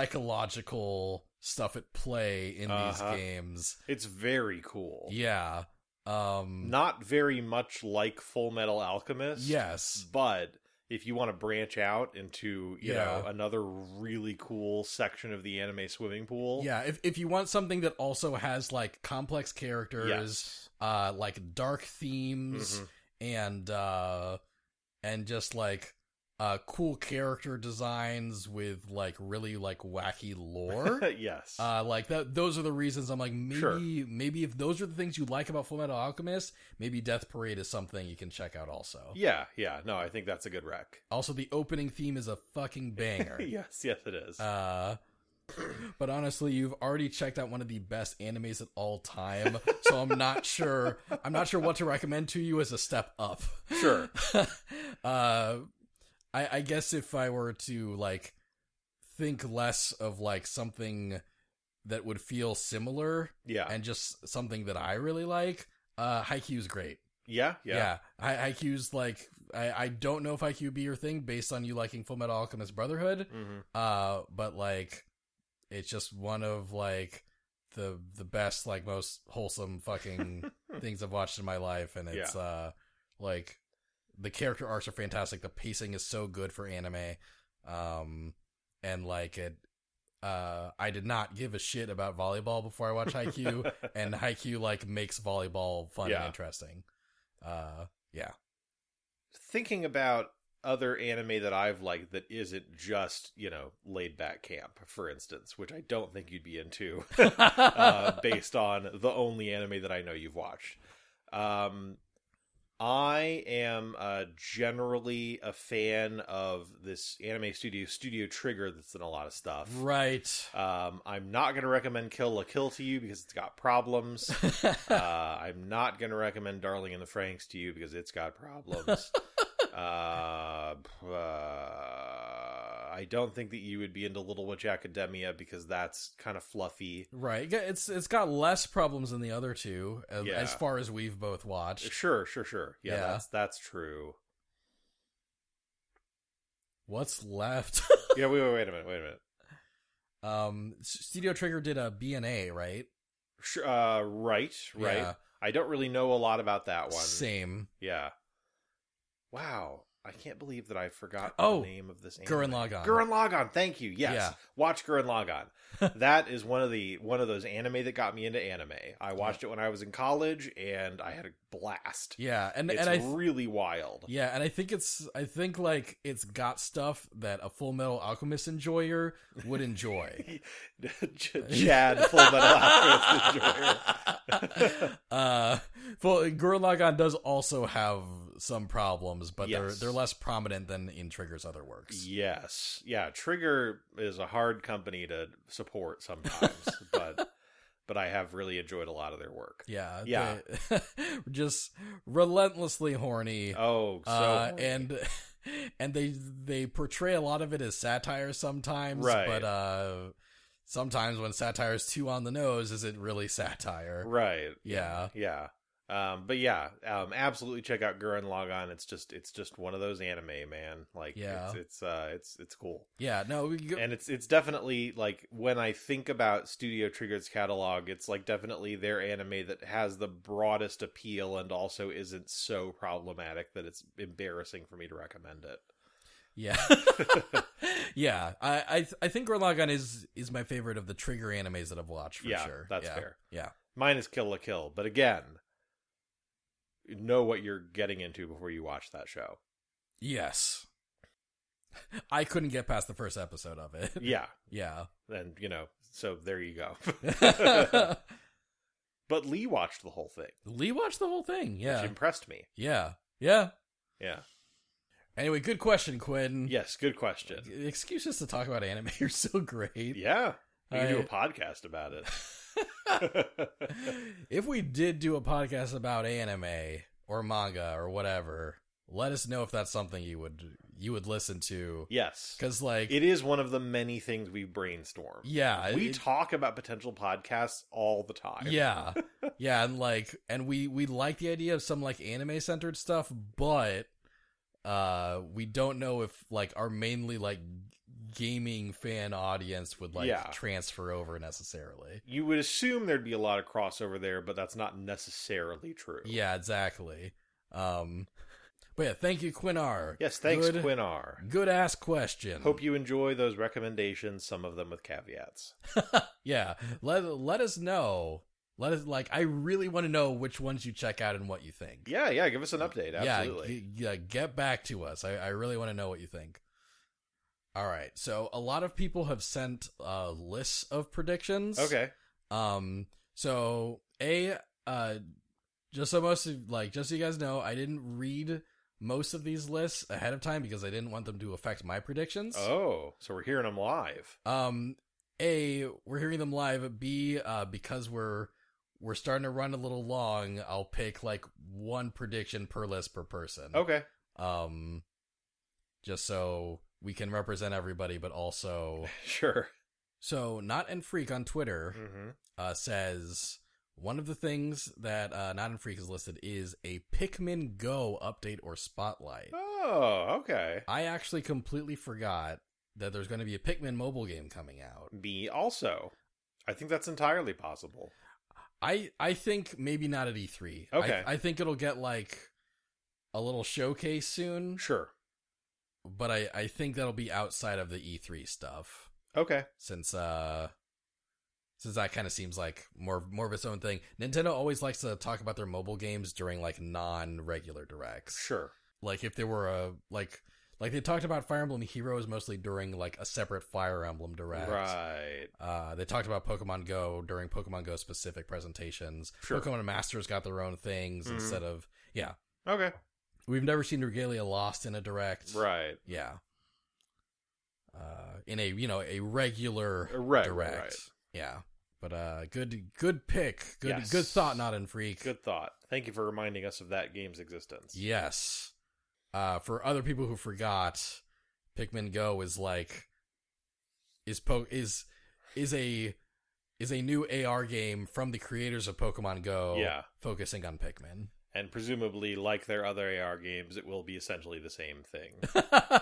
Speaker 2: psychological stuff at play in
Speaker 3: Uh-huh.
Speaker 2: these games
Speaker 3: it's very cool
Speaker 2: yeah um
Speaker 3: not very much like Full Metal Alchemist.
Speaker 2: yes
Speaker 3: But if you want to branch out into you
Speaker 2: Yeah.
Speaker 3: know another really cool section of the anime swimming pool.
Speaker 2: Yeah, if if you want something that also has like complex characters,
Speaker 3: Yes.
Speaker 2: uh like dark themes
Speaker 3: Mhm.
Speaker 2: and uh and just like uh cool character designs with like really like wacky
Speaker 3: [LAUGHS]
Speaker 2: lore.
Speaker 3: yes.
Speaker 2: Uh, like that, those are the reasons I'm like maybe
Speaker 3: Sure.
Speaker 2: maybe if those are the things you like about Fullmetal Alchemist, maybe Death Parade is something you can check out also.
Speaker 3: yeah. Yeah. No, I think that's a good rec.
Speaker 2: Also, the opening theme is a fucking banger.
Speaker 3: [LAUGHS] yes. Yes, it is.
Speaker 2: Uh, [CLEARS THROAT] but honestly, you've already checked out one of the best animes at all
Speaker 3: [LAUGHS]
Speaker 2: time, so I'm not sure. I'm not sure what to recommend to you as a step up. [LAUGHS]
Speaker 3: Sure.
Speaker 2: uh, I, I guess if I were to like think less of like something that would feel similar
Speaker 3: yeah.
Speaker 2: and just something that I really like, uh, Haikyuu's great.
Speaker 3: yeah. Yeah.
Speaker 2: Yeah, I Haikyuu's like I, I don't know if Haikyuu be your thing based on you liking Fullmetal Alchemist Brotherhood,
Speaker 3: hmm
Speaker 2: uh, but like, it's just one of like the the best, like most wholesome
Speaker 3: [LAUGHS]
Speaker 2: fucking things I've watched in my life, and it's uh like the character arcs are fantastic. The pacing is so good for anime, um, and like it. Uh, I did not give a shit about volleyball before I watched Haikyuu,
Speaker 3: [LAUGHS]
Speaker 2: and Haikyuu like makes volleyball fun and
Speaker 3: Yeah.
Speaker 2: interesting. Uh,
Speaker 3: thinking about other anime that I've liked that isn't just, you know, laid back camp, for instance, which I don't think you'd be into [LAUGHS] [LAUGHS] uh, based on the only anime that I know you've watched. Um, I am uh, generally a fan of this anime studio, Studio Trigger, that's in a lot of stuff.
Speaker 2: [LAUGHS] right.
Speaker 3: Um, I'm not going to recommend Kill La Kill to you because it's got problems. [LAUGHS] uh, I'm not going to recommend Darling in the Franks to you because it's got problems. uh, p- uh, I don't think that you would be into Little Witch Academia because that's kind of fluffy.
Speaker 2: Right. Yeah, It's it's got less problems than the other two as,
Speaker 3: Yeah.
Speaker 2: as far as we've both watched.
Speaker 3: Sure, sure, sure. Yeah,
Speaker 2: Yeah.
Speaker 3: that's that's true.
Speaker 2: What's left? [LAUGHS]
Speaker 3: Yeah, wait, wait, wait a minute, wait a minute.
Speaker 2: um S- Studio Trigger did a BNA, right?
Speaker 3: Sure, uh, right, right.
Speaker 2: Yeah.
Speaker 3: I don't really know a lot about that one.
Speaker 2: Same.
Speaker 3: Yeah. Wow. I can't believe that I forgot
Speaker 2: Oh,
Speaker 3: the name of this anime.
Speaker 2: Gurren Lagann.
Speaker 3: Gurren Lagann. Thank you. Yes.
Speaker 2: Yeah.
Speaker 3: Watch
Speaker 2: [LAUGHS]
Speaker 3: Gurren Lagann. that is one of the one of those anime that got me into anime. I watched it when I was in college and I had a blast.
Speaker 2: Yeah, and
Speaker 3: It's
Speaker 2: and I th-
Speaker 3: really wild. [LAUGHS]
Speaker 2: yeah, and I think it's I think like it's got stuff that a Full Metal Alchemist enjoyer would enjoy.
Speaker 3: Ch- Chad [LAUGHS] Full Metal
Speaker 2: [LAUGHS]
Speaker 3: Alchemist Enjoyer.
Speaker 2: uh, well, Gurren Lagann does also have some problems, but they're
Speaker 3: Yes.
Speaker 2: they're less prominent than in Trigger's other works.
Speaker 3: Yes. Yeah, Trigger is a hard company to
Speaker 2: [LAUGHS]
Speaker 3: support sometimes, but but I have really enjoyed a lot of their work.
Speaker 2: Yeah,
Speaker 3: Yeah.
Speaker 2: they- [LAUGHS] just relentlessly horny,
Speaker 3: Oh, so
Speaker 2: uh,
Speaker 3: horny.
Speaker 2: and [LAUGHS] and they they portray a lot of it as satire sometimes,
Speaker 3: Right.
Speaker 2: but uh, sometimes when satire is too on the nose, is it really satire?
Speaker 3: right
Speaker 2: Yeah.
Speaker 3: yeah um but yeah um absolutely check out gurren lagann it's just it's just one of those anime man like
Speaker 2: Yeah.
Speaker 3: it's it's uh it's it's cool
Speaker 2: Yeah, no, we go-
Speaker 3: and it's it's definitely like when i think about studio trigger's catalog it's like definitely their anime that has the broadest appeal and also isn't so problematic that it's embarrassing for me to recommend it
Speaker 2: [LAUGHS]
Speaker 3: [LAUGHS]
Speaker 2: yeah, [LAUGHS] yeah. I I, th- I think Gurren Lagann is is my favorite of the trigger animes that I've watched for
Speaker 3: yeah
Speaker 2: sure.
Speaker 3: that's
Speaker 2: yeah.
Speaker 3: fair
Speaker 2: Yeah.
Speaker 3: mine is kill la kill but again know what you're getting into before you watch that show
Speaker 2: Yes, [LAUGHS] I couldn't get past the first episode of it.
Speaker 3: yeah
Speaker 2: [LAUGHS] yeah.
Speaker 3: and you know, so there you go. [LAUGHS] but Lee watched the whole thing,
Speaker 2: [LAUGHS] Lee watched the whole thing. Yeah.
Speaker 3: which impressed me.
Speaker 2: Yeah. Yeah.
Speaker 3: Yeah.
Speaker 2: [LAUGHS] Anyway, good question, Quinn. E-,
Speaker 3: Yes, good question.
Speaker 2: Excuses to talk about anime are so great.
Speaker 3: Yeah, we can do a
Speaker 2: I-
Speaker 3: podcast about it.
Speaker 2: [LAUGHS]
Speaker 3: [LAUGHS]
Speaker 2: if we did do a podcast about anime or manga or whatever, let us know if that's something you would you would listen to.
Speaker 3: yes,
Speaker 2: Because like,
Speaker 3: it is one of the many things we brainstorm.
Speaker 2: yeah,
Speaker 3: we
Speaker 2: it-
Speaker 3: talk about potential podcasts all the time.
Speaker 2: yeah, yeah, and like, and we we like the idea of some like anime centered stuff, but uh, we don't know if like our mainly like gaming fan audience would like
Speaker 3: Yeah.
Speaker 2: transfer over necessarily.
Speaker 3: You would assume there'd be a lot of crossover there, but that's not necessarily true.
Speaker 2: Yeah, exactly. Um, But yeah, thank you, Quinn R.
Speaker 3: Yes, thanks,
Speaker 2: Good-
Speaker 3: Quinn R.
Speaker 2: Good ass question.
Speaker 3: Hope you enjoy those recommendations, some of them with caveats.
Speaker 2: yeah. Let let us know. Let us like. I really want to know which ones you check out and what you think.
Speaker 3: Yeah, yeah, give us an update.
Speaker 2: Yeah,
Speaker 3: Absolutely.
Speaker 2: g- yeah, get back to us. I, I really want to know what you think. All right. So a lot of people have sent uh, lists of predictions.
Speaker 3: Okay.
Speaker 2: Um. So a uh, just so most of, like just so you guys know, I didn't read most of these lists ahead of time because I didn't want them to affect my predictions.
Speaker 3: Oh, so we're hearing them live.
Speaker 2: Um, a we're hearing them live. B uh, because we're we're starting to run a little long. I'll pick like one prediction per list per person. [LAUGHS]
Speaker 3: Okay.
Speaker 2: Um, just so we can represent everybody, but also [LAUGHS]
Speaker 3: Sure.
Speaker 2: so not and freak on Twitter
Speaker 3: hmm
Speaker 2: uh, says one of the things that uh, not and freak is listed is a Pikmin Go update or spotlight.
Speaker 3: Oh, okay.
Speaker 2: I actually completely forgot that there's going to be a Pikmin mobile game coming out.
Speaker 3: B also. I think that's entirely possible.
Speaker 2: I I think maybe not at E3. I-
Speaker 3: Okay.
Speaker 2: I, think it'll get like a little showcase soon,
Speaker 3: Sure.
Speaker 2: but I I think that'll be outside of the E3 stuff
Speaker 3: Okay.
Speaker 2: since uh since that kind of seems like more more of its own thing. Nintendo always likes to talk about their mobile games during like non-regular directs.
Speaker 3: Sure.
Speaker 2: Like if there were a like like they talked about Fire Emblem Heroes mostly during like a separate Fire Emblem direct.
Speaker 3: Right.
Speaker 2: Uh, they talked about Pokemon Go during Pokemon Go specific presentations.
Speaker 3: Sure.
Speaker 2: Pokemon Masters got their own things
Speaker 3: Mhm.
Speaker 2: instead of yeah.
Speaker 3: Okay.
Speaker 2: We've never seen Regalia lost in a direct.
Speaker 3: Right.
Speaker 2: Yeah. Uh, in a you know a regular
Speaker 3: Uh, Right.
Speaker 2: direct.
Speaker 3: Right.
Speaker 2: Yeah. But uh, good good pick. Good
Speaker 3: Yes.
Speaker 2: good thought, not in freak.
Speaker 3: Good thought. Thank you for reminding us of that game's existence.
Speaker 2: Yes. Uh, for other people who forgot, Pikmin Go is like is po is is a is a new AR game from the creators of Pokemon Go,
Speaker 3: Yeah.
Speaker 2: focusing on
Speaker 3: [LAUGHS]
Speaker 2: Pikmin. [LAUGHS]
Speaker 3: And presumably, like their other AR games, it will be essentially the same
Speaker 2: [LAUGHS]
Speaker 3: thing. [LAUGHS]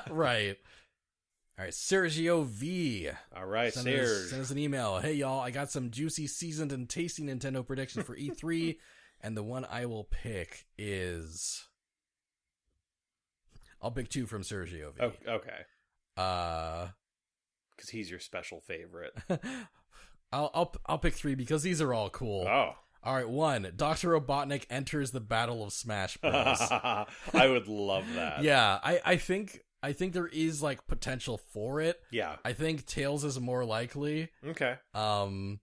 Speaker 2: right. All right, Sergio V.
Speaker 3: All right,
Speaker 2: send us,
Speaker 3: Serge.
Speaker 2: send us an email. Hey y'all, I got some juicy, seasoned, and tasty Nintendo predictions for
Speaker 3: [LAUGHS]
Speaker 2: E3, and the one I will pick is I'll pick two from Sergio V.
Speaker 3: Oh, okay.
Speaker 2: Uh, [LAUGHS]
Speaker 3: Because he's your special favorite.
Speaker 2: I'll, I'll I'll pick three because these are all cool.
Speaker 3: Oh.
Speaker 2: All right, one. Doctor Robotnik enters the battle of
Speaker 3: [LAUGHS]
Speaker 2: Smash Bros.
Speaker 3: Oh. I would love that.
Speaker 2: yeah, I I think I think there is like potential for it.
Speaker 3: Yeah.
Speaker 2: I think Tails is more likely.
Speaker 3: Okay.
Speaker 2: Um,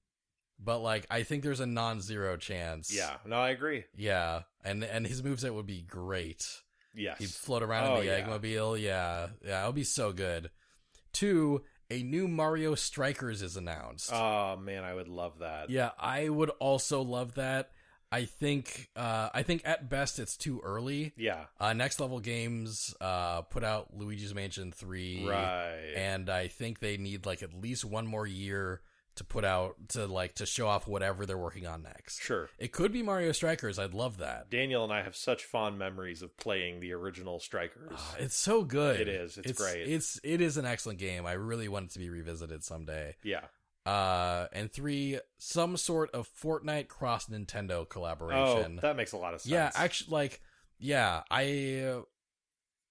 Speaker 2: but like I think there's a non-zero chance.
Speaker 3: Yeah. No, I agree.
Speaker 2: yeah, and and his moveset would be great.
Speaker 3: Yes.
Speaker 2: He'd float around
Speaker 3: Oh,
Speaker 2: in the
Speaker 3: yeah.
Speaker 2: Eggmobile. Yeah, yeah, it'll be so good. Two. A new Mario Strikers is announced.
Speaker 3: Oh man, I would love that.
Speaker 2: Yeah, I would also love that. I think uh, I think at best it's too early.
Speaker 3: Yeah.
Speaker 2: Uh, Next Level Games uh, put out Luigi's Mansion three,
Speaker 3: Right.
Speaker 2: and I think they need like at least one more year to put out to like to show off whatever they're working on next.
Speaker 3: sure.
Speaker 2: It could be Mario Strikers. I'd love that.
Speaker 3: Daniel and I have such fond memories of playing the original Strikers.
Speaker 2: Ah, it's so good.
Speaker 3: It is. It's great.
Speaker 2: It's it is an excellent game. I really want it to be revisited someday.
Speaker 3: yeah.
Speaker 2: Uh, and three, some sort of Fortnite cross Nintendo
Speaker 3: Oh,
Speaker 2: collaboration.
Speaker 3: that makes a lot of sense.
Speaker 2: Yeah, actually, like, yeah, I uh,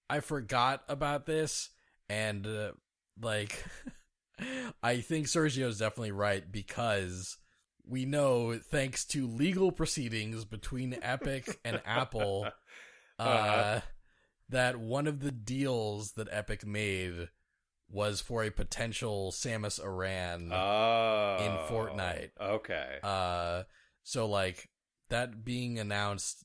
Speaker 2: I forgot about this, and uh, like, [LAUGHS] I think Sergio's definitely right because we know, thanks to legal proceedings between Epic
Speaker 3: [LAUGHS]
Speaker 2: and Apple, uh,
Speaker 3: Uh-huh.
Speaker 2: that one of the deals that Epic made was for a potential Samus Aran.
Speaker 3: Oh.
Speaker 2: in Fortnite.
Speaker 3: Okay.
Speaker 2: Uh, so like that being announced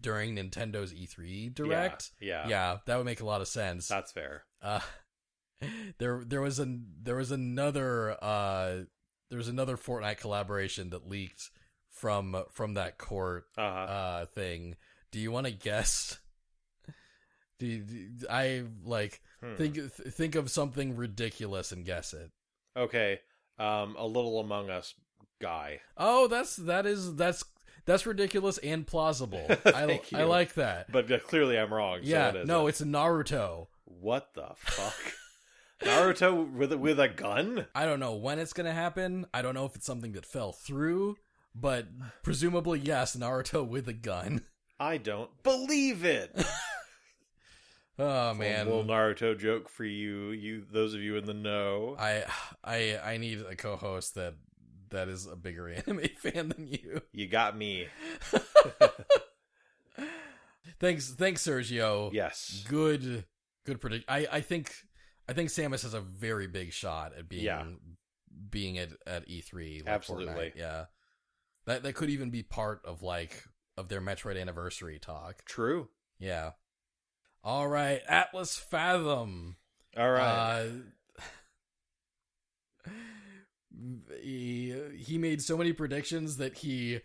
Speaker 2: during Nintendo's E3 direct,
Speaker 3: Yeah.
Speaker 2: yeah,
Speaker 3: yeah.
Speaker 2: that would make a lot of sense.
Speaker 3: That's fair.
Speaker 2: Uh, [LAUGHS] there, there was an there was another uh, there was another Fortnite collaboration that leaked from from that court
Speaker 3: Uh-huh.
Speaker 2: uh thing. Do you want to guess? [LAUGHS] Do, you, do I like
Speaker 3: Hmm.
Speaker 2: think th- think of something ridiculous and guess it?
Speaker 3: Okay. Um, a little Among Us guy.
Speaker 2: Oh, that's that is that's that's ridiculous and plausible. I
Speaker 3: [LAUGHS] Thank
Speaker 2: I
Speaker 3: you.
Speaker 2: like that.
Speaker 3: But uh, clearly I'm wrong.
Speaker 2: yeah,
Speaker 3: so what is
Speaker 2: no,
Speaker 3: it?
Speaker 2: it's Naruto. [LAUGHS]
Speaker 3: What the fuck? Naruto with a, with a gun?
Speaker 2: I don't know when it's gonna happen. I don't know if it's something that fell through, but presumably yes, Naruto with a gun. [LAUGHS]
Speaker 3: I don't believe it.
Speaker 2: Oh
Speaker 3: It's a
Speaker 2: man,
Speaker 3: little Naruto joke for you, you those of you in the know.
Speaker 2: I I I need a co-host that that is a bigger [LAUGHS] anime fan than you.
Speaker 3: you got me.
Speaker 2: thanks, thanks, Sergio.
Speaker 3: Yes.
Speaker 2: Good, good predict. I I think I think Samus has a very big shot at being
Speaker 3: Yeah.
Speaker 2: being at at E three.
Speaker 3: Absolutely.
Speaker 2: yeah. That that could even be part of like of their Metroid anniversary talk.
Speaker 3: True.
Speaker 2: Yeah. All right, Atlas Fathom.
Speaker 3: All right.
Speaker 2: Uh, he, he made so many predictions that he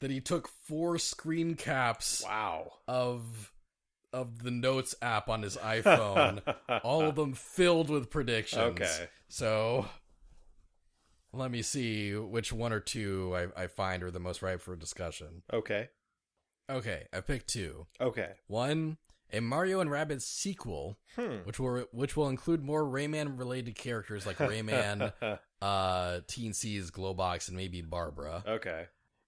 Speaker 2: that he took four screen caps
Speaker 3: wow.
Speaker 2: of of the notes app on his
Speaker 3: [LAUGHS]
Speaker 2: iPhone, all of them filled with predictions.
Speaker 3: Okay.
Speaker 2: So let me see which one or two I, I find are the most ripe for discussion.
Speaker 3: Okay.
Speaker 2: Okay, I picked two.
Speaker 3: Okay.
Speaker 2: One, a Mario and Rabbids sequel
Speaker 3: Hmm. [LAUGHS]
Speaker 2: which will which will include more Rayman related characters like
Speaker 3: [LAUGHS]
Speaker 2: Rayman, uh, Teen C's, Glowbox, and maybe Barbara.
Speaker 3: okay.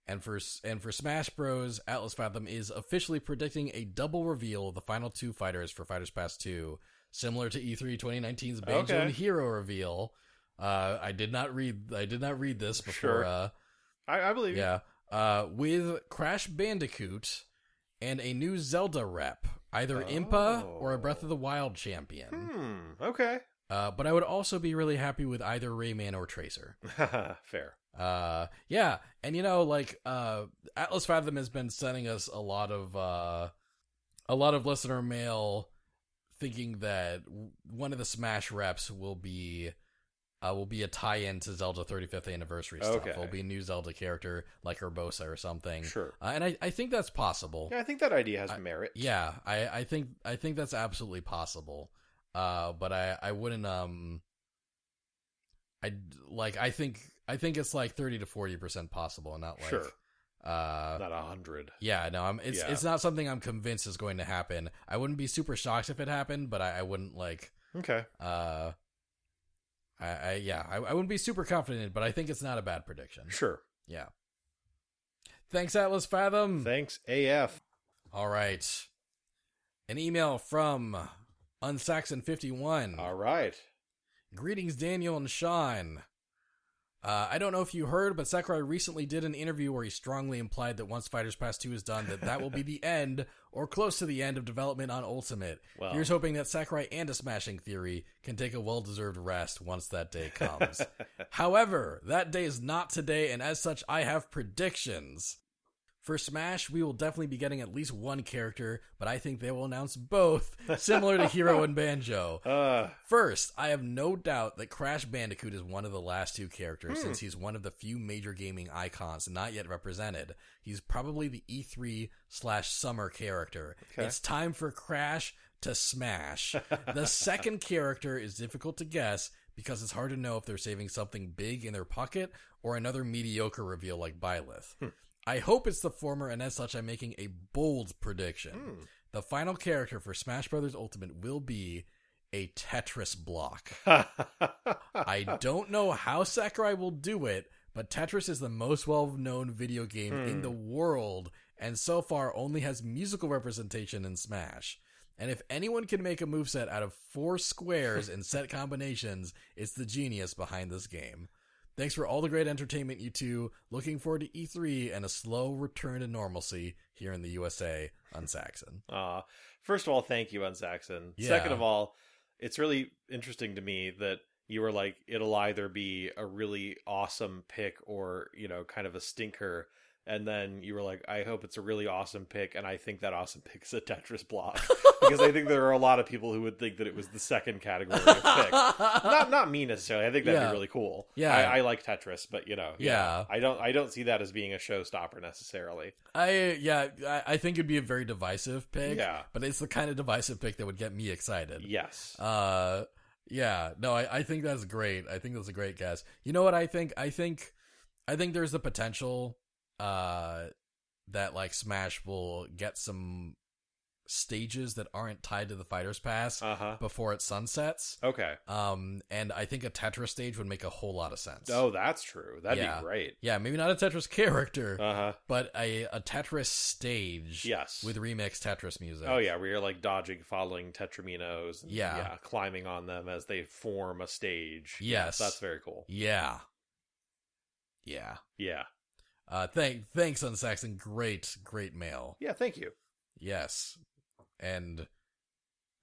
Speaker 2: And for S- and for Smash Bros, Atlas Fathom is officially predicting a double reveal of the final two fighters for Fighters Pass Two, similar to E E3 2019's Banjo
Speaker 3: Okay.
Speaker 2: and Hero reveal. Uh, I did not read I did not read this before.
Speaker 3: Sure.
Speaker 2: Uh,
Speaker 3: I, I believe. you.
Speaker 2: yeah, uh, with Crash Bandicoot and a new Zelda rep, either Impa or a Breath of the Wild champion.
Speaker 3: Oh. Hmm. Okay. [LAUGHS]
Speaker 2: Uh, but I would also be really happy with either Rayman or Tracer.
Speaker 3: Fair.
Speaker 2: Uh, yeah, and you know, like uh, Atlas Fathom has been sending us a lot of uh, a lot of listener mail, thinking that w- one of the Smash reps will be uh, will be a tie-in to Zelda 35th anniversary stuff.
Speaker 3: Okay.
Speaker 2: It'll be a new Zelda character like Urbosa or something,
Speaker 3: Sure.
Speaker 2: uh, and I, I think that's possible.
Speaker 3: Yeah, I think that idea has
Speaker 2: I-
Speaker 3: merit.
Speaker 2: Yeah, I, I think I think that's absolutely possible. Uh, but I, I wouldn't um I like I think I think it's like thirty to forty percent possible and not like
Speaker 3: Sure.
Speaker 2: uh
Speaker 3: Not a hundred.
Speaker 2: yeah, no, I'm it's
Speaker 3: Yeah.
Speaker 2: it's not something I'm convinced is going to happen. I wouldn't be super shocked if it happened, but I, I wouldn't like
Speaker 3: Okay.
Speaker 2: uh I, I yeah, I, I wouldn't be super confident, but I think it's not a bad prediction.
Speaker 3: Sure.
Speaker 2: Yeah. Thanks, Atlas Fathom.
Speaker 3: Thanks, AF.
Speaker 2: All right. An email from Unsaxon51.
Speaker 3: All right.
Speaker 2: Greetings, Daniel and Sean. Uh, I don't know if you heard, but Sakurai recently did an interview where he strongly implied that once Fighters Pass 2 is done, that that will be the end or close to the end of development on Ultimate.
Speaker 3: Well,
Speaker 2: Here's hoping that Sakurai and a smashing theory can take a well deserved rest once that day comes. However, that day is not today, and as such, I have predictions. For Smash, we will definitely be getting at least one character, but I think they will announce both, similar to Hero and Banjo.
Speaker 3: uh, [LAUGHS]
Speaker 2: First, I have no doubt that Crash Bandicoot is one of the last two characters since he's one of the few major gaming icons not yet represented. He's probably the E3 slash summer character.
Speaker 3: Okay.
Speaker 2: It's time for Crash to smash. the second character is difficult to guess because it's hard to know if they're saving something big in their pocket or another mediocre reveal like Byleth. I hope it's the former, and as such, I'm making a bold prediction. The final character for Smash Brothers Ultimate will be a Tetris block. I don't know how Sakurai will do it, but Tetris is the most well known video game in the world, and so far only has musical representation in Smash. And if anyone can make a moveset out of four squares and set combinations, it's the genius behind this game. Thanks for all the great entertainment, you two. Looking forward to E3 and a slow return to normalcy here in the USA on Saxon.
Speaker 3: Aw. Uh, first of all, thank you, Unsaxon.
Speaker 2: Yeah.
Speaker 3: Second of all, it's really interesting to me that you were like, it'll either be a really awesome pick or, you know, kind of a stinker. And then you were like, I hope it's a really awesome pick. And I think that awesome pick is a Tetris
Speaker 2: [LAUGHS]
Speaker 3: block because I think there are a lot of people who would think that it was the second category
Speaker 2: [LAUGHS]
Speaker 3: of pick. Not not me necessarily. I think that'd
Speaker 2: Yeah.
Speaker 3: be really cool.
Speaker 2: Yeah.
Speaker 3: I, I like Tetris, but you know,
Speaker 2: Yeah.
Speaker 3: I don't I don't see that as being a showstopper necessarily.
Speaker 2: I yeah, I, I think it'd be a very divisive pick.
Speaker 3: Yeah.
Speaker 2: But it's the kind of divisive pick that would get me excited.
Speaker 3: Yes.
Speaker 2: Uh yeah. No, I, I think that's great. I think that's a great guess. You know what I think? I think I think there's the potential uh that like Smash will get some stages that aren't tied to the fighter's pass
Speaker 3: Uh huh.
Speaker 2: before it sunsets.
Speaker 3: Okay.
Speaker 2: Um, and I think a Tetris stage would make a whole lot of sense.
Speaker 3: Oh, that's true. That'd
Speaker 2: Yeah.
Speaker 3: be great.
Speaker 2: Yeah, maybe not a Tetris character,
Speaker 3: Uh huh.
Speaker 2: but a, a Tetris stage
Speaker 3: Yes.
Speaker 2: with remix Tetris music.
Speaker 3: Oh yeah, we are like dodging, following Tetraminos. and,
Speaker 2: Yeah.
Speaker 3: climbing on them as they form a stage.
Speaker 2: Yes.
Speaker 3: that's very cool.
Speaker 2: Yeah. Yeah.
Speaker 3: Yeah,
Speaker 2: Uh, thank, thanks, Unsaxon. Great, great mail.
Speaker 3: yeah. Thank you.
Speaker 2: Yes. And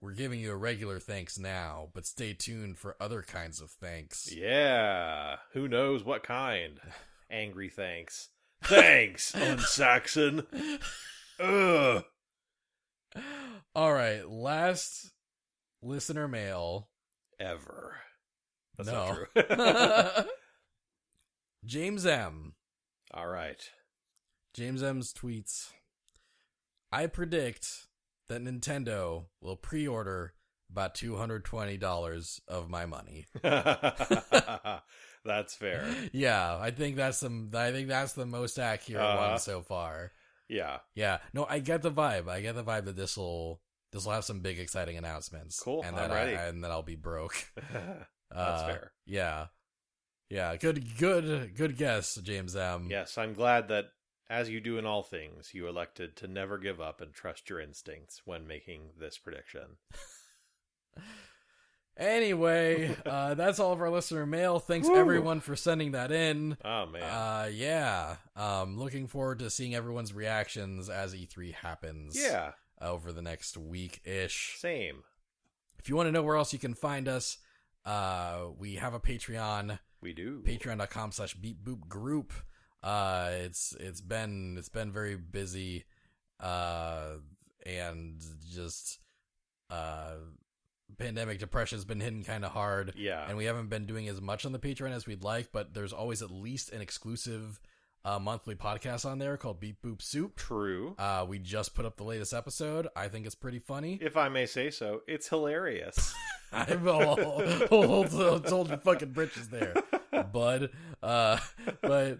Speaker 2: we're giving you a regular thanks now, but stay tuned for other kinds of thanks.
Speaker 3: Yeah, who knows
Speaker 2: [SIGHS]
Speaker 3: what kind? Angry thanks.
Speaker 2: [LAUGHS]
Speaker 3: Thanks, Unsaxon. Ugh.
Speaker 2: [GASPS] All right. Last listener
Speaker 3: [LAUGHS]
Speaker 2: mail. [LAUGHS]
Speaker 3: Ever. That's
Speaker 2: No. [LAUGHS]
Speaker 3: not true. [LAUGHS]
Speaker 2: James M.
Speaker 3: All right. [LAUGHS]
Speaker 2: James M's tweets I predict that Nintendo will pre order about $220 of my money.
Speaker 3: That's fair.
Speaker 2: [LAUGHS] Yeah, I think that's the I think that's the most accurate
Speaker 3: Uh-huh.
Speaker 2: one so far.
Speaker 3: Yeah. [LAUGHS]
Speaker 2: Yeah. No, I get the vibe. I get the vibe that this will this will have some big exciting announcements.
Speaker 3: Cool,
Speaker 2: And
Speaker 3: I'm
Speaker 2: that
Speaker 3: ready.
Speaker 2: I, and then I'll be broke.
Speaker 3: That's
Speaker 2: Uh,
Speaker 3: fair.
Speaker 2: Yeah. Yeah. Good good good guess, James M.
Speaker 3: yes, I'm glad that as you do in all things, you elected to never give up and trust your instincts when making this prediction. [LAUGHS]
Speaker 2: Anyway, uh that's all of our listener mail. Thanks
Speaker 3: Woo.
Speaker 2: everyone for sending that in.
Speaker 3: Oh man.
Speaker 2: Uh yeah. Um looking forward to seeing everyone's reactions as E3 happens uh,
Speaker 3: yeah,
Speaker 2: over the next week ish.
Speaker 3: same.
Speaker 2: If you want to know where else you can find us, uh, we have a Patreon,
Speaker 3: We do.
Speaker 2: patreon.com slash beatboop group. Uh, it's, it's been, it's been very busy, uh, and just, uh, pandemic depression has been hitting kind of hard
Speaker 3: Yeah.
Speaker 2: and we haven't been doing as much on the Patreon as we'd like, but there's always at least an exclusive, uh, monthly podcast on there called Beat Boop Soup.
Speaker 3: True.
Speaker 2: Uh, we just put up the latest episode. I think it's pretty [LAUGHS] funny.
Speaker 3: if I may say so, it's hilarious.
Speaker 2: I'm all, all, all told your fucking britches there, bud. Uh, but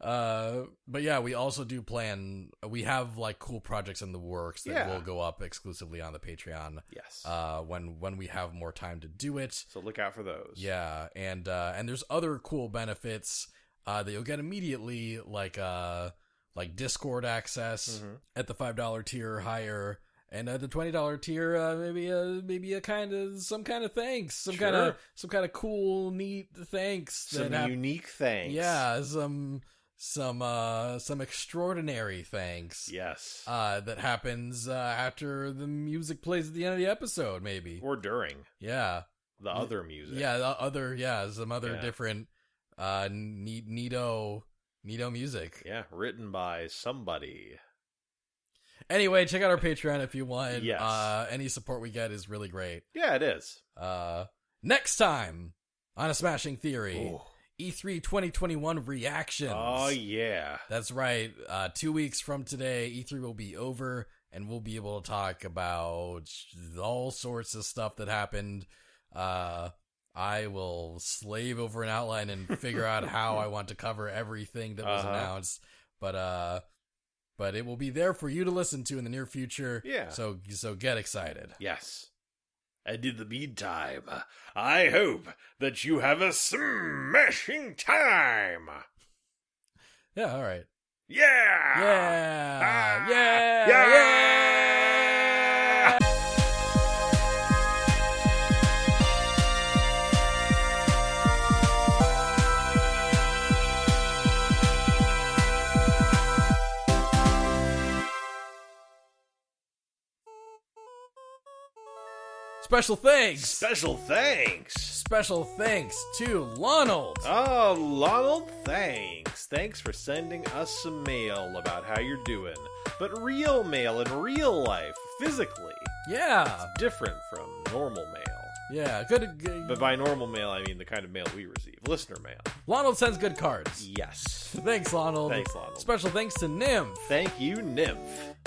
Speaker 2: uh, but yeah, we also do plan. We have like cool projects in the works that
Speaker 3: Yeah.
Speaker 2: will go up exclusively on the Patreon
Speaker 3: yes.
Speaker 2: uh, when when we have more time to do it.
Speaker 3: so look out for those.
Speaker 2: Yeah, and uh, and there's other cool benefits uh, that you'll get immediately, like uh, like Discord access
Speaker 3: Mhm.
Speaker 2: at the five dollar tier or higher, and at the twenty dollar tier, uh, maybe a maybe a kind of some kind of thanks, some kind of
Speaker 3: Sure.
Speaker 2: some kind of cool, neat thanks
Speaker 3: Some
Speaker 2: hap-
Speaker 3: unique things.
Speaker 2: yeah, some some uh some extraordinary thanks.
Speaker 3: Yes.
Speaker 2: Uh, that happens uh, after the music plays at the end of the episode, maybe.
Speaker 3: or during
Speaker 2: Yeah,
Speaker 3: the
Speaker 2: Yeah.
Speaker 3: other music.
Speaker 2: yeah. The other, yeah, some other
Speaker 3: Yeah.
Speaker 2: different, uh, ne- neato, neato music.
Speaker 3: Yeah, written by somebody.
Speaker 2: Anyway, check out our Patreon if you want.
Speaker 3: Yes.
Speaker 2: Uh, any support we get is really great.
Speaker 3: Yeah, it is.
Speaker 2: Uh, next time on a Smashing Theory, E
Speaker 3: Ooh.
Speaker 2: E3 2021 reactions.
Speaker 3: Oh yeah.
Speaker 2: That's right. Uh, two weeks from today, E3 will be over, and we'll be able to talk about all sorts of stuff that happened. Uh, I will slave over an outline and figure out how I want to cover everything that was
Speaker 3: Uh-huh.
Speaker 2: announced. But uh, but it will be there for you to listen to in the near future.
Speaker 3: Yeah.
Speaker 2: So so get excited.
Speaker 3: Yes. And in the meantime, I hope that you have a smashing time.
Speaker 2: Yeah. All right.
Speaker 3: Yeah.
Speaker 2: Yeah.
Speaker 3: Ah!
Speaker 2: Yeah.
Speaker 3: yeah!
Speaker 2: Special thanks.
Speaker 3: Special thanks.
Speaker 2: Special thanks to Lonald.
Speaker 3: Oh, Lonald, thanks. Thanks for sending us some mail about how you're doing. But real mail in real life, physically,
Speaker 2: yeah.
Speaker 3: different from normal mail.
Speaker 2: Yeah. Good. good.
Speaker 3: But by normal mail, I mean the kind of mail we receive listener mail.
Speaker 2: Lonald sends good cards.
Speaker 3: Yes.
Speaker 2: Thanks, Lonald.
Speaker 3: Thanks, Lonald.
Speaker 2: Special thanks to Nymph.
Speaker 3: Thank you, Nymph.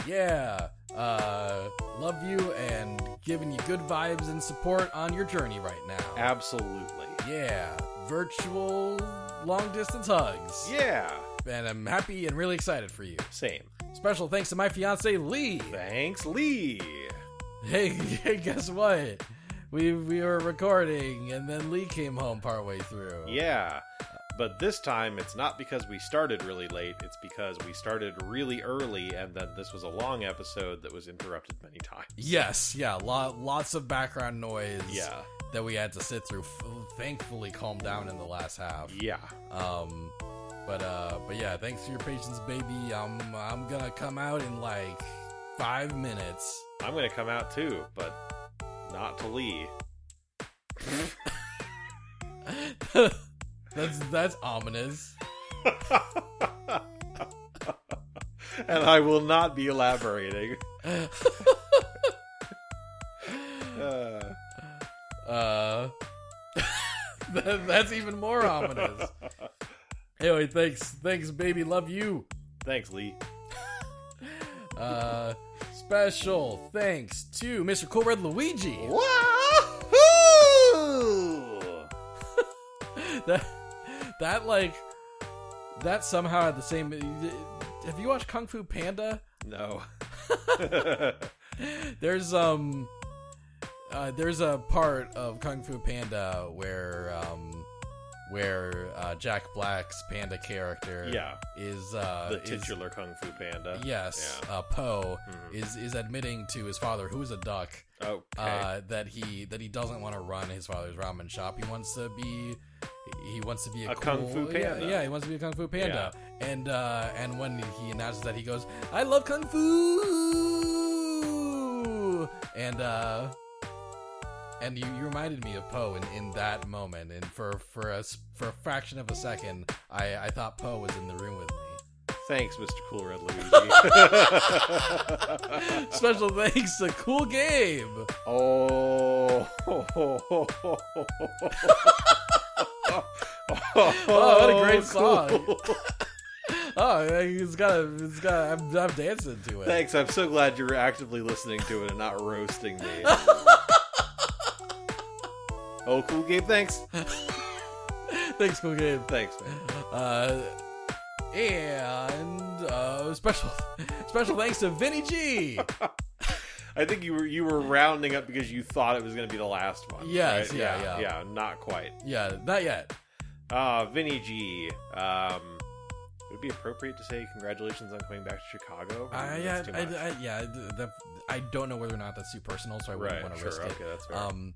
Speaker 2: Yeah. Uh, love you and giving you good vibes and support on your journey right now.
Speaker 3: Absolutely.
Speaker 2: yeah. Virtual long distance hugs.
Speaker 3: Yeah.
Speaker 2: And I'm happy and really excited for you.
Speaker 3: Same.
Speaker 2: Special thanks to my fiance, Lee.
Speaker 3: Thanks, Lee.
Speaker 2: hey, [LAUGHS] hey, guess what? We we were recording, and then Lee came home partway through.
Speaker 3: Yeah. But this time, it's not because we started really late, it's because we started really early, and then this was a long episode that was interrupted many times.
Speaker 2: Yes, yeah, lo- lots of background noise.
Speaker 3: Yeah.
Speaker 2: That we had to sit through. F- thankfully, calmed down in the last half.
Speaker 3: Yeah.
Speaker 2: Um, but uh, but yeah, thanks for your patience, baby. I'm I'm gonna come out in like five minutes.
Speaker 3: I'm going to come out too, but not to Lee.
Speaker 2: that's that's ominous.
Speaker 3: [LAUGHS] and I will not be elaborating. [LAUGHS] Uh,
Speaker 2: Uh, [LAUGHS] that, that's even more ominous. Anyway, thanks, thanks, baby. Love you.
Speaker 3: [SIGHS] thanks, Lee.
Speaker 2: Uh, special thanks to Mr. Cool Red Luigi.
Speaker 3: Wahoo!
Speaker 2: [LAUGHS] That, that like, that somehow had the same. Have you watched Kung Fu Panda?
Speaker 3: No. [LAUGHS]
Speaker 2: There's um, uh, there's a part of Kung Fu Panda where um, where uh, Jack Black's panda character
Speaker 3: yeah,
Speaker 2: is uh
Speaker 3: the
Speaker 2: is-
Speaker 3: titular Kung Fu Panda.
Speaker 2: yes,
Speaker 3: Yeah.
Speaker 2: uh, Poe
Speaker 3: Mhm.
Speaker 2: is is admitting to his father, who is a duck,
Speaker 3: Okay.
Speaker 2: uh, that he that he doesn't want to run his father's ramen shop. He wants to be he wants to be a,
Speaker 3: A kung
Speaker 2: cool-
Speaker 3: fu panda.
Speaker 2: Yeah, yeah, he wants to be a kung fu panda. And uh, and when he announces that, he goes, "I love kung fu." And uh, and you, you reminded me of Poe in, in that moment. And for for a s- for a fraction of a second, I I thought Poe was in the room with me.
Speaker 3: Thanks, Mr. Cool Red [LAUGHS] Luigi.
Speaker 2: Special thanks to Cool Gabe.
Speaker 3: [LAUGHS] oh.
Speaker 2: Oh, what a
Speaker 3: [LAUGHS]
Speaker 2: great song. Oh, it's got a, it's got. A, I'm, I'm dancing to it.
Speaker 3: Thanks. I'm so glad you're actively listening to it and not roasting [LAUGHS] me. oh, cool Gabe. Thanks.
Speaker 2: [LAUGHS] Thanks, cool game.
Speaker 3: Thanks, man.
Speaker 2: Uh, and uh, special, [LAUGHS] special thanks to Vinny G.
Speaker 3: [LAUGHS] I think you were you were rounding up because you thought it was going to be the last one.
Speaker 2: Yes,
Speaker 3: right?
Speaker 2: yeah,
Speaker 3: yeah,
Speaker 2: yeah.
Speaker 3: Not quite.
Speaker 2: yeah, not yet.
Speaker 3: Ah, Vinny G. Um, would it be appropriate to say congratulations on coming back to Chicago? Or
Speaker 2: I,
Speaker 3: maybe
Speaker 2: yeah,
Speaker 3: that's too
Speaker 2: I,
Speaker 3: much?
Speaker 2: I, yeah. The, I don't know whether or not that's too personal, so I wouldn't
Speaker 3: right.
Speaker 2: want to
Speaker 3: Sure.
Speaker 2: risk
Speaker 3: Okay, that's
Speaker 2: it.
Speaker 3: fair.
Speaker 2: Um,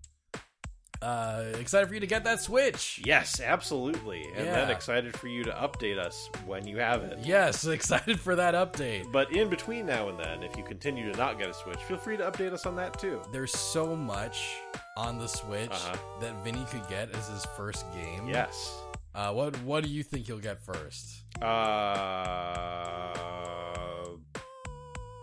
Speaker 2: uh, excited for you to get that Switch.
Speaker 3: yes, absolutely. And then
Speaker 2: Yeah.
Speaker 3: excited for you to update us when you have it.
Speaker 2: Yes, [LAUGHS] excited for that update.
Speaker 3: But in between now and then, if you continue to not get a Switch, feel free to update us on that too.
Speaker 2: There's so much on the Switch
Speaker 3: Uh-huh.
Speaker 2: that Vinny could get as his first game.
Speaker 3: Yes.
Speaker 2: Uh, what What do you think he'll get first?
Speaker 3: Uh,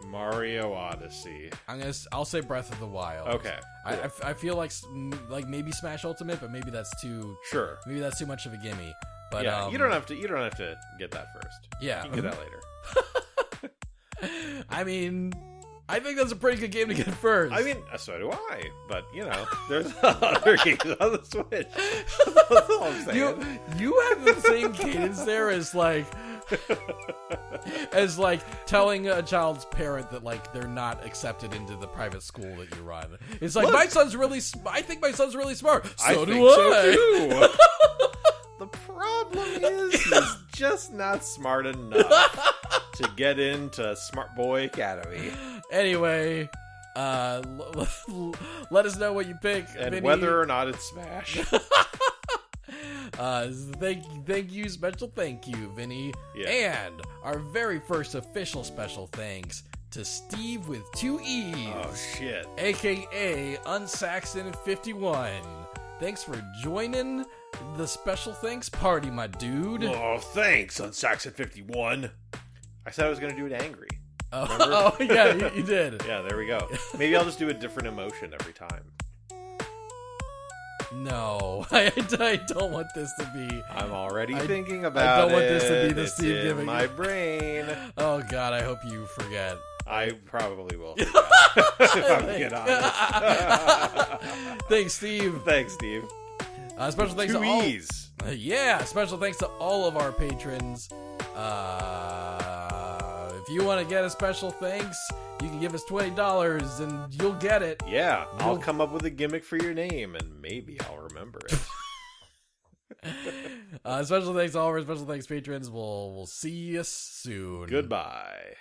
Speaker 3: Mario Odyssey.
Speaker 2: I'm gonna. s- I'll say Breath of the Wild.
Speaker 3: Okay.
Speaker 2: I, I
Speaker 3: cool.
Speaker 2: f- I feel like s- m- like maybe Smash Ultimate, but maybe that's too
Speaker 3: sure.
Speaker 2: maybe that's too much of a gimme. But
Speaker 3: yeah,
Speaker 2: um,
Speaker 3: you don't have to. You don't have to get that first.
Speaker 2: Yeah.
Speaker 3: you can get that later.
Speaker 2: [LAUGHS] I mean, I think that's a pretty good game to get first.
Speaker 3: I mean, uh, so do I. But you know, there's [LAUGHS] other games on the Switch. [LAUGHS] That's all I'm
Speaker 2: [LAUGHS]
Speaker 3: saying.
Speaker 2: you you have the same cadence there as
Speaker 3: [LAUGHS]
Speaker 2: like as like telling a child's parent that like they're not accepted into the private school that you run. It's like
Speaker 3: Look.
Speaker 2: my son's really. s- I think my son's really smart. So
Speaker 3: I
Speaker 2: do
Speaker 3: think
Speaker 2: I.
Speaker 3: so too.
Speaker 2: [LAUGHS]
Speaker 3: the problem is, he's just not smart enough to get into Smart Boy Academy,
Speaker 2: Anyway, uh, l- [LAUGHS] l- let us know what you pick
Speaker 3: and
Speaker 2: Vinny.
Speaker 3: whether or not it's
Speaker 2: [LAUGHS]
Speaker 3: Smash.
Speaker 2: Uh, thank, thank you, special thank you, Vinny.
Speaker 3: Yeah.
Speaker 2: And our very first official special thanks to Steve with two E's,
Speaker 3: oh shit!
Speaker 2: aka Unsaxon51. Thanks for joining the special thanks party, my dude.
Speaker 3: Oh, thanks, Unsaxon Fifty One. I said I was gonna do it angry.
Speaker 2: Oh,
Speaker 3: remember?
Speaker 2: [LAUGHS] oh, [LAUGHS] yeah, you,
Speaker 3: [LAUGHS]
Speaker 2: you did.
Speaker 3: Yeah, there we go. Maybe I'll just do a different emotion every time.
Speaker 2: No, [LAUGHS] I, I don't want this to be.
Speaker 3: I'm already
Speaker 2: I-
Speaker 3: thinking about
Speaker 2: don't
Speaker 3: it.
Speaker 2: want this to be the
Speaker 3: It's
Speaker 2: Steve
Speaker 3: in
Speaker 2: giving.
Speaker 3: my brain.
Speaker 2: Oh God, I hope you forget.
Speaker 3: I probably
Speaker 2: [LAUGHS]
Speaker 3: will. forget, if I'm being honest. [LAUGHS]
Speaker 2: [LAUGHS] thanks, Steve.
Speaker 3: Thanks, Steve.
Speaker 2: Uh, special thanks
Speaker 3: Two
Speaker 2: to all.
Speaker 3: E's.
Speaker 2: Uh, yeah, special thanks to all of our patrons. Uh, if you want to get a special thanks, You can give us $20 and you'll get it.
Speaker 3: Yeah, I'll
Speaker 2: You'll-
Speaker 3: come up with a gimmick for your name, and maybe I'll remember
Speaker 2: [LAUGHS]
Speaker 3: it.
Speaker 2: uh, special thanks to all of our special thanks patrons. We'll, we'll see you soon.
Speaker 3: Goodbye.